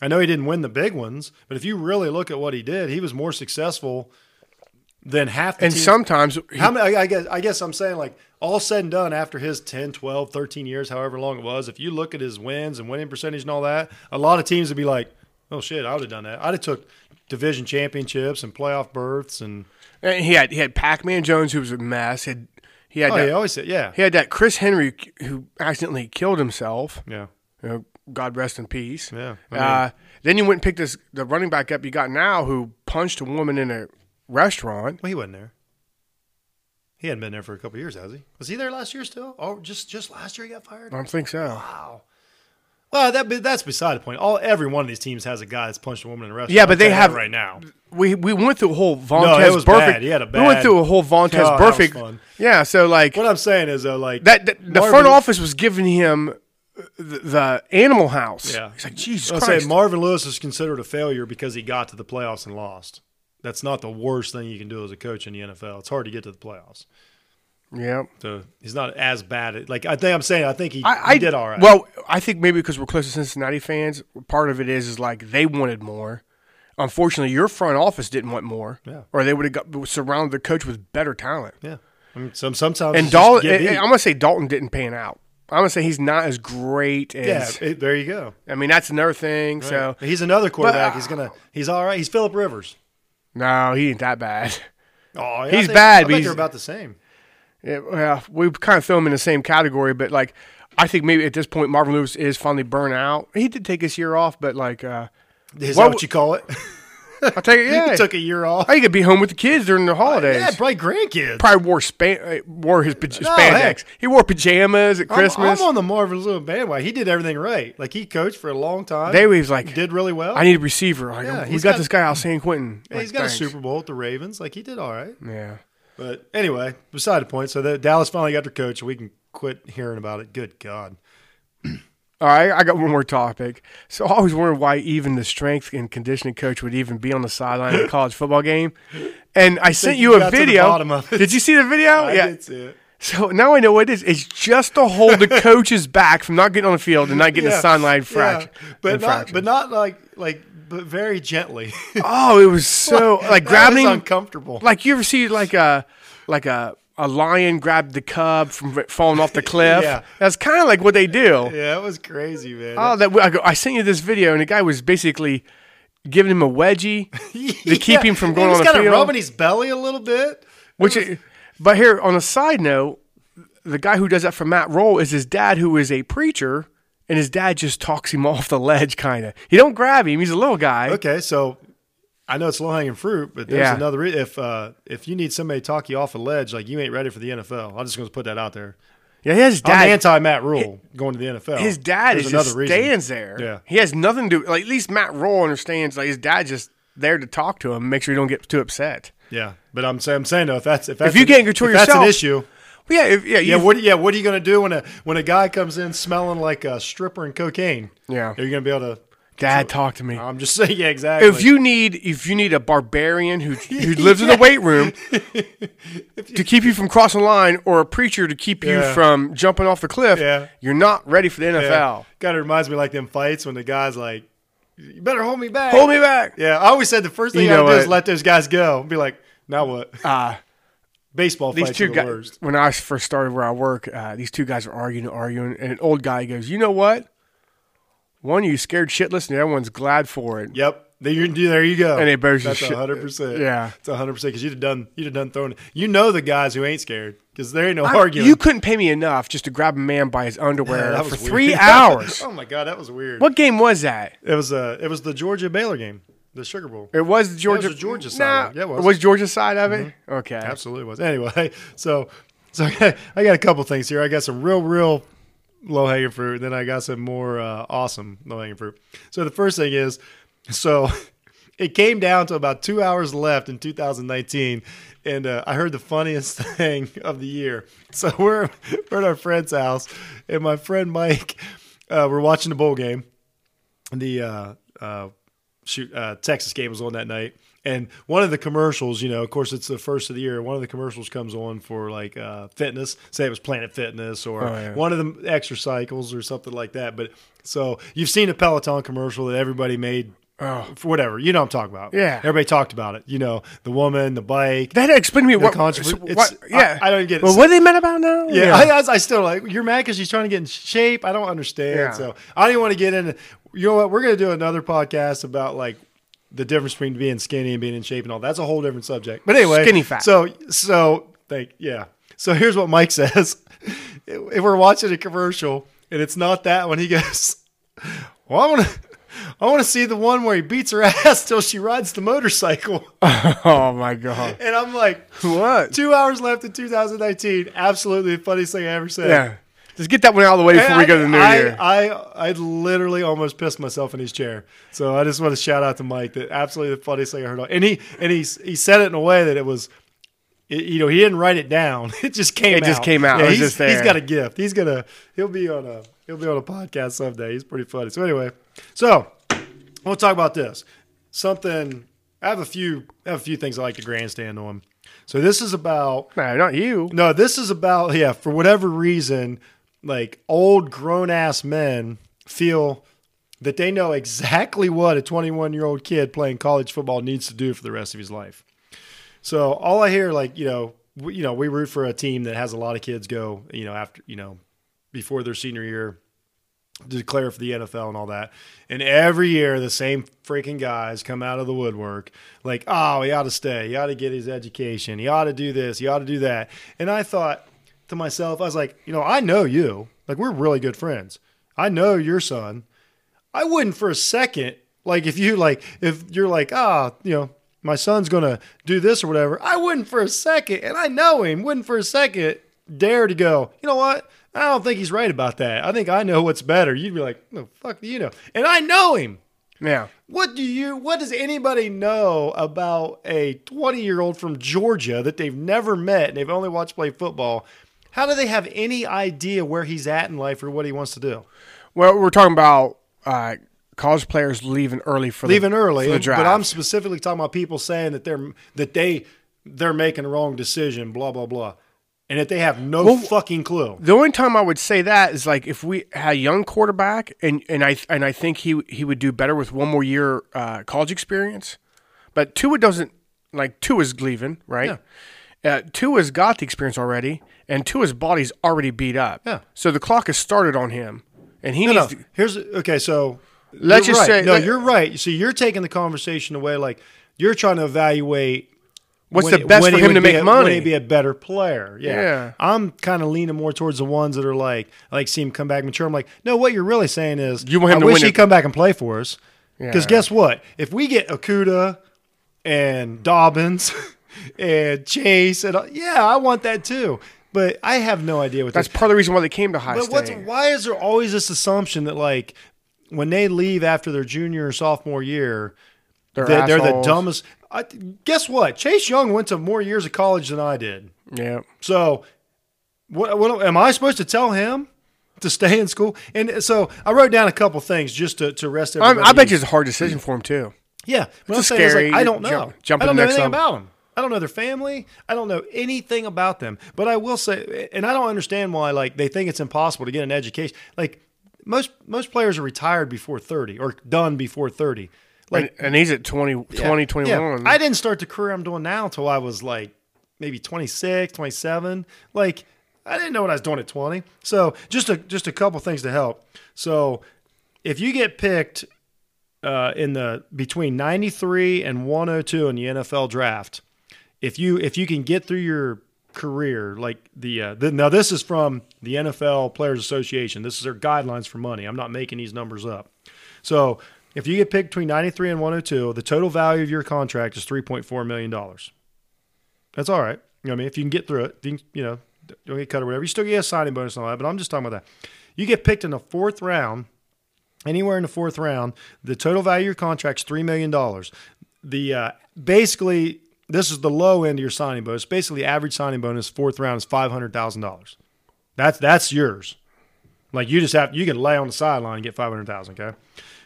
[SPEAKER 3] I know he didn't win the big ones, but if you really look at what he did, he was more successful than half the
[SPEAKER 2] And
[SPEAKER 3] teams.
[SPEAKER 2] sometimes he-
[SPEAKER 3] How many, I, I guess I guess I'm saying like all said and done after his 10, 12, 13 years, however long it was, if you look at his wins and winning percentage and all that, a lot of teams would be like, "Oh shit, I would have done that. I'd have took division championships and playoff berths and
[SPEAKER 2] and he had he had Pac Man Jones who was a mess. He had he had
[SPEAKER 3] oh,
[SPEAKER 2] that,
[SPEAKER 3] he always said, yeah,
[SPEAKER 2] he had that Chris Henry who accidentally killed himself.
[SPEAKER 3] yeah,
[SPEAKER 2] you know, God rest in peace.
[SPEAKER 3] Yeah, I
[SPEAKER 2] uh, then you went and picked this the running back up you got now who punched a woman in a restaurant.
[SPEAKER 3] Well, he wasn't there. He hadn't been there for a couple years, has he? Was he there last year still? Oh, just just last year he got fired.
[SPEAKER 2] I don't think so.
[SPEAKER 3] Wow. Well, that be- that's beside the point. All every one of these teams has a guy that's punched a woman in the restaurant.
[SPEAKER 2] Yeah, but
[SPEAKER 3] I'll tell
[SPEAKER 2] they
[SPEAKER 3] you that
[SPEAKER 2] have-
[SPEAKER 3] right now.
[SPEAKER 2] We we went through a whole
[SPEAKER 3] No,
[SPEAKER 2] Vontez
[SPEAKER 3] it was
[SPEAKER 2] perfect.
[SPEAKER 3] bad. He had a
[SPEAKER 2] We went
[SPEAKER 3] bad-
[SPEAKER 2] through a whole Vontez
[SPEAKER 3] Oh, that was
[SPEAKER 2] perfect.
[SPEAKER 3] fun.
[SPEAKER 2] Yeah, so like
[SPEAKER 3] What I'm saying is though, like
[SPEAKER 2] that, that- the
[SPEAKER 3] Marvin-
[SPEAKER 2] front office was giving him uh, the, the Animal House.
[SPEAKER 3] Yeah,
[SPEAKER 2] he's like Jesus
[SPEAKER 3] I'm
[SPEAKER 2] Christ.
[SPEAKER 3] saying Marvin Lewis is considered a failure because he got to the playoffs and lost. That's not the worst thing you can do as a coach in the NFL. It's hard to get to the playoffs.
[SPEAKER 2] yeah,
[SPEAKER 3] So he's not as bad. At, like I think I'm saying, I think he,
[SPEAKER 2] I, I
[SPEAKER 3] he did all right.
[SPEAKER 2] Well, I think maybe because we're close to Cincinnati fans, part of it is is like they wanted more. Unfortunately, your front office didn't want more,
[SPEAKER 3] Yeah.
[SPEAKER 2] or they would have got surrounded the coach with better talent.
[SPEAKER 3] Yeah. I mean, some sometimes
[SPEAKER 2] And
[SPEAKER 3] it's just
[SPEAKER 2] Dalton,
[SPEAKER 3] get beat.
[SPEAKER 2] I'm gonna say Dalton didn't pan out. I'm gonna say he's not as great
[SPEAKER 3] yeah,
[SPEAKER 2] as.
[SPEAKER 3] it- there you go.
[SPEAKER 2] I mean, that's another thing. So
[SPEAKER 3] he's another quarterback.
[SPEAKER 2] But, uh,
[SPEAKER 3] he's gonna he's all right. He's Philip Rivers.
[SPEAKER 2] no, he ain't that bad. (laughs)
[SPEAKER 3] Oh,
[SPEAKER 2] He's bad,
[SPEAKER 3] I
[SPEAKER 2] but
[SPEAKER 3] bet
[SPEAKER 2] he's-
[SPEAKER 3] they're about the same.
[SPEAKER 2] Yeah, well, we kind of throw him in the same category, but like, I think maybe at this point Marvin Lewis is finally burnt out. He did take his year off, but like, uh,
[SPEAKER 3] Is
[SPEAKER 2] What
[SPEAKER 3] that
[SPEAKER 2] w-
[SPEAKER 3] (laughs) what you call it?
[SPEAKER 2] I'll take it.
[SPEAKER 3] (laughs) He
[SPEAKER 2] Yeah.
[SPEAKER 3] took a year off.
[SPEAKER 2] I could be home with the kids during the holidays.
[SPEAKER 3] Yeah, probably grandkids.
[SPEAKER 2] Probably wore span- uh, wore his paj-
[SPEAKER 3] No,
[SPEAKER 2] spandex.
[SPEAKER 3] hey.
[SPEAKER 2] He wore pajamas at
[SPEAKER 3] I'm-
[SPEAKER 2] Christmas.
[SPEAKER 3] I'm, on the Marvin Lewis bandwagon. He did everything right. Like he coached for a long time.
[SPEAKER 2] They was like,
[SPEAKER 3] did really well.
[SPEAKER 2] I need a receiver. Like,
[SPEAKER 3] Yeah,
[SPEAKER 2] we
[SPEAKER 3] he's
[SPEAKER 2] got,
[SPEAKER 3] got-
[SPEAKER 2] this guy out of San Quentin.
[SPEAKER 3] Yeah,
[SPEAKER 2] Like,
[SPEAKER 3] he's got
[SPEAKER 2] thanks.
[SPEAKER 3] a Super Bowl with the Ravens. Like he did all right.
[SPEAKER 2] Yeah.
[SPEAKER 3] But anyway, beside the point. So the Dallas finally got their coach. We can quit hearing about it. Good God.
[SPEAKER 2] All right, I got one more topic. So I always wondered why even the strength and conditioning coach would even be on the sideline of a college football game. And I sent
[SPEAKER 3] you
[SPEAKER 2] you a
[SPEAKER 3] got to the
[SPEAKER 2] video.
[SPEAKER 3] bottom of it.
[SPEAKER 2] Did you see the video?
[SPEAKER 3] I
[SPEAKER 2] yeah.
[SPEAKER 3] did see it.
[SPEAKER 2] So now I know what it is. It's just to hold
[SPEAKER 3] (laughs)
[SPEAKER 2] the coaches back from not getting on the field and not getting a sideline fraction.
[SPEAKER 3] Yeah. But not, but not like like but very gently. (laughs)
[SPEAKER 2] oh, it was so like
[SPEAKER 3] That is
[SPEAKER 2] grabbing
[SPEAKER 3] uncomfortable.
[SPEAKER 2] Like you ever see like a like a a lion grab the cub from falling off the cliff.
[SPEAKER 3] (laughs) Yeah.
[SPEAKER 2] That's kind of like what they do.
[SPEAKER 3] yeah, that was crazy, man.
[SPEAKER 2] Oh, that I, go, I sent you this video, and the guy was basically giving him a
[SPEAKER 3] (laughs)
[SPEAKER 2] wedgie to keep him from going
[SPEAKER 3] he was
[SPEAKER 2] on the
[SPEAKER 3] kinda
[SPEAKER 2] field.
[SPEAKER 3] rubbing his belly a little bit.
[SPEAKER 2] which, i- but here on a side note, the guy who does that for Matt Roll is his dad, who is a preacher, and his dad just talks him (laughs) off the ledge, kind of. He don't grab him; he's a little guy.
[SPEAKER 3] Okay, so I know it's low hanging fruit, but there's
[SPEAKER 2] Yeah.
[SPEAKER 3] another re- if uh, if you need somebody to talk you off a ledge, like you ain't ready for the NFL. I'm just going to put that out there.
[SPEAKER 2] Yeah, his
[SPEAKER 3] I'm
[SPEAKER 2] dad.
[SPEAKER 3] anti Matt Rule going to the NFL.
[SPEAKER 2] his dad
[SPEAKER 3] There's
[SPEAKER 2] is just stands there.
[SPEAKER 3] Yeah.
[SPEAKER 2] he has nothing to like. At least Matt Roll understands. Like his dad just there to talk to him, make sure you don't get too upset.
[SPEAKER 3] Yeah, but I'm saying, I'm saying though, if that's if, that's
[SPEAKER 2] you
[SPEAKER 3] an-
[SPEAKER 2] can't control
[SPEAKER 3] if that's an
[SPEAKER 2] yourself-
[SPEAKER 3] issue.
[SPEAKER 2] But yeah, if, yeah,
[SPEAKER 3] Yeah,
[SPEAKER 2] you-
[SPEAKER 3] what yeah, what are you going to do when a when a guy comes in smelling like a stripper and cocaine?
[SPEAKER 2] Yeah.
[SPEAKER 3] are you going to be able to?
[SPEAKER 2] dad, talk to me.
[SPEAKER 3] I'm just (laughs) saying, yeah, exactly.
[SPEAKER 2] if you need if you need a barbarian
[SPEAKER 3] (laughs)
[SPEAKER 2] who who lives in the weight room to keep you from crossing the line or a preacher to keep
[SPEAKER 3] Yeah.
[SPEAKER 2] you from jumping off the cliff,
[SPEAKER 3] Yeah.
[SPEAKER 2] you're not ready for the NFL.
[SPEAKER 3] kind of reminds me like them fights when the guys like, you better hold me back,
[SPEAKER 2] Hold me back.
[SPEAKER 3] Yeah, I always said the first thing
[SPEAKER 2] You
[SPEAKER 3] I
[SPEAKER 2] know
[SPEAKER 3] do is
[SPEAKER 2] what?
[SPEAKER 3] let those guys go and be like, now what? Ah, baseball
[SPEAKER 2] These
[SPEAKER 3] fights
[SPEAKER 2] two
[SPEAKER 3] are the
[SPEAKER 2] guys,
[SPEAKER 3] worst.
[SPEAKER 2] when I first started where I work, uh, these two guys are arguing and arguing, and an old guy goes, "You know what? One of you scared shitless, and the other one's glad for it."
[SPEAKER 3] Yep. There you, there you go.
[SPEAKER 2] And they both
[SPEAKER 3] That's
[SPEAKER 2] just shit-
[SPEAKER 3] hundred percent.
[SPEAKER 2] Yeah.
[SPEAKER 3] it's hundred percent because you'd have done you'd have done throwing. You know the guys who ain't scared because there ain't no
[SPEAKER 2] I-
[SPEAKER 3] arguing. (laughs)
[SPEAKER 2] you couldn't pay me enough just to grab a man by his underwear
[SPEAKER 3] That
[SPEAKER 2] for
[SPEAKER 3] was weird. (laughs)
[SPEAKER 2] three hours.
[SPEAKER 3] oh my god, that was weird.
[SPEAKER 2] what game was that?
[SPEAKER 3] It was uh, it was the Georgia Baylor game, the Sugar Bowl.
[SPEAKER 2] It was the Georgia.
[SPEAKER 3] the Georgia side
[SPEAKER 2] Nah,
[SPEAKER 3] of it. Yeah, it was. Mm-hmm.
[SPEAKER 2] Georgia's side of it. Okay.
[SPEAKER 3] Absolutely was. Anyway, (laughs) so so (laughs) I got, I got a couple things here. I got some real real low hanging fruit, and then I got some more uh, awesome low hanging fruit. So the first thing is, so (laughs) it came down to about two hours left in 2019, and uh, I heard the funniest (laughs) thing of the year. So (laughs) we're we're at our friend's house, and my friend Mike, uh, we're watching the bowl game the uh, uh, shoot uh, Texas game was on that night, and one of the commercials, you know, of course it's the first of the year. One of the commercials comes on for like uh, fitness. Say it was Planet Fitness or
[SPEAKER 2] Oh, yeah.
[SPEAKER 3] one of them Exercycles or something like that. But so you've seen a Peloton commercial that everybody made. For whatever you know, what I'm talking about.
[SPEAKER 2] Oh. Yeah.
[SPEAKER 3] everybody talked about it. You know, the woman, the bike.
[SPEAKER 2] That explain to me what,
[SPEAKER 3] controversy-
[SPEAKER 2] so
[SPEAKER 3] it's-
[SPEAKER 2] what-
[SPEAKER 3] I-
[SPEAKER 2] Yeah,
[SPEAKER 3] I don't get it.
[SPEAKER 2] Well, what are they mad about now?
[SPEAKER 3] Yeah, I, I, I still like you're mad because she's trying to get in shape. I don't understand.
[SPEAKER 2] Yeah.
[SPEAKER 3] So I didn't want to get in. You know what? We're gonna do another podcast about like the difference between being skinny and being in shape and all. That's a whole different subject. But anyway,
[SPEAKER 2] Skinny fat.
[SPEAKER 3] So so thank yeah. So here's what Mike (laughs) says. if we're watching a commercial and it's not that one, he goes, "Well, I want to." I want to see the one where he beats her (laughs) ass till she rides the motorcycle.
[SPEAKER 2] (laughs) oh my god.
[SPEAKER 3] (laughs) And I'm like,
[SPEAKER 2] What?
[SPEAKER 3] Two hours left in 2019. Absolutely the funniest thing I ever said.
[SPEAKER 2] Yeah. Just get that one out of the way before
[SPEAKER 3] I,
[SPEAKER 2] we go to the new
[SPEAKER 3] I,
[SPEAKER 2] year.
[SPEAKER 3] I, I literally almost pissed myself in his chair. So I just want to shout out to Mike that absolutely the funniest thing I heard. all- And he and he he said it in a way that it was, it- you know, he didn't write it down. (laughs) It just came.
[SPEAKER 2] It
[SPEAKER 3] out.
[SPEAKER 2] just came out. It was
[SPEAKER 3] he's-
[SPEAKER 2] just there.
[SPEAKER 3] He's got a gift. He's gonna. He'll be on a. He'll be on a podcast someday. He's pretty funny. So anyway, so I want to talk about this. Something. I have a few. I have a few things I like to grandstand on. So this is about
[SPEAKER 2] no, not you.
[SPEAKER 3] no, this is about yeah. For whatever reason, like old grown ass men feel that they know exactly what a 21 year old kid playing college football needs to do for the rest of his life. So all I hear, like you know, we, you know, we root for a team that has a lot of kids go, you know, after you know, before their senior year, to declare for the NFL and all that. And every year, the same freaking guys come out of the woodwork like, oh, he ought to stay. He ought to get his education. He ought to do this. He ought to do that. And I thought to myself, I was like, you know, I know you. Like, we're really good friends. I know your son. I wouldn't for a second Like if you like if you're like, ah, you know, my son's gonna do this or whatever, I wouldn't for a second, and I know him, wouldn't for a second dare to go, you know what? I don't think he's right about that. I think I know what's better. You'd be like, no, fuck do you know? And I know him.
[SPEAKER 2] Yeah.
[SPEAKER 3] What do you what does anybody know about a 20-year-old from Georgia that they've never met and they've only watched play football? How do they have any idea where he's at in life or what he wants to do?
[SPEAKER 2] Well, we're talking about uh, college players leaving early for the-
[SPEAKER 3] leaving early.
[SPEAKER 2] for the
[SPEAKER 3] and-
[SPEAKER 2] draft.
[SPEAKER 3] But I'm specifically talking about people saying that they're that they they're making a wrong decision, blah blah blah, and that they have no fucking clue.
[SPEAKER 2] The only time I would say that is like if we had a young quarterback, and, and I and I think he he would do better with one more year uh, college experience. But Tua doesn't like Tua's leaving, right? Uh, Tua's got the experience already, and Tua's body's already beat up.
[SPEAKER 3] Yeah.
[SPEAKER 2] So the clock is started on him, and he
[SPEAKER 3] No, no.
[SPEAKER 2] needs. To,
[SPEAKER 3] Here's okay. So
[SPEAKER 2] Let's
[SPEAKER 3] you're
[SPEAKER 2] just
[SPEAKER 3] right.
[SPEAKER 2] say-
[SPEAKER 3] no.
[SPEAKER 2] let-
[SPEAKER 3] you're right. So you're taking the conversation away. Like you're trying to evaluate
[SPEAKER 2] what's
[SPEAKER 3] when-
[SPEAKER 2] the best
[SPEAKER 3] when
[SPEAKER 2] for
[SPEAKER 3] he
[SPEAKER 2] him
[SPEAKER 3] would
[SPEAKER 2] to
[SPEAKER 3] be
[SPEAKER 2] make
[SPEAKER 3] a- When
[SPEAKER 2] money?
[SPEAKER 3] he'd be a better player. Yeah.
[SPEAKER 2] Yeah.
[SPEAKER 3] I'm kind of leaning more towards the ones that are like, I like see him come back mature. I'm like, no, what you're really saying is,
[SPEAKER 2] You want him
[SPEAKER 3] I
[SPEAKER 2] to
[SPEAKER 3] wish
[SPEAKER 2] win
[SPEAKER 3] he'd
[SPEAKER 2] it.
[SPEAKER 3] come back and play for us. Because
[SPEAKER 2] Yeah.
[SPEAKER 3] guess what? If we get Okuda and Dobbins (laughs) and Chase, and yeah, I want that too. But I have no idea what
[SPEAKER 2] That's part of the reason why they came to high
[SPEAKER 3] but
[SPEAKER 2] State.
[SPEAKER 3] what's why is there always this assumption that like when they leave after their junior or sophomore year,
[SPEAKER 2] They're
[SPEAKER 3] they're, they they're the
[SPEAKER 2] assholes.
[SPEAKER 3] dumbest. I, guess what? Chase Young went to more years of college than I did.
[SPEAKER 2] yeah.
[SPEAKER 3] So, what, what am I supposed to tell him to stay in school? And so I wrote down a couple things just to, to rest
[SPEAKER 2] I'm,
[SPEAKER 3] everybody.
[SPEAKER 2] I bet
[SPEAKER 3] in.
[SPEAKER 2] you it's a hard decision for him too.
[SPEAKER 3] Yeah, what
[SPEAKER 2] It's
[SPEAKER 3] I'm saying is, like,
[SPEAKER 2] scary.
[SPEAKER 3] I don't know.
[SPEAKER 2] You're jump- jumping
[SPEAKER 3] I don't
[SPEAKER 2] the
[SPEAKER 3] know
[SPEAKER 2] next
[SPEAKER 3] anything
[SPEAKER 2] level.
[SPEAKER 3] about them. I don't know their family. I don't know anything about them. But I will say, and I don't understand why like they think it's impossible to get an education. Like most most players are retired before thirty or done before thirty. Like
[SPEAKER 2] And, and he's at 20, 20 21.
[SPEAKER 3] yeah, I didn't start the career I'm doing now until I was like maybe 26, 27. Like I didn't know what I was doing at 20. So just a just a couple things to help. So if you get picked uh, in the between 93 and 102 in the NFL draft, if you if you can get through your career like the, uh, the now this is from the NFL Players Association. This is their guidelines for money. I'm not making these numbers up. So if you get picked between 93 and 102, the total value of your contract is 3.4 million dollars. That's all right. You know what I mean? If you can get through it, you, can- you know, don't get cut or whatever. You still get a signing bonus and all that. But I'm just talking about that. You get picked in the fourth round anywhere in the fourth round, the total value of your contract's three million dollars. The uh, basically this is the low end of your signing bonus. Basically, average signing bonus fourth round is five hundred thousand dollars. That's that's yours. Like you just have you can lay on the sideline and get five hundred thousand. Okay.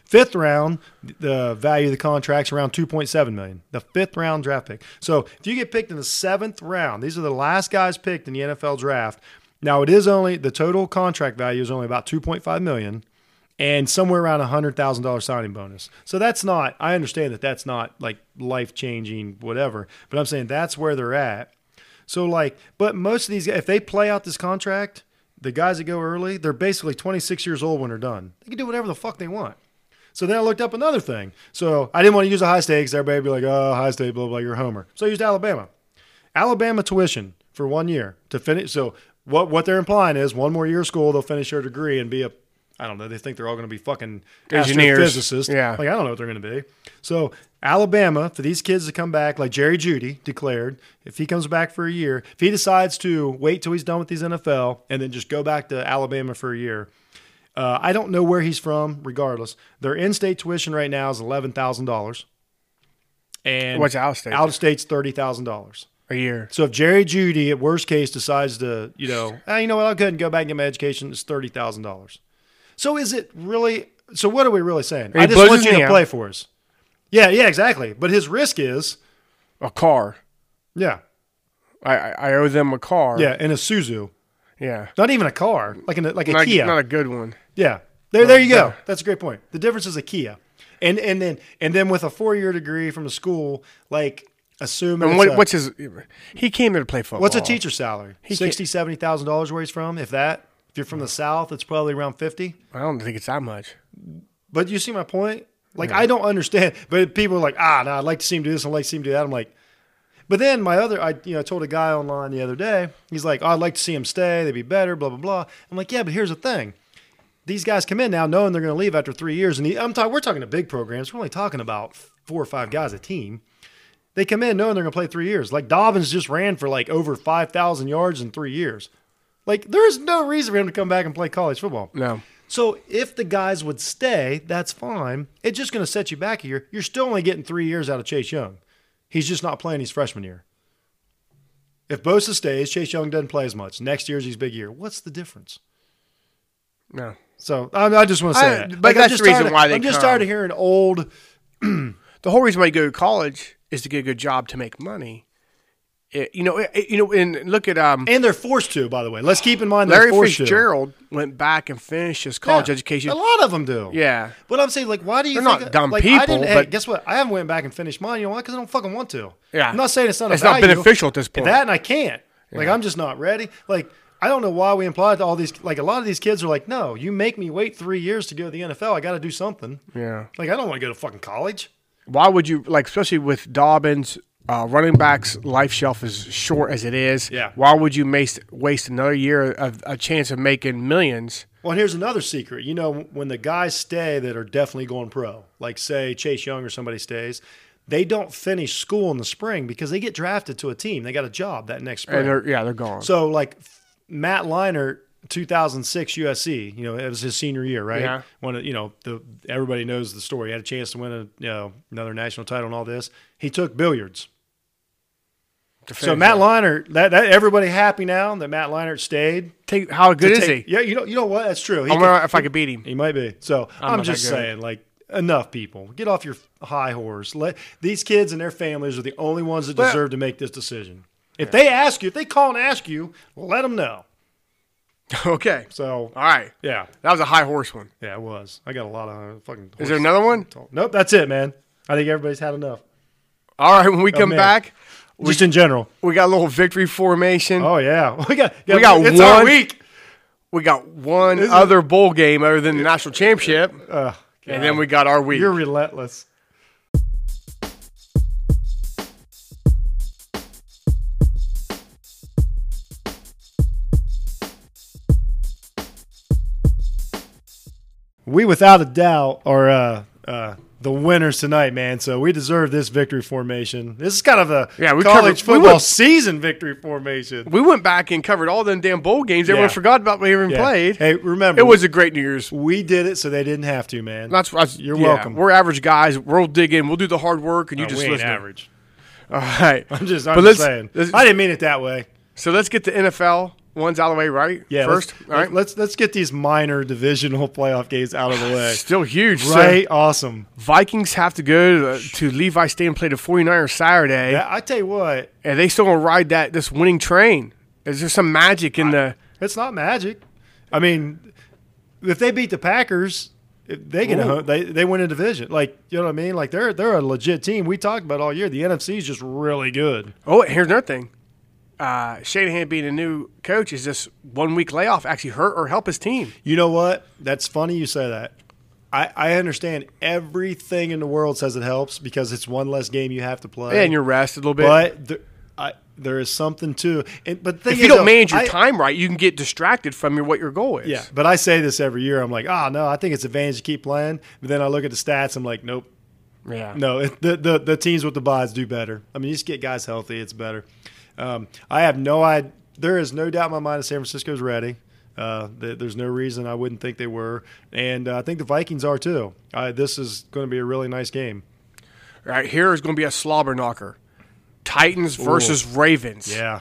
[SPEAKER 3] Fifth round, the value of the contract's around two point seven million. The fifth round draft pick. So if you get picked in the seventh round, these are the last guys picked in the NFL draft. Now it is only the total contract value is only about two point five million and somewhere around a hundred thousand dollar signing bonus. So that's not. I understand that that's not like life changing, whatever. But I'm saying that's where they're at. So like, but most of these, if they play out this contract, the guys that go early, they're basically 26 years old when they're done. They can do whatever the fuck they want. So then I looked up another thing. So I didn't want to use a high stakes. Everybody would be like, oh, high state, blah blah. You're a homer. So I used Alabama. Alabama tuition for one year to finish. So what what they're implying is one more year of school, they'll finish their degree and be a I don't know. They think they're all going to be fucking
[SPEAKER 2] Engineers.
[SPEAKER 3] astrophysicists.
[SPEAKER 2] Yeah.
[SPEAKER 3] Like I don't know what they're going to be. So Alabama for these kids to come back, like Jerry Judy declared, if he comes back for a year, if he decides to wait till he's done with these NFL and then just go back to Alabama for a year, uh, I don't know where he's from. Regardless, their in-state tuition right now is eleven thousand dollars, and
[SPEAKER 2] What's out-of-state?
[SPEAKER 3] Out-of-state's thirty thousand dollars.
[SPEAKER 2] a year.
[SPEAKER 3] So if Jerry Judy, at worst case, decides to, you know, ah, you know what, I'll go ahead and go back and get my education, it's thirty thousand dollars. So is it really? So what are we really saying?
[SPEAKER 2] he
[SPEAKER 3] I just
[SPEAKER 2] blows
[SPEAKER 3] want
[SPEAKER 2] his
[SPEAKER 3] you
[SPEAKER 2] knee
[SPEAKER 3] to
[SPEAKER 2] out.
[SPEAKER 3] play for us. Yeah, yeah, exactly. But his risk is,
[SPEAKER 2] A car.
[SPEAKER 3] yeah,
[SPEAKER 2] I, I I owe them a car.
[SPEAKER 3] yeah, in a Suzu,
[SPEAKER 2] Yeah.
[SPEAKER 3] not even a car, like in a, like a
[SPEAKER 2] Not,
[SPEAKER 3] Kia,
[SPEAKER 2] not a good one.
[SPEAKER 3] Yeah. There, there you go. That's a great point. The difference is a Kia. And and then and then with a four year degree from a school, like assuming
[SPEAKER 2] And
[SPEAKER 3] it's
[SPEAKER 2] what,
[SPEAKER 3] a-
[SPEAKER 2] what's his? He came here to play football.
[SPEAKER 3] what's a teacher's salary?
[SPEAKER 2] can't-
[SPEAKER 3] Sixty, seventy thousand dollars where he's from, if that. If you're from the South, it's probably around fifty.
[SPEAKER 2] I don't think it's that much.
[SPEAKER 3] But you see my point? Like I don't understand. (laughs) But people are like, ah, no, I'd like to see him do this, I'd like to see him do that. I'm like, but then my other, I you know, I told a guy online the other day, he's like, oh, I'd like to see him stay. They'd be better, blah blah blah. I'm like, yeah, but here's the thing: these guys come in now knowing they're going to leave after three years. And the, I'm talking, we're talking to big programs. We're only talking about four or five guys a team. They come in knowing they're going to play three years. Like Dobbins just ran for like over 5,000 yards in three years. Like there is no reason for him to come back and play college football.
[SPEAKER 2] No.
[SPEAKER 3] So if the guys would stay, that's fine. It's just going to set you back a year. You're still only getting three years out of Chase Young. He's just not playing his freshman year. If Bosa stays, Chase Young doesn't play as much. Next year's his big year. What's the difference?
[SPEAKER 2] No.
[SPEAKER 3] So I, I just want to say
[SPEAKER 2] I-
[SPEAKER 3] that.
[SPEAKER 2] but that's
[SPEAKER 3] I'm just
[SPEAKER 2] the reason
[SPEAKER 3] tired of-
[SPEAKER 2] why they
[SPEAKER 3] I'm just
[SPEAKER 2] come.
[SPEAKER 3] tired of hearing old.
[SPEAKER 2] the whole reason why you go to college is to get a good job to make money. It- you know, it- you know, and look at um,
[SPEAKER 3] And they're forced to, by the way. Let's keep in mind they're
[SPEAKER 2] Larry
[SPEAKER 3] forced to.
[SPEAKER 2] Fitzgerald went back and finished his college
[SPEAKER 3] Yeah.
[SPEAKER 2] education.
[SPEAKER 3] A lot of them do.
[SPEAKER 2] Yeah.
[SPEAKER 3] But I'm saying, like, why do you?
[SPEAKER 2] They're
[SPEAKER 3] think
[SPEAKER 2] not dumb
[SPEAKER 3] like, I
[SPEAKER 2] people,
[SPEAKER 3] didn't, hey,
[SPEAKER 2] but-
[SPEAKER 3] guess what? I haven't went back and finished mine. You know why? Because I don't fucking want to.
[SPEAKER 2] Yeah.
[SPEAKER 3] I'm not saying it's not. a
[SPEAKER 2] It's not
[SPEAKER 3] value.
[SPEAKER 2] beneficial at this point.
[SPEAKER 3] That and I can't. Like, I'm just not ready. Like, I don't know why we imply to all these. Like, a lot of these kids are like, no, you make me wait three years to go to the NFL. I got to do something.
[SPEAKER 2] Yeah.
[SPEAKER 3] Like, I don't want to go to fucking college.
[SPEAKER 2] Why would you like, especially with Dobbins? Uh, running backs' life shelf is short as it is.
[SPEAKER 3] Yeah.
[SPEAKER 2] Why would you waste waste another year of a chance of making millions?
[SPEAKER 3] Well, and here's another secret. You know, when the guys stay that are definitely going pro, like say Chase Young or somebody stays, they don't finish school in the spring because they get drafted to a team. They got a job that next spring.
[SPEAKER 2] And they're yeah, they're gone.
[SPEAKER 3] So like Matt Leinart, 2006 USC, you know, it was his senior year, right?
[SPEAKER 2] Yeah.
[SPEAKER 3] One of, you know, the everybody knows the story. He had a chance to win a, you know, another national title and all this. He took billiards. So Matt Leinart, that, that everybody happy now that Matt Leinart stayed.
[SPEAKER 2] take how good is
[SPEAKER 3] Take-
[SPEAKER 2] he?
[SPEAKER 3] Yeah, you know, you know what? That's true. He
[SPEAKER 2] I
[SPEAKER 3] could-
[SPEAKER 2] wonder if I could beat
[SPEAKER 3] (laughs)
[SPEAKER 2] him.
[SPEAKER 3] he might be. So I'm,
[SPEAKER 2] not that
[SPEAKER 3] just
[SPEAKER 2] good.
[SPEAKER 3] saying, like, enough people. Get off your high horse. Let these kids and their families are the only ones that
[SPEAKER 2] Well-
[SPEAKER 3] deserve to make this decision. If they ask you, if they call and ask you, let them know.
[SPEAKER 2] okay.
[SPEAKER 3] So
[SPEAKER 2] All right.
[SPEAKER 3] yeah,
[SPEAKER 2] That was a high horse one.
[SPEAKER 3] yeah, it was. I got a lot of fucking.
[SPEAKER 2] Is there another one?
[SPEAKER 3] horse- Nope, that's it, man. I think everybody's had enough.
[SPEAKER 2] All right. When we come
[SPEAKER 3] Oh, man.
[SPEAKER 2] back,
[SPEAKER 3] Just in general.
[SPEAKER 2] we got a little victory formation.
[SPEAKER 3] Oh yeah, (laughs) we got
[SPEAKER 2] We got
[SPEAKER 3] it's our
[SPEAKER 2] one-
[SPEAKER 3] week.
[SPEAKER 2] We got one other bowl game other than the national championship, and then we got our week.
[SPEAKER 3] Uh, (laughs) You're relentless. We, without a doubt, are uh, uh, the winners tonight, man. So we deserve this victory formation. This is kind of a
[SPEAKER 2] Yeah, we
[SPEAKER 3] college
[SPEAKER 2] covered- we
[SPEAKER 3] football
[SPEAKER 2] went-
[SPEAKER 3] season victory formation.
[SPEAKER 2] we went back and covered all them damn bowl games. Everyone
[SPEAKER 3] Yeah.
[SPEAKER 2] forgot about we even
[SPEAKER 3] Yeah.
[SPEAKER 2] played.
[SPEAKER 3] Hey, remember
[SPEAKER 2] it was a great New Year's.
[SPEAKER 3] we did it, so they didn't have to, man.
[SPEAKER 2] That's, that's
[SPEAKER 3] You're
[SPEAKER 2] yeah,
[SPEAKER 3] welcome.
[SPEAKER 2] We're average guys. We'll dig in. We'll do the hard work, and you
[SPEAKER 3] No,
[SPEAKER 2] just
[SPEAKER 3] Uh, we ain't
[SPEAKER 2] listen.
[SPEAKER 3] average.
[SPEAKER 2] All right.
[SPEAKER 3] I'm just,
[SPEAKER 2] (laughs)
[SPEAKER 3] I'm
[SPEAKER 2] But let's-
[SPEAKER 3] just saying.
[SPEAKER 2] let's-
[SPEAKER 3] I didn't mean it that way.
[SPEAKER 2] so let's get the NFL ones out of the way, right?
[SPEAKER 3] Yeah,
[SPEAKER 2] First.
[SPEAKER 3] let's,
[SPEAKER 2] all right.
[SPEAKER 3] Let's let's get these minor divisional (laughs) playoff games out of the way.
[SPEAKER 2] Still huge. so
[SPEAKER 3] right, awesome.
[SPEAKER 2] Vikings have to go to, the- to Levi Stadium play the 49ers Saturday,
[SPEAKER 3] Yeah, I tell you what,
[SPEAKER 2] and they still gonna ride that this winning train. Is there some magic in the?
[SPEAKER 3] it's not magic. I mean, if they beat the Packers, if they can
[SPEAKER 2] Ooh.
[SPEAKER 3] ho- they they win a division. Like you know what I mean? Like they're they're a legit team. We talked about all year. The NFC is just really good.
[SPEAKER 2] Oh, here's another thing. Uh, Shanahan being a new coach, is this one week layoff actually hurt or help his team?
[SPEAKER 3] You know what? That's funny you say that. I, I understand everything in the world says it helps because it's one less game you have to play.
[SPEAKER 2] And you're rested a little bit.
[SPEAKER 3] but there, I, there is something to it. But the thing
[SPEAKER 2] if
[SPEAKER 3] is,
[SPEAKER 2] you don't
[SPEAKER 3] though,
[SPEAKER 2] manage your
[SPEAKER 3] I-
[SPEAKER 2] time right, you can get distracted from your what your goal is.
[SPEAKER 3] Yeah, but I say this every year. I'm like, ah, no, I think it's advantage to keep playing. But then I look at the stats. I'm like, nope,
[SPEAKER 2] yeah.
[SPEAKER 3] no. It, the, the the teams with the buys do better. I mean, you just get guys healthy. It's better. Um, I have no idea. There is no doubt in my mind that San Francisco's ready. Uh, th- there's no reason I wouldn't think they were, and uh, I think the Vikings are too. Uh, this is going to be a really nice game.
[SPEAKER 2] All right, here is going to be a slobber knocker. Titans versus Ravens.
[SPEAKER 3] Yeah,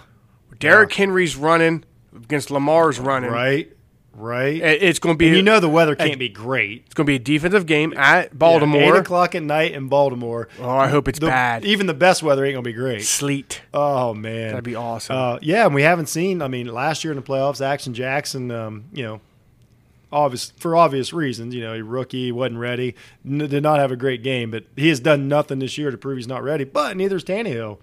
[SPEAKER 2] Derrick Henry's running against Lamar's running.
[SPEAKER 3] right, right.
[SPEAKER 2] It- It's going to be
[SPEAKER 3] you know the weather can't
[SPEAKER 2] and-
[SPEAKER 3] be great.
[SPEAKER 2] it's going to be a defensive game at
[SPEAKER 3] Yeah,
[SPEAKER 2] Baltimore.
[SPEAKER 3] eight o'clock at night in Baltimore.
[SPEAKER 2] Oh, I hope it's
[SPEAKER 3] The-
[SPEAKER 2] bad.
[SPEAKER 3] Even the best weather ain't gonna be great.
[SPEAKER 2] Sleet.
[SPEAKER 3] Oh man,
[SPEAKER 2] That'd be awesome.
[SPEAKER 3] Uh, yeah, and we haven't seen. I mean, last year in the playoffs, Action Jackson, um, you know, obvious for obvious reasons. You know, he rookie wasn't ready, n- did not have a great game, but he has done nothing this year to prove he's not ready. But neither's Tannehill.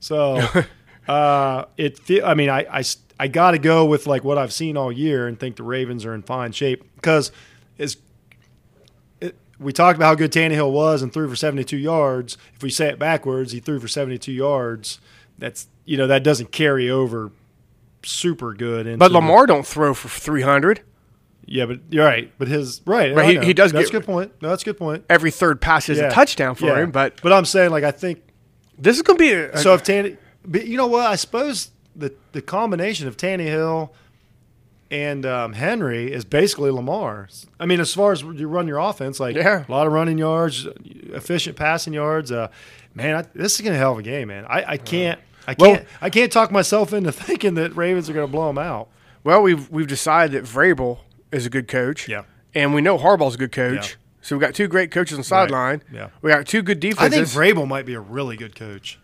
[SPEAKER 3] So
[SPEAKER 2] (laughs)
[SPEAKER 3] uh, it. Fe- I mean, I I, got to go with like what I've seen all year and think the Ravens are in fine shape because as we talked about how good Tannehill was and threw for 72 yards. If we say it backwards, he threw for 72 yards. That's you know that doesn't carry over super good. Into
[SPEAKER 2] but Lamar don't throw for 300.
[SPEAKER 3] Yeah, but you're right. But his right.
[SPEAKER 2] Right,
[SPEAKER 3] I
[SPEAKER 2] he-
[SPEAKER 3] know.
[SPEAKER 2] he does
[SPEAKER 3] That's
[SPEAKER 2] get-
[SPEAKER 3] a good point. No, that's a good point.
[SPEAKER 2] Every third pass is
[SPEAKER 3] Yeah.
[SPEAKER 2] a touchdown for
[SPEAKER 3] Yeah.
[SPEAKER 2] him, but
[SPEAKER 3] but I'm saying like I think
[SPEAKER 2] this is going to be a,
[SPEAKER 3] so if Tanny, but you know what? I suppose the the combination of Tannehill and um, Henry is basically Lamar. I mean, as far as you run your offense, like
[SPEAKER 2] Yeah.
[SPEAKER 3] a lot of running yards, efficient passing yards. Uh, man, I, this is gonna hell of a game, man. I, I can't. I
[SPEAKER 2] Well-
[SPEAKER 3] can't. I can't talk myself into (laughs) thinking that Ravens are going to blow them out.
[SPEAKER 2] Well, we've we've decided that Vrabel is a good coach.
[SPEAKER 3] Yeah.
[SPEAKER 2] And we know Harbaugh's a good coach.
[SPEAKER 3] Yeah.
[SPEAKER 2] So we've got two great coaches on the sideline.
[SPEAKER 3] Yeah.
[SPEAKER 2] We got two good
[SPEAKER 3] I think
[SPEAKER 2] defenses.
[SPEAKER 3] Vrabel might be a really good coach.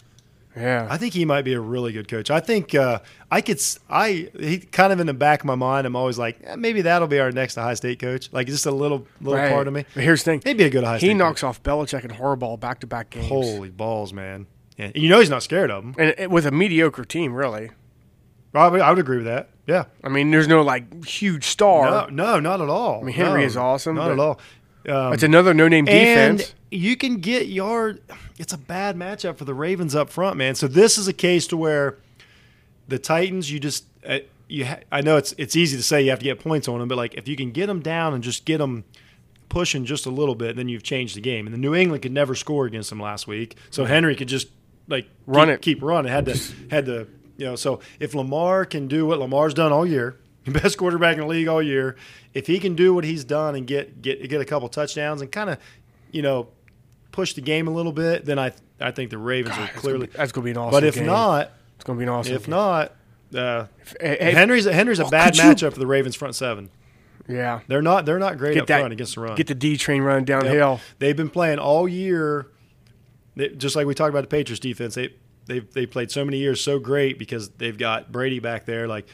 [SPEAKER 2] yeah.
[SPEAKER 3] I think he might be a really good coach. I think uh, I could. s- I he kind of in the back of my mind. I'm always like, eh, maybe that'll be our next Ohio State coach. Like just a little little
[SPEAKER 2] Right.
[SPEAKER 3] part of me.
[SPEAKER 2] But here's the thing.
[SPEAKER 3] He'd be a good Ohio
[SPEAKER 2] He
[SPEAKER 3] State
[SPEAKER 2] knocks off Belichick and Harbaugh back to back games.
[SPEAKER 3] Holy balls, man! Yeah. And you know he's not scared of him.
[SPEAKER 2] And it- with a mediocre team, really.
[SPEAKER 3] I would, I would agree with that. Yeah.
[SPEAKER 2] I mean, there's no like huge star.
[SPEAKER 3] No, no, not at all. I
[SPEAKER 2] mean, Henry is awesome,
[SPEAKER 3] Not at
[SPEAKER 2] but-
[SPEAKER 3] all. Um,
[SPEAKER 2] It's another no name
[SPEAKER 3] and
[SPEAKER 2] defense.
[SPEAKER 3] you can get yard. It's a bad matchup for the Ravens up front, man. So this is a case to where the Titans, you just uh, you. Ha- I know it's it's easy to say you have to get points on them, but like if you can get them down and just get them pushing just a little bit, then you've changed the game. And the New England could never score against them last week, so Henry could just like
[SPEAKER 2] Run
[SPEAKER 3] keep,
[SPEAKER 2] it.
[SPEAKER 3] keep running.
[SPEAKER 2] (laughs)
[SPEAKER 3] Had to had to you know. So if Lamar can do what Lamar's done all year. (laughs) Best quarterback in the league all year. If he can do what he's done and get get get a couple touchdowns and kind of, you know, push the game a little bit, then I I think the Ravens are
[SPEAKER 2] That's
[SPEAKER 3] clearly.
[SPEAKER 2] gonna be- that's going to be an awesome
[SPEAKER 3] but if
[SPEAKER 2] game.
[SPEAKER 3] not,
[SPEAKER 2] it's going to be an awesome
[SPEAKER 3] if
[SPEAKER 2] game.
[SPEAKER 3] not, uh,
[SPEAKER 2] Hey, hey,
[SPEAKER 3] Henry's Henry's a
[SPEAKER 2] oh,
[SPEAKER 3] bad
[SPEAKER 2] could you-
[SPEAKER 3] matchup for the Ravens front seven.
[SPEAKER 2] yeah.
[SPEAKER 3] They're not they're not great
[SPEAKER 2] Get
[SPEAKER 3] up
[SPEAKER 2] that
[SPEAKER 3] front against the run.
[SPEAKER 2] Get the D train running
[SPEAKER 3] Yep.
[SPEAKER 2] downhill.
[SPEAKER 3] They've been playing all year, they, just like we talked about the Patriots defense. They they they played so many years so great because they've got Brady back there. Like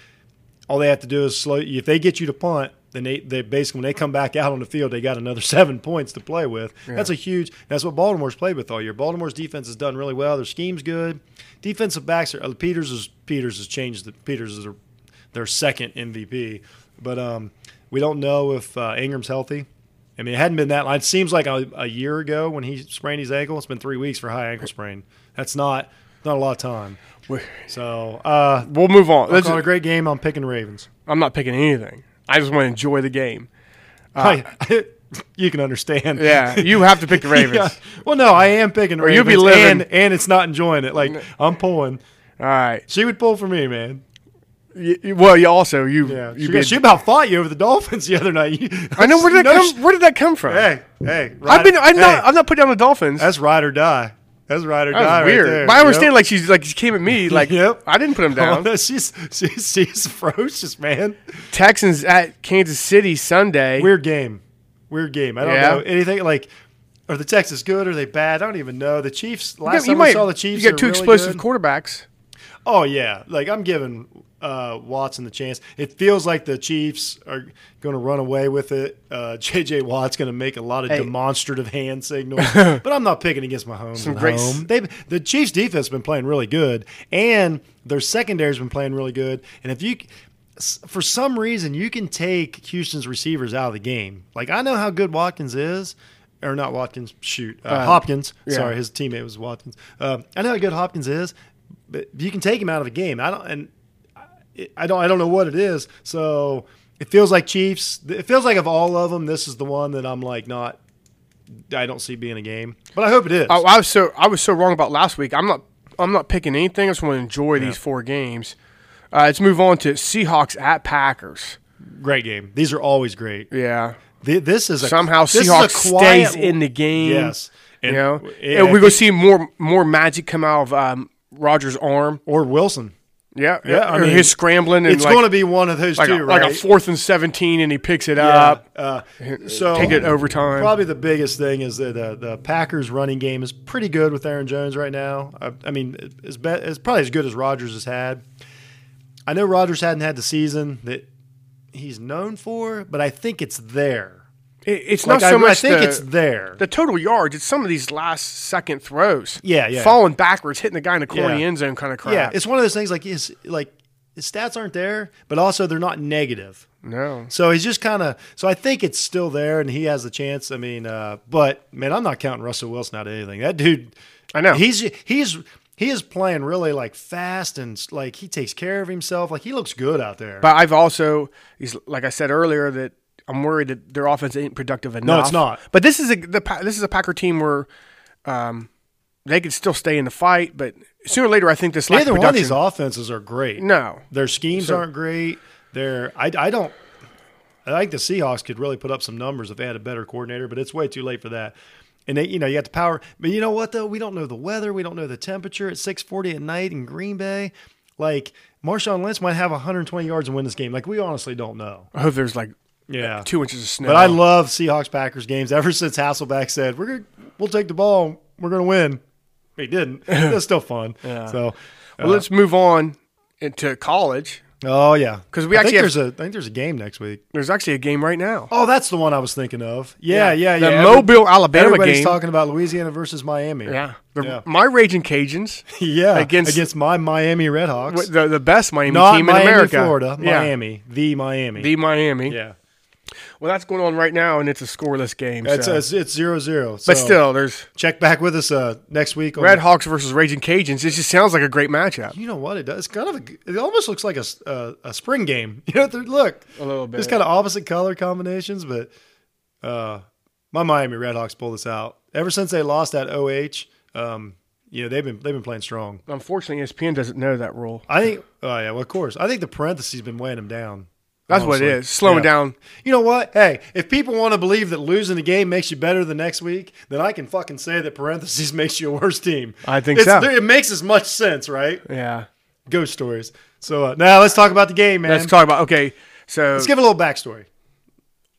[SPEAKER 3] all they have to do is slow. If they get you to punt, then they they basically when they come back out on the field, they got another (laughs) seven points to play with. That's a huge. That's what Baltimore's played with all year. Baltimore's defense has done really well. Their scheme's good. Defensive backs are uh, Peters is Peters has changed. The, Peters is their, their second MVP, but um, we don't know if uh, Ingram's healthy. I mean, it hadn't been that long. It seems like a, a year ago when he sprained his ankle. It's been three weeks for high ankle sprain. That's not not a lot of time. So uh,
[SPEAKER 2] We'll move on.
[SPEAKER 3] I'm
[SPEAKER 2] Let's-
[SPEAKER 3] calling a great game. I'm picking Ravens.
[SPEAKER 2] I'm not picking anything. I just want to enjoy the
[SPEAKER 3] (laughs)
[SPEAKER 2] game.
[SPEAKER 3] I- (laughs) you can understand.
[SPEAKER 2] Uh, Yeah. you
[SPEAKER 3] (laughs)
[SPEAKER 2] have to pick the Ravens.
[SPEAKER 3] Yeah. Well, no, I am picking
[SPEAKER 2] Or you'll
[SPEAKER 3] Ravens,
[SPEAKER 2] be living-
[SPEAKER 3] and and it's not enjoying it. Like I'm pulling.
[SPEAKER 2] All right.
[SPEAKER 3] She would pull for me, man.
[SPEAKER 2] Y- y- well, you also you
[SPEAKER 3] Yeah,
[SPEAKER 2] you
[SPEAKER 3] she,
[SPEAKER 2] be a-
[SPEAKER 3] she about fought you over the (laughs) Dolphins the other night. You-
[SPEAKER 2] I know where did that
[SPEAKER 3] (laughs) No,
[SPEAKER 2] come.
[SPEAKER 3] she-
[SPEAKER 2] Where did that come from?
[SPEAKER 3] Hey, hey,
[SPEAKER 2] I've been. I'm
[SPEAKER 3] hey,
[SPEAKER 2] not. I'm not putting down the Dolphins.
[SPEAKER 3] that's ride or die. That's ride or
[SPEAKER 2] That was
[SPEAKER 3] die. right
[SPEAKER 2] weird.
[SPEAKER 3] there.
[SPEAKER 2] but I
[SPEAKER 3] Yep.
[SPEAKER 2] understand. Like she's like she came at
[SPEAKER 3] (laughs)
[SPEAKER 2] me. Like
[SPEAKER 3] Yep.
[SPEAKER 2] I didn't put them
[SPEAKER 3] (laughs) Oh,
[SPEAKER 2] down.
[SPEAKER 3] no, she's, she's she's ferocious, man.
[SPEAKER 2] Texans at Kansas City Sunday.
[SPEAKER 3] Weird game. Weird game. I don't
[SPEAKER 2] Yeah.
[SPEAKER 3] know anything like. Are the Texans good? Are they bad? I don't even know. The Chiefs.
[SPEAKER 2] You,
[SPEAKER 3] Last
[SPEAKER 2] got, you
[SPEAKER 3] time
[SPEAKER 2] might
[SPEAKER 3] we saw the Chiefs,
[SPEAKER 2] You
[SPEAKER 3] are
[SPEAKER 2] got two
[SPEAKER 3] really
[SPEAKER 2] explosive
[SPEAKER 3] good.
[SPEAKER 2] quarterbacks.
[SPEAKER 3] Oh yeah, like I'm giving uh, Watson the chance. It feels like the Chiefs are going to run away with it. Uh, (laughs) J.J. Watt's going to make a lot of
[SPEAKER 2] Hey.
[SPEAKER 3] demonstrative
[SPEAKER 2] (laughs)
[SPEAKER 3] hand signals, but I'm not picking against Mahomes.
[SPEAKER 2] Some
[SPEAKER 3] at
[SPEAKER 2] great-
[SPEAKER 3] home. They've, the Chiefs' defense has been playing really good, and their secondary's been playing really good. And if you s- for some reason you can take Houston's receivers out of the game. Like I know how good Watkins is, or not Watkins. Shoot, uh, Hopkins.
[SPEAKER 2] yeah.
[SPEAKER 3] Sorry, his teammate was Watkins. Um, I know how good Hopkins is, but you can take him out of the game. I don't, and I- I don't, I don't know what it is. So it feels like Chiefs. It feels like of all of them, this is the one that I'm like not. I don't see being a game, but I hope it is.
[SPEAKER 2] Oh, I was so I was so wrong about last week. I'm not I'm not picking anything. I just want to enjoy these four games. Uh, let's move on to Seahawks at Packers.
[SPEAKER 3] great game. These are always great.
[SPEAKER 2] Yeah.
[SPEAKER 3] Th- This is a,
[SPEAKER 2] Somehow
[SPEAKER 3] this is a
[SPEAKER 2] Seahawks
[SPEAKER 3] quiet-
[SPEAKER 2] stays in the game.
[SPEAKER 3] Yes,
[SPEAKER 2] you know,
[SPEAKER 3] yeah,
[SPEAKER 2] and we're gonna see more more magic come out of um, Rogers' arm.
[SPEAKER 3] or Wilson.
[SPEAKER 2] Yeah,
[SPEAKER 3] Yeah, I
[SPEAKER 2] or
[SPEAKER 3] mean,
[SPEAKER 2] his scrambling. And
[SPEAKER 3] it's
[SPEAKER 2] like,
[SPEAKER 3] going to be one of those
[SPEAKER 2] like,
[SPEAKER 3] two,
[SPEAKER 2] a,
[SPEAKER 3] right?
[SPEAKER 2] like a fourth and seventeen, and he picks it
[SPEAKER 3] Yeah,
[SPEAKER 2] up. (laughs)
[SPEAKER 3] uh, so
[SPEAKER 2] Take it overtime.
[SPEAKER 3] Probably the biggest thing is that uh, the Packers running game is pretty good with Aaron Jones right now. I, I mean, it's, be, it's probably as good as Rodgers has had. I know Rodgers hadn't had the season that he's known for, but I think it's there.
[SPEAKER 2] It- it's
[SPEAKER 3] Like
[SPEAKER 2] not so
[SPEAKER 3] I,
[SPEAKER 2] much.
[SPEAKER 3] I think
[SPEAKER 2] the,
[SPEAKER 3] it's there.
[SPEAKER 2] the total yards. It's some of these last second throws.
[SPEAKER 3] Yeah, yeah.
[SPEAKER 2] Falling backwards, hitting the guy in the corner of the
[SPEAKER 3] Yeah.
[SPEAKER 2] end zone, kind of crap.
[SPEAKER 3] yeah, it's one of those things like his like his stats aren't there, but also they're not negative.
[SPEAKER 2] no.
[SPEAKER 3] So he's just kind of. So I think it's still there, and he has the chance. I mean, uh, but man, I'm not counting Russell Wilson out of anything. That dude,
[SPEAKER 2] I know.
[SPEAKER 3] he's he's he is playing really like fast and like he takes care of himself. Like he looks good out there.
[SPEAKER 2] But I've also, he's, like I said earlier, that I'm worried that their offense ain't productive enough.
[SPEAKER 3] No, it's not.
[SPEAKER 2] But this is a the Pa- this is a Packer team where um, they could still stay in the fight, but sooner or later, I think this lack
[SPEAKER 3] Neither
[SPEAKER 2] of
[SPEAKER 3] one of
[SPEAKER 2] production.
[SPEAKER 3] these offenses are great.
[SPEAKER 2] No.
[SPEAKER 3] their schemes
[SPEAKER 2] So-
[SPEAKER 3] aren't great. They're I, I don't. I think the Seahawks could really put up some numbers if they had a better coordinator, but it's way too late for that. And they, you know, you have to power. But you know what though? We don't know the weather. We don't know the temperature. It's six forty at night in Green Bay. Like Marshawn Lynch might have 120 yards and win this game. Like we honestly
[SPEAKER 2] (laughs)
[SPEAKER 3] don't know.
[SPEAKER 2] I hope there's like
[SPEAKER 3] Yeah.
[SPEAKER 2] two inches of snow.
[SPEAKER 3] But I love Seahawks Packers games ever (laughs) since Hasselback said we're gonna, we'll take the ball. We're gonna win.
[SPEAKER 2] (laughs)
[SPEAKER 3] He didn't. That's still fun. So
[SPEAKER 2] Well, let's move on into college.
[SPEAKER 3] Oh yeah,
[SPEAKER 2] 'Cause we
[SPEAKER 3] I
[SPEAKER 2] actually
[SPEAKER 3] think
[SPEAKER 2] have-
[SPEAKER 3] there's a I think there's a game next week.
[SPEAKER 2] There's actually a game right now.
[SPEAKER 3] Oh, that's the one I was thinking of. Yeah, yeah, yeah.
[SPEAKER 2] The
[SPEAKER 3] Every-
[SPEAKER 2] Mobile, Alabama
[SPEAKER 3] Everybody's
[SPEAKER 2] game.
[SPEAKER 3] talking about Louisiana versus Miami.
[SPEAKER 2] yeah. The,
[SPEAKER 3] Yeah.
[SPEAKER 2] My Raging Cajuns,
[SPEAKER 3] (laughs) yeah.
[SPEAKER 2] Against-
[SPEAKER 3] Against against my Miami Redhawks,
[SPEAKER 2] w- the, the best Miami
[SPEAKER 3] not
[SPEAKER 2] team
[SPEAKER 3] Miami,
[SPEAKER 2] in America.
[SPEAKER 3] Florida,
[SPEAKER 2] Yeah.
[SPEAKER 3] Miami, the Miami.
[SPEAKER 2] The Miami.
[SPEAKER 3] yeah,
[SPEAKER 2] Well, that's going on right now, and it's a scoreless game.
[SPEAKER 3] it's
[SPEAKER 2] so-
[SPEAKER 3] it's, it's zero zero.
[SPEAKER 2] but
[SPEAKER 3] So
[SPEAKER 2] still, there's
[SPEAKER 3] check back with us uh, next week. on-
[SPEAKER 2] Red Hawks versus Raging Cajuns. It just sounds like a great matchup.
[SPEAKER 3] You know what it does? It's kind of a, g- it almost looks like a s- uh, a spring game. (laughs) You know, they're- look
[SPEAKER 2] A little bit.
[SPEAKER 3] It's kind of opposite color combinations, but uh, my Miami Redhawks pulled this out. Ever since they lost that OH, um, you know they've been they've been playing strong.
[SPEAKER 2] Unfortunately, E ESPN doesn't know that rule.
[SPEAKER 3] I
[SPEAKER 2] (laughs)
[SPEAKER 3] think. Oh yeah, well of course. I think the parentheses been weighing them down.
[SPEAKER 2] That's what it
[SPEAKER 3] honestly.
[SPEAKER 2] is. Slowing
[SPEAKER 3] Yeah.
[SPEAKER 2] down.
[SPEAKER 3] You know what? Hey, if people want to believe that losing a game makes you better the next week, then I can fucking say that parentheses (laughs) makes you a worse team.
[SPEAKER 2] I think
[SPEAKER 3] it's,
[SPEAKER 2] so.
[SPEAKER 3] It makes as much sense, right?
[SPEAKER 2] Yeah.
[SPEAKER 3] Ghost stories. So uh, now let's talk about the game, man.
[SPEAKER 2] Let's talk about okay. So
[SPEAKER 3] Let's give a little backstory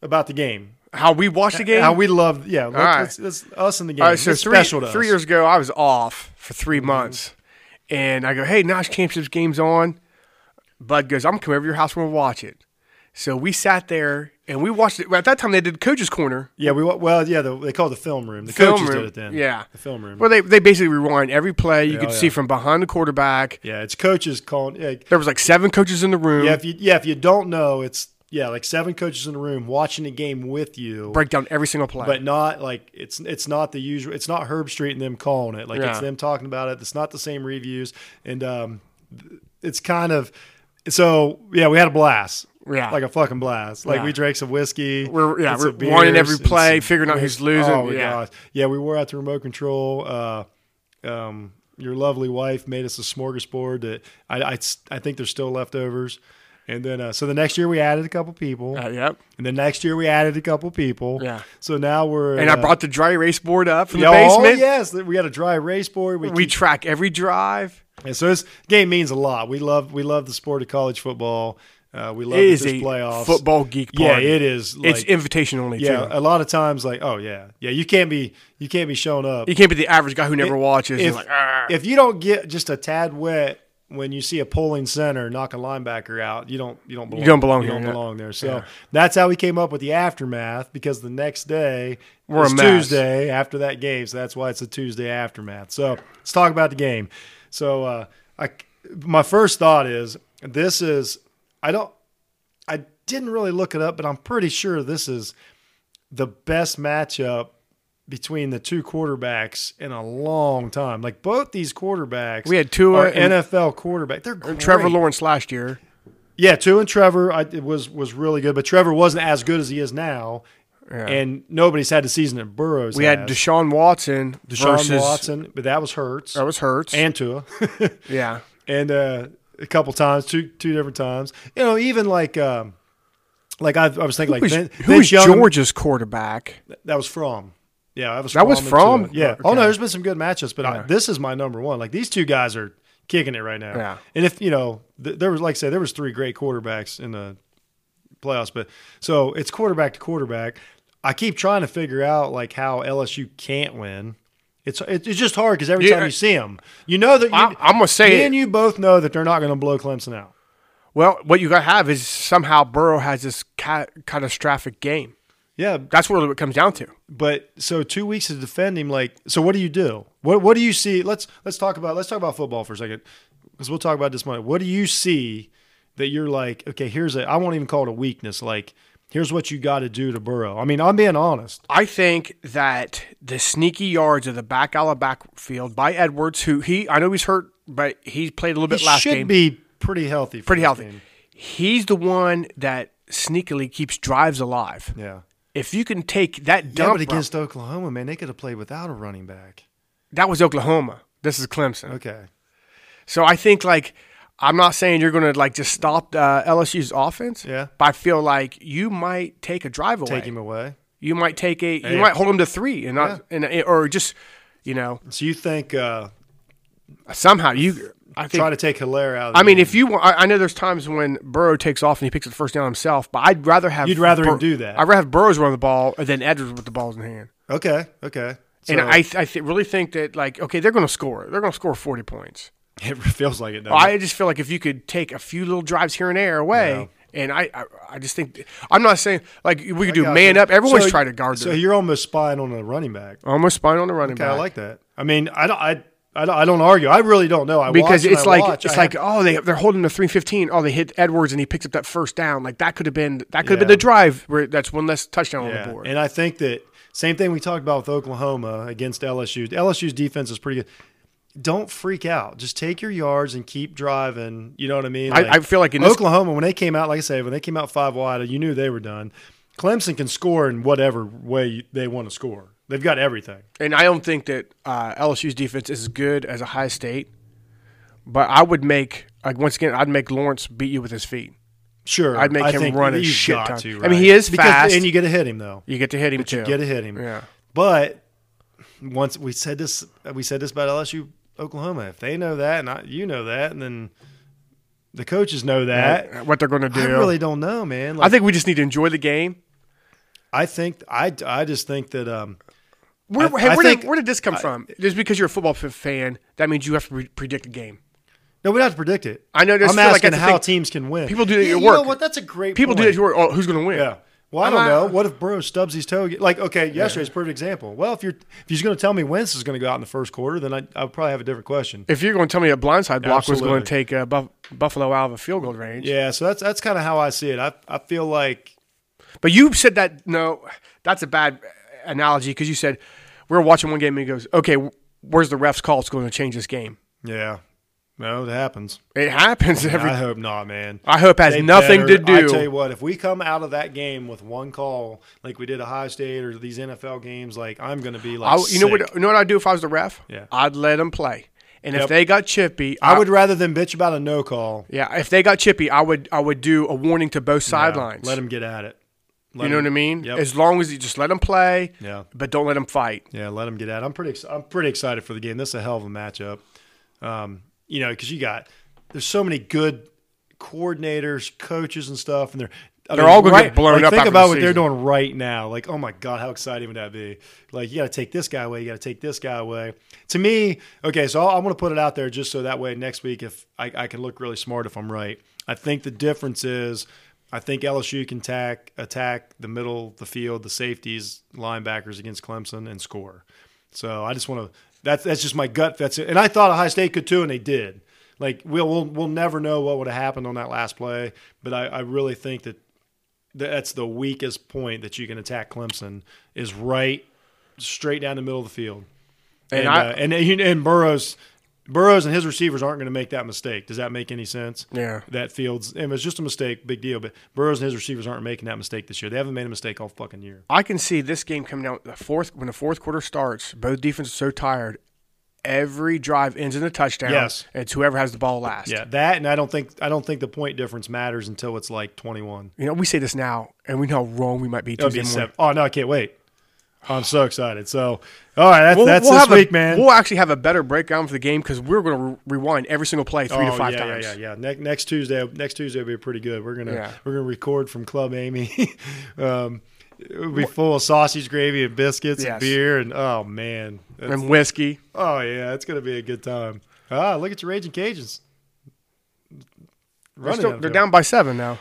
[SPEAKER 3] about the game.
[SPEAKER 2] how we watched the game.
[SPEAKER 3] How we love, yeah. Let's,
[SPEAKER 2] right.
[SPEAKER 3] let's, let's- us and the game.
[SPEAKER 2] All right, so
[SPEAKER 3] It's
[SPEAKER 2] three,
[SPEAKER 3] special to
[SPEAKER 2] three
[SPEAKER 3] us. Mm-hmm.
[SPEAKER 2] years ago, I was off for three months, and I go, "Hey, Nash Championships game's on." Bud goes, "I'm gonna come over to your house and we'll watch it." So we sat there and we watched it. Well, at that time, they did Coach's Corner,
[SPEAKER 3] Yeah, we wa- well, yeah. The, they call it the film room. The
[SPEAKER 2] film
[SPEAKER 3] coaches
[SPEAKER 2] room.
[SPEAKER 3] did it then.
[SPEAKER 2] Yeah,
[SPEAKER 3] the film room.
[SPEAKER 2] Well, they they basically rewind every play. You could
[SPEAKER 3] oh,
[SPEAKER 2] see
[SPEAKER 3] yeah.
[SPEAKER 2] from behind the quarterback.
[SPEAKER 3] yeah, it's coaches calling. Yeah,
[SPEAKER 2] There was like seven coaches in the room.
[SPEAKER 3] yeah, if you yeah if you don't know, it's yeah like seven coaches in the room watching the game with you,
[SPEAKER 2] break down every single play.
[SPEAKER 3] but not like it's it's not the usual. It's not Herb Street and them calling it. Like
[SPEAKER 2] Yeah.
[SPEAKER 3] it's them talking about it. It's not the same reviews, and um, th- it's kind of so yeah. We had a blast.
[SPEAKER 2] Yeah.
[SPEAKER 3] like a fucking blast. Like
[SPEAKER 2] Yeah.
[SPEAKER 3] we drank some whiskey.
[SPEAKER 2] We're- yeah,
[SPEAKER 3] and
[SPEAKER 2] we're
[SPEAKER 3] some beers
[SPEAKER 2] wanting every
[SPEAKER 3] and
[SPEAKER 2] play,
[SPEAKER 3] some
[SPEAKER 2] figuring out who's losing.
[SPEAKER 3] Oh my
[SPEAKER 2] Yeah.
[SPEAKER 3] gosh. yeah. We wore out the remote control. Uh, um, your lovely wife made us a smorgasbord that I I, I think there's still leftovers. And then, uh, so the next year we added a couple people.
[SPEAKER 2] Uh, yep.
[SPEAKER 3] And then next year we added a couple people.
[SPEAKER 2] Yeah.
[SPEAKER 3] So now we're
[SPEAKER 2] And I
[SPEAKER 3] uh,
[SPEAKER 2] brought the dry erase board up from
[SPEAKER 3] oh,
[SPEAKER 2] the basement.
[SPEAKER 3] yes, we had a dry erase board. We,
[SPEAKER 2] We
[SPEAKER 3] keep-
[SPEAKER 2] track every drive.
[SPEAKER 3] and so this game means a lot. We love we love the sport of college football. Uh, we love
[SPEAKER 2] It is
[SPEAKER 3] that
[SPEAKER 2] a
[SPEAKER 3] there's playoffs.
[SPEAKER 2] football geek
[SPEAKER 3] Yeah,
[SPEAKER 2] party.
[SPEAKER 3] it is. Like,
[SPEAKER 2] it's invitation only.
[SPEAKER 3] yeah. uh,
[SPEAKER 2] too.
[SPEAKER 3] A lot of times, like oh yeah, yeah. You can't be you can't be showing up.
[SPEAKER 2] You can't be the average guy who never watches. and
[SPEAKER 3] if,
[SPEAKER 2] like, "Ah." "Arr."
[SPEAKER 3] if you don't get just a tad wet when you see a polling center knock a linebacker out, you don't you don't belong.
[SPEAKER 2] don't belong
[SPEAKER 3] you
[SPEAKER 2] here,
[SPEAKER 3] Don't
[SPEAKER 2] yeah.
[SPEAKER 3] belong there. So that's how we came up with the aftermath because the next day
[SPEAKER 2] We're a
[SPEAKER 3] is
[SPEAKER 2] mess.
[SPEAKER 3] Tuesday after that game, so that's why it's a Tuesday aftermath. So let's talk about the game. So uh, I my first thought is this is I don't I didn't really look it up, but I'm pretty sure this is the best matchup between the two quarterbacks in a long time. Like both these quarterbacks,
[SPEAKER 2] We had Tua
[SPEAKER 3] are
[SPEAKER 2] and-
[SPEAKER 3] NFL quarterback. They're great.
[SPEAKER 2] Trevor Lawrence last year.
[SPEAKER 3] Yeah, Tua and Trevor I, it was was really good, but Trevor wasn't as good as he is now. And nobody's had the season that Burrows.
[SPEAKER 2] We had
[SPEAKER 3] has.
[SPEAKER 2] Deshaun Watson
[SPEAKER 3] Deshaun
[SPEAKER 2] versus
[SPEAKER 3] Watson, but that was Hurts.
[SPEAKER 2] that was Hurts.
[SPEAKER 3] and Tua.
[SPEAKER 2] (laughs) yeah,
[SPEAKER 3] and uh, a couple times, two two different times. You know, even like um, like I, I was thinking,
[SPEAKER 2] who
[SPEAKER 3] like
[SPEAKER 2] was,
[SPEAKER 3] Vin-
[SPEAKER 2] who
[SPEAKER 3] Vince
[SPEAKER 2] was
[SPEAKER 3] Young-
[SPEAKER 2] Georgia's quarterback?
[SPEAKER 3] That was from. Yeah, that was
[SPEAKER 2] That was
[SPEAKER 3] and
[SPEAKER 2] from?
[SPEAKER 3] Tua. Yeah.
[SPEAKER 2] Okay.
[SPEAKER 3] Oh no, there's been some good matchups, but I, this is my number one. Like these two guys are kicking it right now.
[SPEAKER 2] Yeah.
[SPEAKER 3] And if you know, th- there was like I said, there was three great quarterbacks in the playoffs, but so it's quarterback to quarterback. I keep trying to figure out like how LSU can't win. It's it- it's just hard because every
[SPEAKER 2] Yeah.
[SPEAKER 3] time you see them, you know that you,
[SPEAKER 2] I- I'm gonna say
[SPEAKER 3] me
[SPEAKER 2] it.
[SPEAKER 3] and you both know that they're not going to blow Clemson out.
[SPEAKER 2] Well, what you gotta have is somehow Burrow has this ca- catastrophic game.
[SPEAKER 3] Yeah,
[SPEAKER 2] That's what it comes down to.
[SPEAKER 3] But so two weeks to defend him, like so. What do you do? What What do you see? Let's let's talk about let's talk about football for a second, because we'll talk about this Monday. What do you see that you're like? Okay, here's a. I won't even call it a weakness. Like here's what you got to do to Burrow. I mean, I'm being honest.
[SPEAKER 2] I think that the sneaky yards of the back out of backfield by Edwards, who he I know he's hurt, but he played a little
[SPEAKER 3] He
[SPEAKER 2] bit last
[SPEAKER 3] should
[SPEAKER 2] game.
[SPEAKER 3] be pretty healthy. for
[SPEAKER 2] pretty
[SPEAKER 3] this
[SPEAKER 2] healthy.
[SPEAKER 3] game.
[SPEAKER 2] He's the one that sneakily keeps drives alive.
[SPEAKER 3] Yeah.
[SPEAKER 2] If you can take that
[SPEAKER 3] Yeah,
[SPEAKER 2] dump
[SPEAKER 3] but
[SPEAKER 2] route-
[SPEAKER 3] against Oklahoma, man, they could have played without a running back.
[SPEAKER 2] that was Oklahoma. This is Clemson.
[SPEAKER 3] Okay.
[SPEAKER 2] So I think like I'm not saying you're going to like just stop uh, LSU's offense.
[SPEAKER 3] Yeah.
[SPEAKER 2] But I feel like you might take a drive away.
[SPEAKER 3] Take him away.
[SPEAKER 2] You might take a. You might hold them to three and not and or just you know
[SPEAKER 3] So you think uh,
[SPEAKER 2] somehow you. I think.
[SPEAKER 3] try to take Hilaire out? Of the
[SPEAKER 2] I mean,
[SPEAKER 3] game.
[SPEAKER 2] if you, want, I I know there's times when Burrow takes off and he picks up the first down himself, but I'd rather have
[SPEAKER 3] You'd rather him do that.
[SPEAKER 2] I'd rather have Burrows run the ball than Edwards with the balls in hand.
[SPEAKER 3] okay, okay, so
[SPEAKER 2] and I, th- I th- really think that like, okay, they're going to score. They're going to score 40 points.
[SPEAKER 3] (laughs) it feels like it. Doesn't
[SPEAKER 2] I just feel like if you could take a few little drives here and there away, and I, I, I just think I'm not saying like we could do
[SPEAKER 3] Gotcha.
[SPEAKER 2] man up. Everyone's
[SPEAKER 3] So-
[SPEAKER 2] trying to guard.
[SPEAKER 3] So
[SPEAKER 2] their-
[SPEAKER 3] you're almost spying on a running back.
[SPEAKER 2] almost spine on the running
[SPEAKER 3] Okay,
[SPEAKER 2] back.
[SPEAKER 3] I like that. I mean, I don't, I, I don't, I don't argue. I really don't know. I watch
[SPEAKER 2] because
[SPEAKER 3] and
[SPEAKER 2] it's
[SPEAKER 3] I
[SPEAKER 2] like
[SPEAKER 3] watch.
[SPEAKER 2] it's
[SPEAKER 3] I
[SPEAKER 2] like
[SPEAKER 3] have-
[SPEAKER 2] oh they they're holding the 315 oh they hit Edwards and he picks up that first down like that could have been that could have been
[SPEAKER 3] Yeah.
[SPEAKER 2] the drive where that's one less touchdown on
[SPEAKER 3] yeah.
[SPEAKER 2] the board
[SPEAKER 3] and I think that same thing we talked about with Oklahoma against LSU. LSU's defense is pretty good. Don't freak out. Just take your yards and keep driving. You know what I mean?
[SPEAKER 2] I- I feel like in this-
[SPEAKER 3] Oklahoma, when they came out, like I said, when they came out five wide, you knew they were done. Clemson can score in whatever way they want to score. They've got everything.
[SPEAKER 2] and I don't think that uh, LSU's defense is as good as a high state but I would make like once again I'd make Lawrence beat you with his feet
[SPEAKER 3] Sure,
[SPEAKER 2] I'd make
[SPEAKER 3] I
[SPEAKER 2] him
[SPEAKER 3] think
[SPEAKER 2] run a
[SPEAKER 3] you've
[SPEAKER 2] shit
[SPEAKER 3] got
[SPEAKER 2] ton.
[SPEAKER 3] to,
[SPEAKER 2] I mean, he
[SPEAKER 3] right?
[SPEAKER 2] is
[SPEAKER 3] Because-
[SPEAKER 2] fast.
[SPEAKER 3] and you get to hit him though.
[SPEAKER 2] you get to hit him too
[SPEAKER 3] get to hit him.
[SPEAKER 2] yeah
[SPEAKER 3] But once we said this, we said this about LSU, Oklahoma. If they know that, and I, you know that, and then the coaches know that,
[SPEAKER 2] Uh, what they're going to do
[SPEAKER 3] I really don't know, man. Like,
[SPEAKER 2] I think we just need to enjoy the game
[SPEAKER 3] I think I, I just think that um,
[SPEAKER 2] Where,
[SPEAKER 3] I-
[SPEAKER 2] hey,
[SPEAKER 3] I
[SPEAKER 2] where,
[SPEAKER 3] think-
[SPEAKER 2] did, where did this come from? Just because you're a football f- fan, that means you have to pre- predict a game.
[SPEAKER 3] no, we don't have to predict it.
[SPEAKER 2] I know, just
[SPEAKER 3] I'm
[SPEAKER 2] feel like
[SPEAKER 3] asking
[SPEAKER 2] that's the
[SPEAKER 3] how
[SPEAKER 2] thing.
[SPEAKER 3] teams can win.
[SPEAKER 2] People do that at
[SPEAKER 3] Yeah,
[SPEAKER 2] your
[SPEAKER 3] you know
[SPEAKER 2] work.
[SPEAKER 3] what? That's a great.
[SPEAKER 2] People do
[SPEAKER 3] point.
[SPEAKER 2] it. Who are, oh, who's going to win?
[SPEAKER 3] Yeah. Well, I
[SPEAKER 2] I'm
[SPEAKER 3] don't
[SPEAKER 2] not-
[SPEAKER 3] know. What if Burrow stubs his toe? again? Like, okay, yesterday's a perfect example. Well, if you're if he's going to tell me Wentz is going to go out in the first quarter, then I I would probably have a different question.
[SPEAKER 2] If you're going to tell me a blindside block was
[SPEAKER 3] Absolutely.
[SPEAKER 2] going to take uh, buff- Buffalo out of a field goal range,
[SPEAKER 3] Yeah, so that's that's kind of how I see it. I I feel like
[SPEAKER 2] but you said that no, that's a bad analogy because you said we were watching one game and he goes, "Okay, wh- where's the ref's call? It's going to change this game."
[SPEAKER 3] yeah, no, it happens.
[SPEAKER 2] It happens every.
[SPEAKER 3] I hope not, man.
[SPEAKER 2] I hope it has
[SPEAKER 3] They
[SPEAKER 2] nothing to
[SPEAKER 3] better-
[SPEAKER 2] do.
[SPEAKER 3] I tell you what, if we come out of that game with one call like we did at Ohio State or these NFL games, like I'm going to be like,
[SPEAKER 2] I, you know
[SPEAKER 3] sick.
[SPEAKER 2] what? You know what I'd do if I was the ref?
[SPEAKER 3] Yeah.
[SPEAKER 2] I'd let them play, and
[SPEAKER 3] Yep.
[SPEAKER 2] if they got chippy,
[SPEAKER 3] I would rather than bitch about a no call.
[SPEAKER 2] Yeah, if they got chippy, I would. I would do a warning to both sidelines.
[SPEAKER 3] Let them get at it. Let
[SPEAKER 2] you know
[SPEAKER 3] 'em-
[SPEAKER 2] what I mean?
[SPEAKER 3] Yep.
[SPEAKER 2] As long as you just let them play,
[SPEAKER 3] Yeah.
[SPEAKER 2] but don't let them fight.
[SPEAKER 3] Yeah, let them get at. It. I'm pretty. Ex- I'm pretty excited for the game. This is a hell of a matchup. Um, you know, because you got there's so many good coordinators, coaches, and stuff, and they're I
[SPEAKER 2] They're all gonna get
[SPEAKER 3] right-
[SPEAKER 2] blown
[SPEAKER 3] like,
[SPEAKER 2] up
[SPEAKER 3] Think
[SPEAKER 2] after
[SPEAKER 3] about
[SPEAKER 2] the
[SPEAKER 3] what they're
[SPEAKER 2] season.
[SPEAKER 3] doing right now. Like, oh my god, how exciting would that be? Like, you got to take this guy away. You got to take this guy away. To me, okay, so I want to put it out there just so that way next week, if I, I can look really smart if I'm right. I think the difference is. I think LSU can attack attack the middle, the field, the safeties, linebackers against Clemson and score. So I just want to. That's that's just my gut. That's it. And I thought Ohio State could too, and they did. Like we'll we'll, we'll never know what would have happened on that last play, but I, I really think that th- that's the weakest point that you can attack Clemson is right straight down the middle of the field. And
[SPEAKER 2] And
[SPEAKER 3] and,
[SPEAKER 2] I-
[SPEAKER 3] uh, and, and, and Burrows. Burrows and his receivers aren't going to make that mistake. Does that make any sense?
[SPEAKER 2] Yeah.
[SPEAKER 3] That Fields, and it was just a mistake, big deal. But Burrows and his receivers aren't making that mistake this year. They haven't made a mistake all fucking year.
[SPEAKER 2] I can see this game coming down the fourth when the fourth quarter starts. Both defenses are so tired. Every drive ends in a touchdown.
[SPEAKER 3] Yes.
[SPEAKER 2] and it's whoever has the ball last.
[SPEAKER 3] Yeah, that and I don't think I don't think the point difference matters until it's like twenty one.
[SPEAKER 2] You know, we say this now, and we know how wrong we might be
[SPEAKER 3] It'll
[SPEAKER 2] Tuesday
[SPEAKER 3] be
[SPEAKER 2] morning.
[SPEAKER 3] seven. Oh no, I can't wait. I'm so excited. So all right, that's, that's
[SPEAKER 2] have
[SPEAKER 3] this
[SPEAKER 2] a-
[SPEAKER 3] week, man.
[SPEAKER 2] We'll actually have a better breakdown for the game because we're going to re- rewind every single play three to
[SPEAKER 3] Oh,
[SPEAKER 2] five
[SPEAKER 3] yeah,
[SPEAKER 2] times.
[SPEAKER 3] Yeah, yeah, yeah. Next, next Tuesday, next Tuesday will be pretty good. We're gonna
[SPEAKER 2] Yeah.
[SPEAKER 3] we're gonna record from Club Amy. (laughs) um, it'll be full of sausage gravy and biscuits and
[SPEAKER 2] Yes.
[SPEAKER 3] beer and oh man, That's-
[SPEAKER 2] And whiskey.
[SPEAKER 3] oh yeah, it's gonna be a good time. Ah, look at your raging Cajuns.
[SPEAKER 2] They're,
[SPEAKER 3] Running
[SPEAKER 2] still-
[SPEAKER 3] out
[SPEAKER 2] they're
[SPEAKER 3] there.
[SPEAKER 2] down by seven now.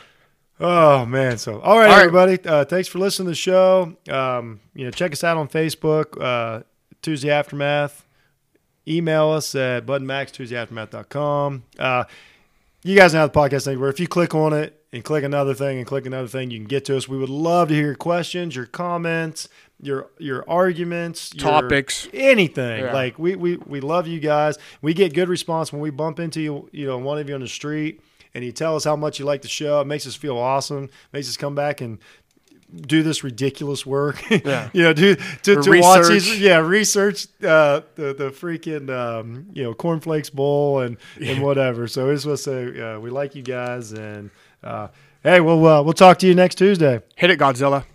[SPEAKER 3] Oh man! So all right,
[SPEAKER 2] All right.
[SPEAKER 3] everybody. Uh, thanks for listening to the show. Um, you know, check us out on Facebook, uh, Tuesday Aftermath. Email us at buttonmax@tuesdayaftermath.com. Uh, you guys know how the podcast thing where if you click on it and click another thing and click another thing, you can get to us. We would love to hear your questions, your comments, your your arguments, your-
[SPEAKER 2] Topics.
[SPEAKER 3] anything.
[SPEAKER 2] Yeah.
[SPEAKER 3] Like we, we we love you guys. We get good response when we bump into you, you know, one of you on the street and you tell us how much you like the show. It makes us feel awesome. Makes us come back and do this ridiculous work. (laughs)
[SPEAKER 2] Yeah.
[SPEAKER 3] you know, do to,
[SPEAKER 2] Or
[SPEAKER 3] to watch
[SPEAKER 2] research.
[SPEAKER 3] these. Yeah, research uh, the the freaking um, you know cornflakes bowl and and whatever. So we just want to say uh, we like you guys and uh, hey, we'll uh, we'll talk to you next Tuesday.
[SPEAKER 2] Hit it, Godzilla.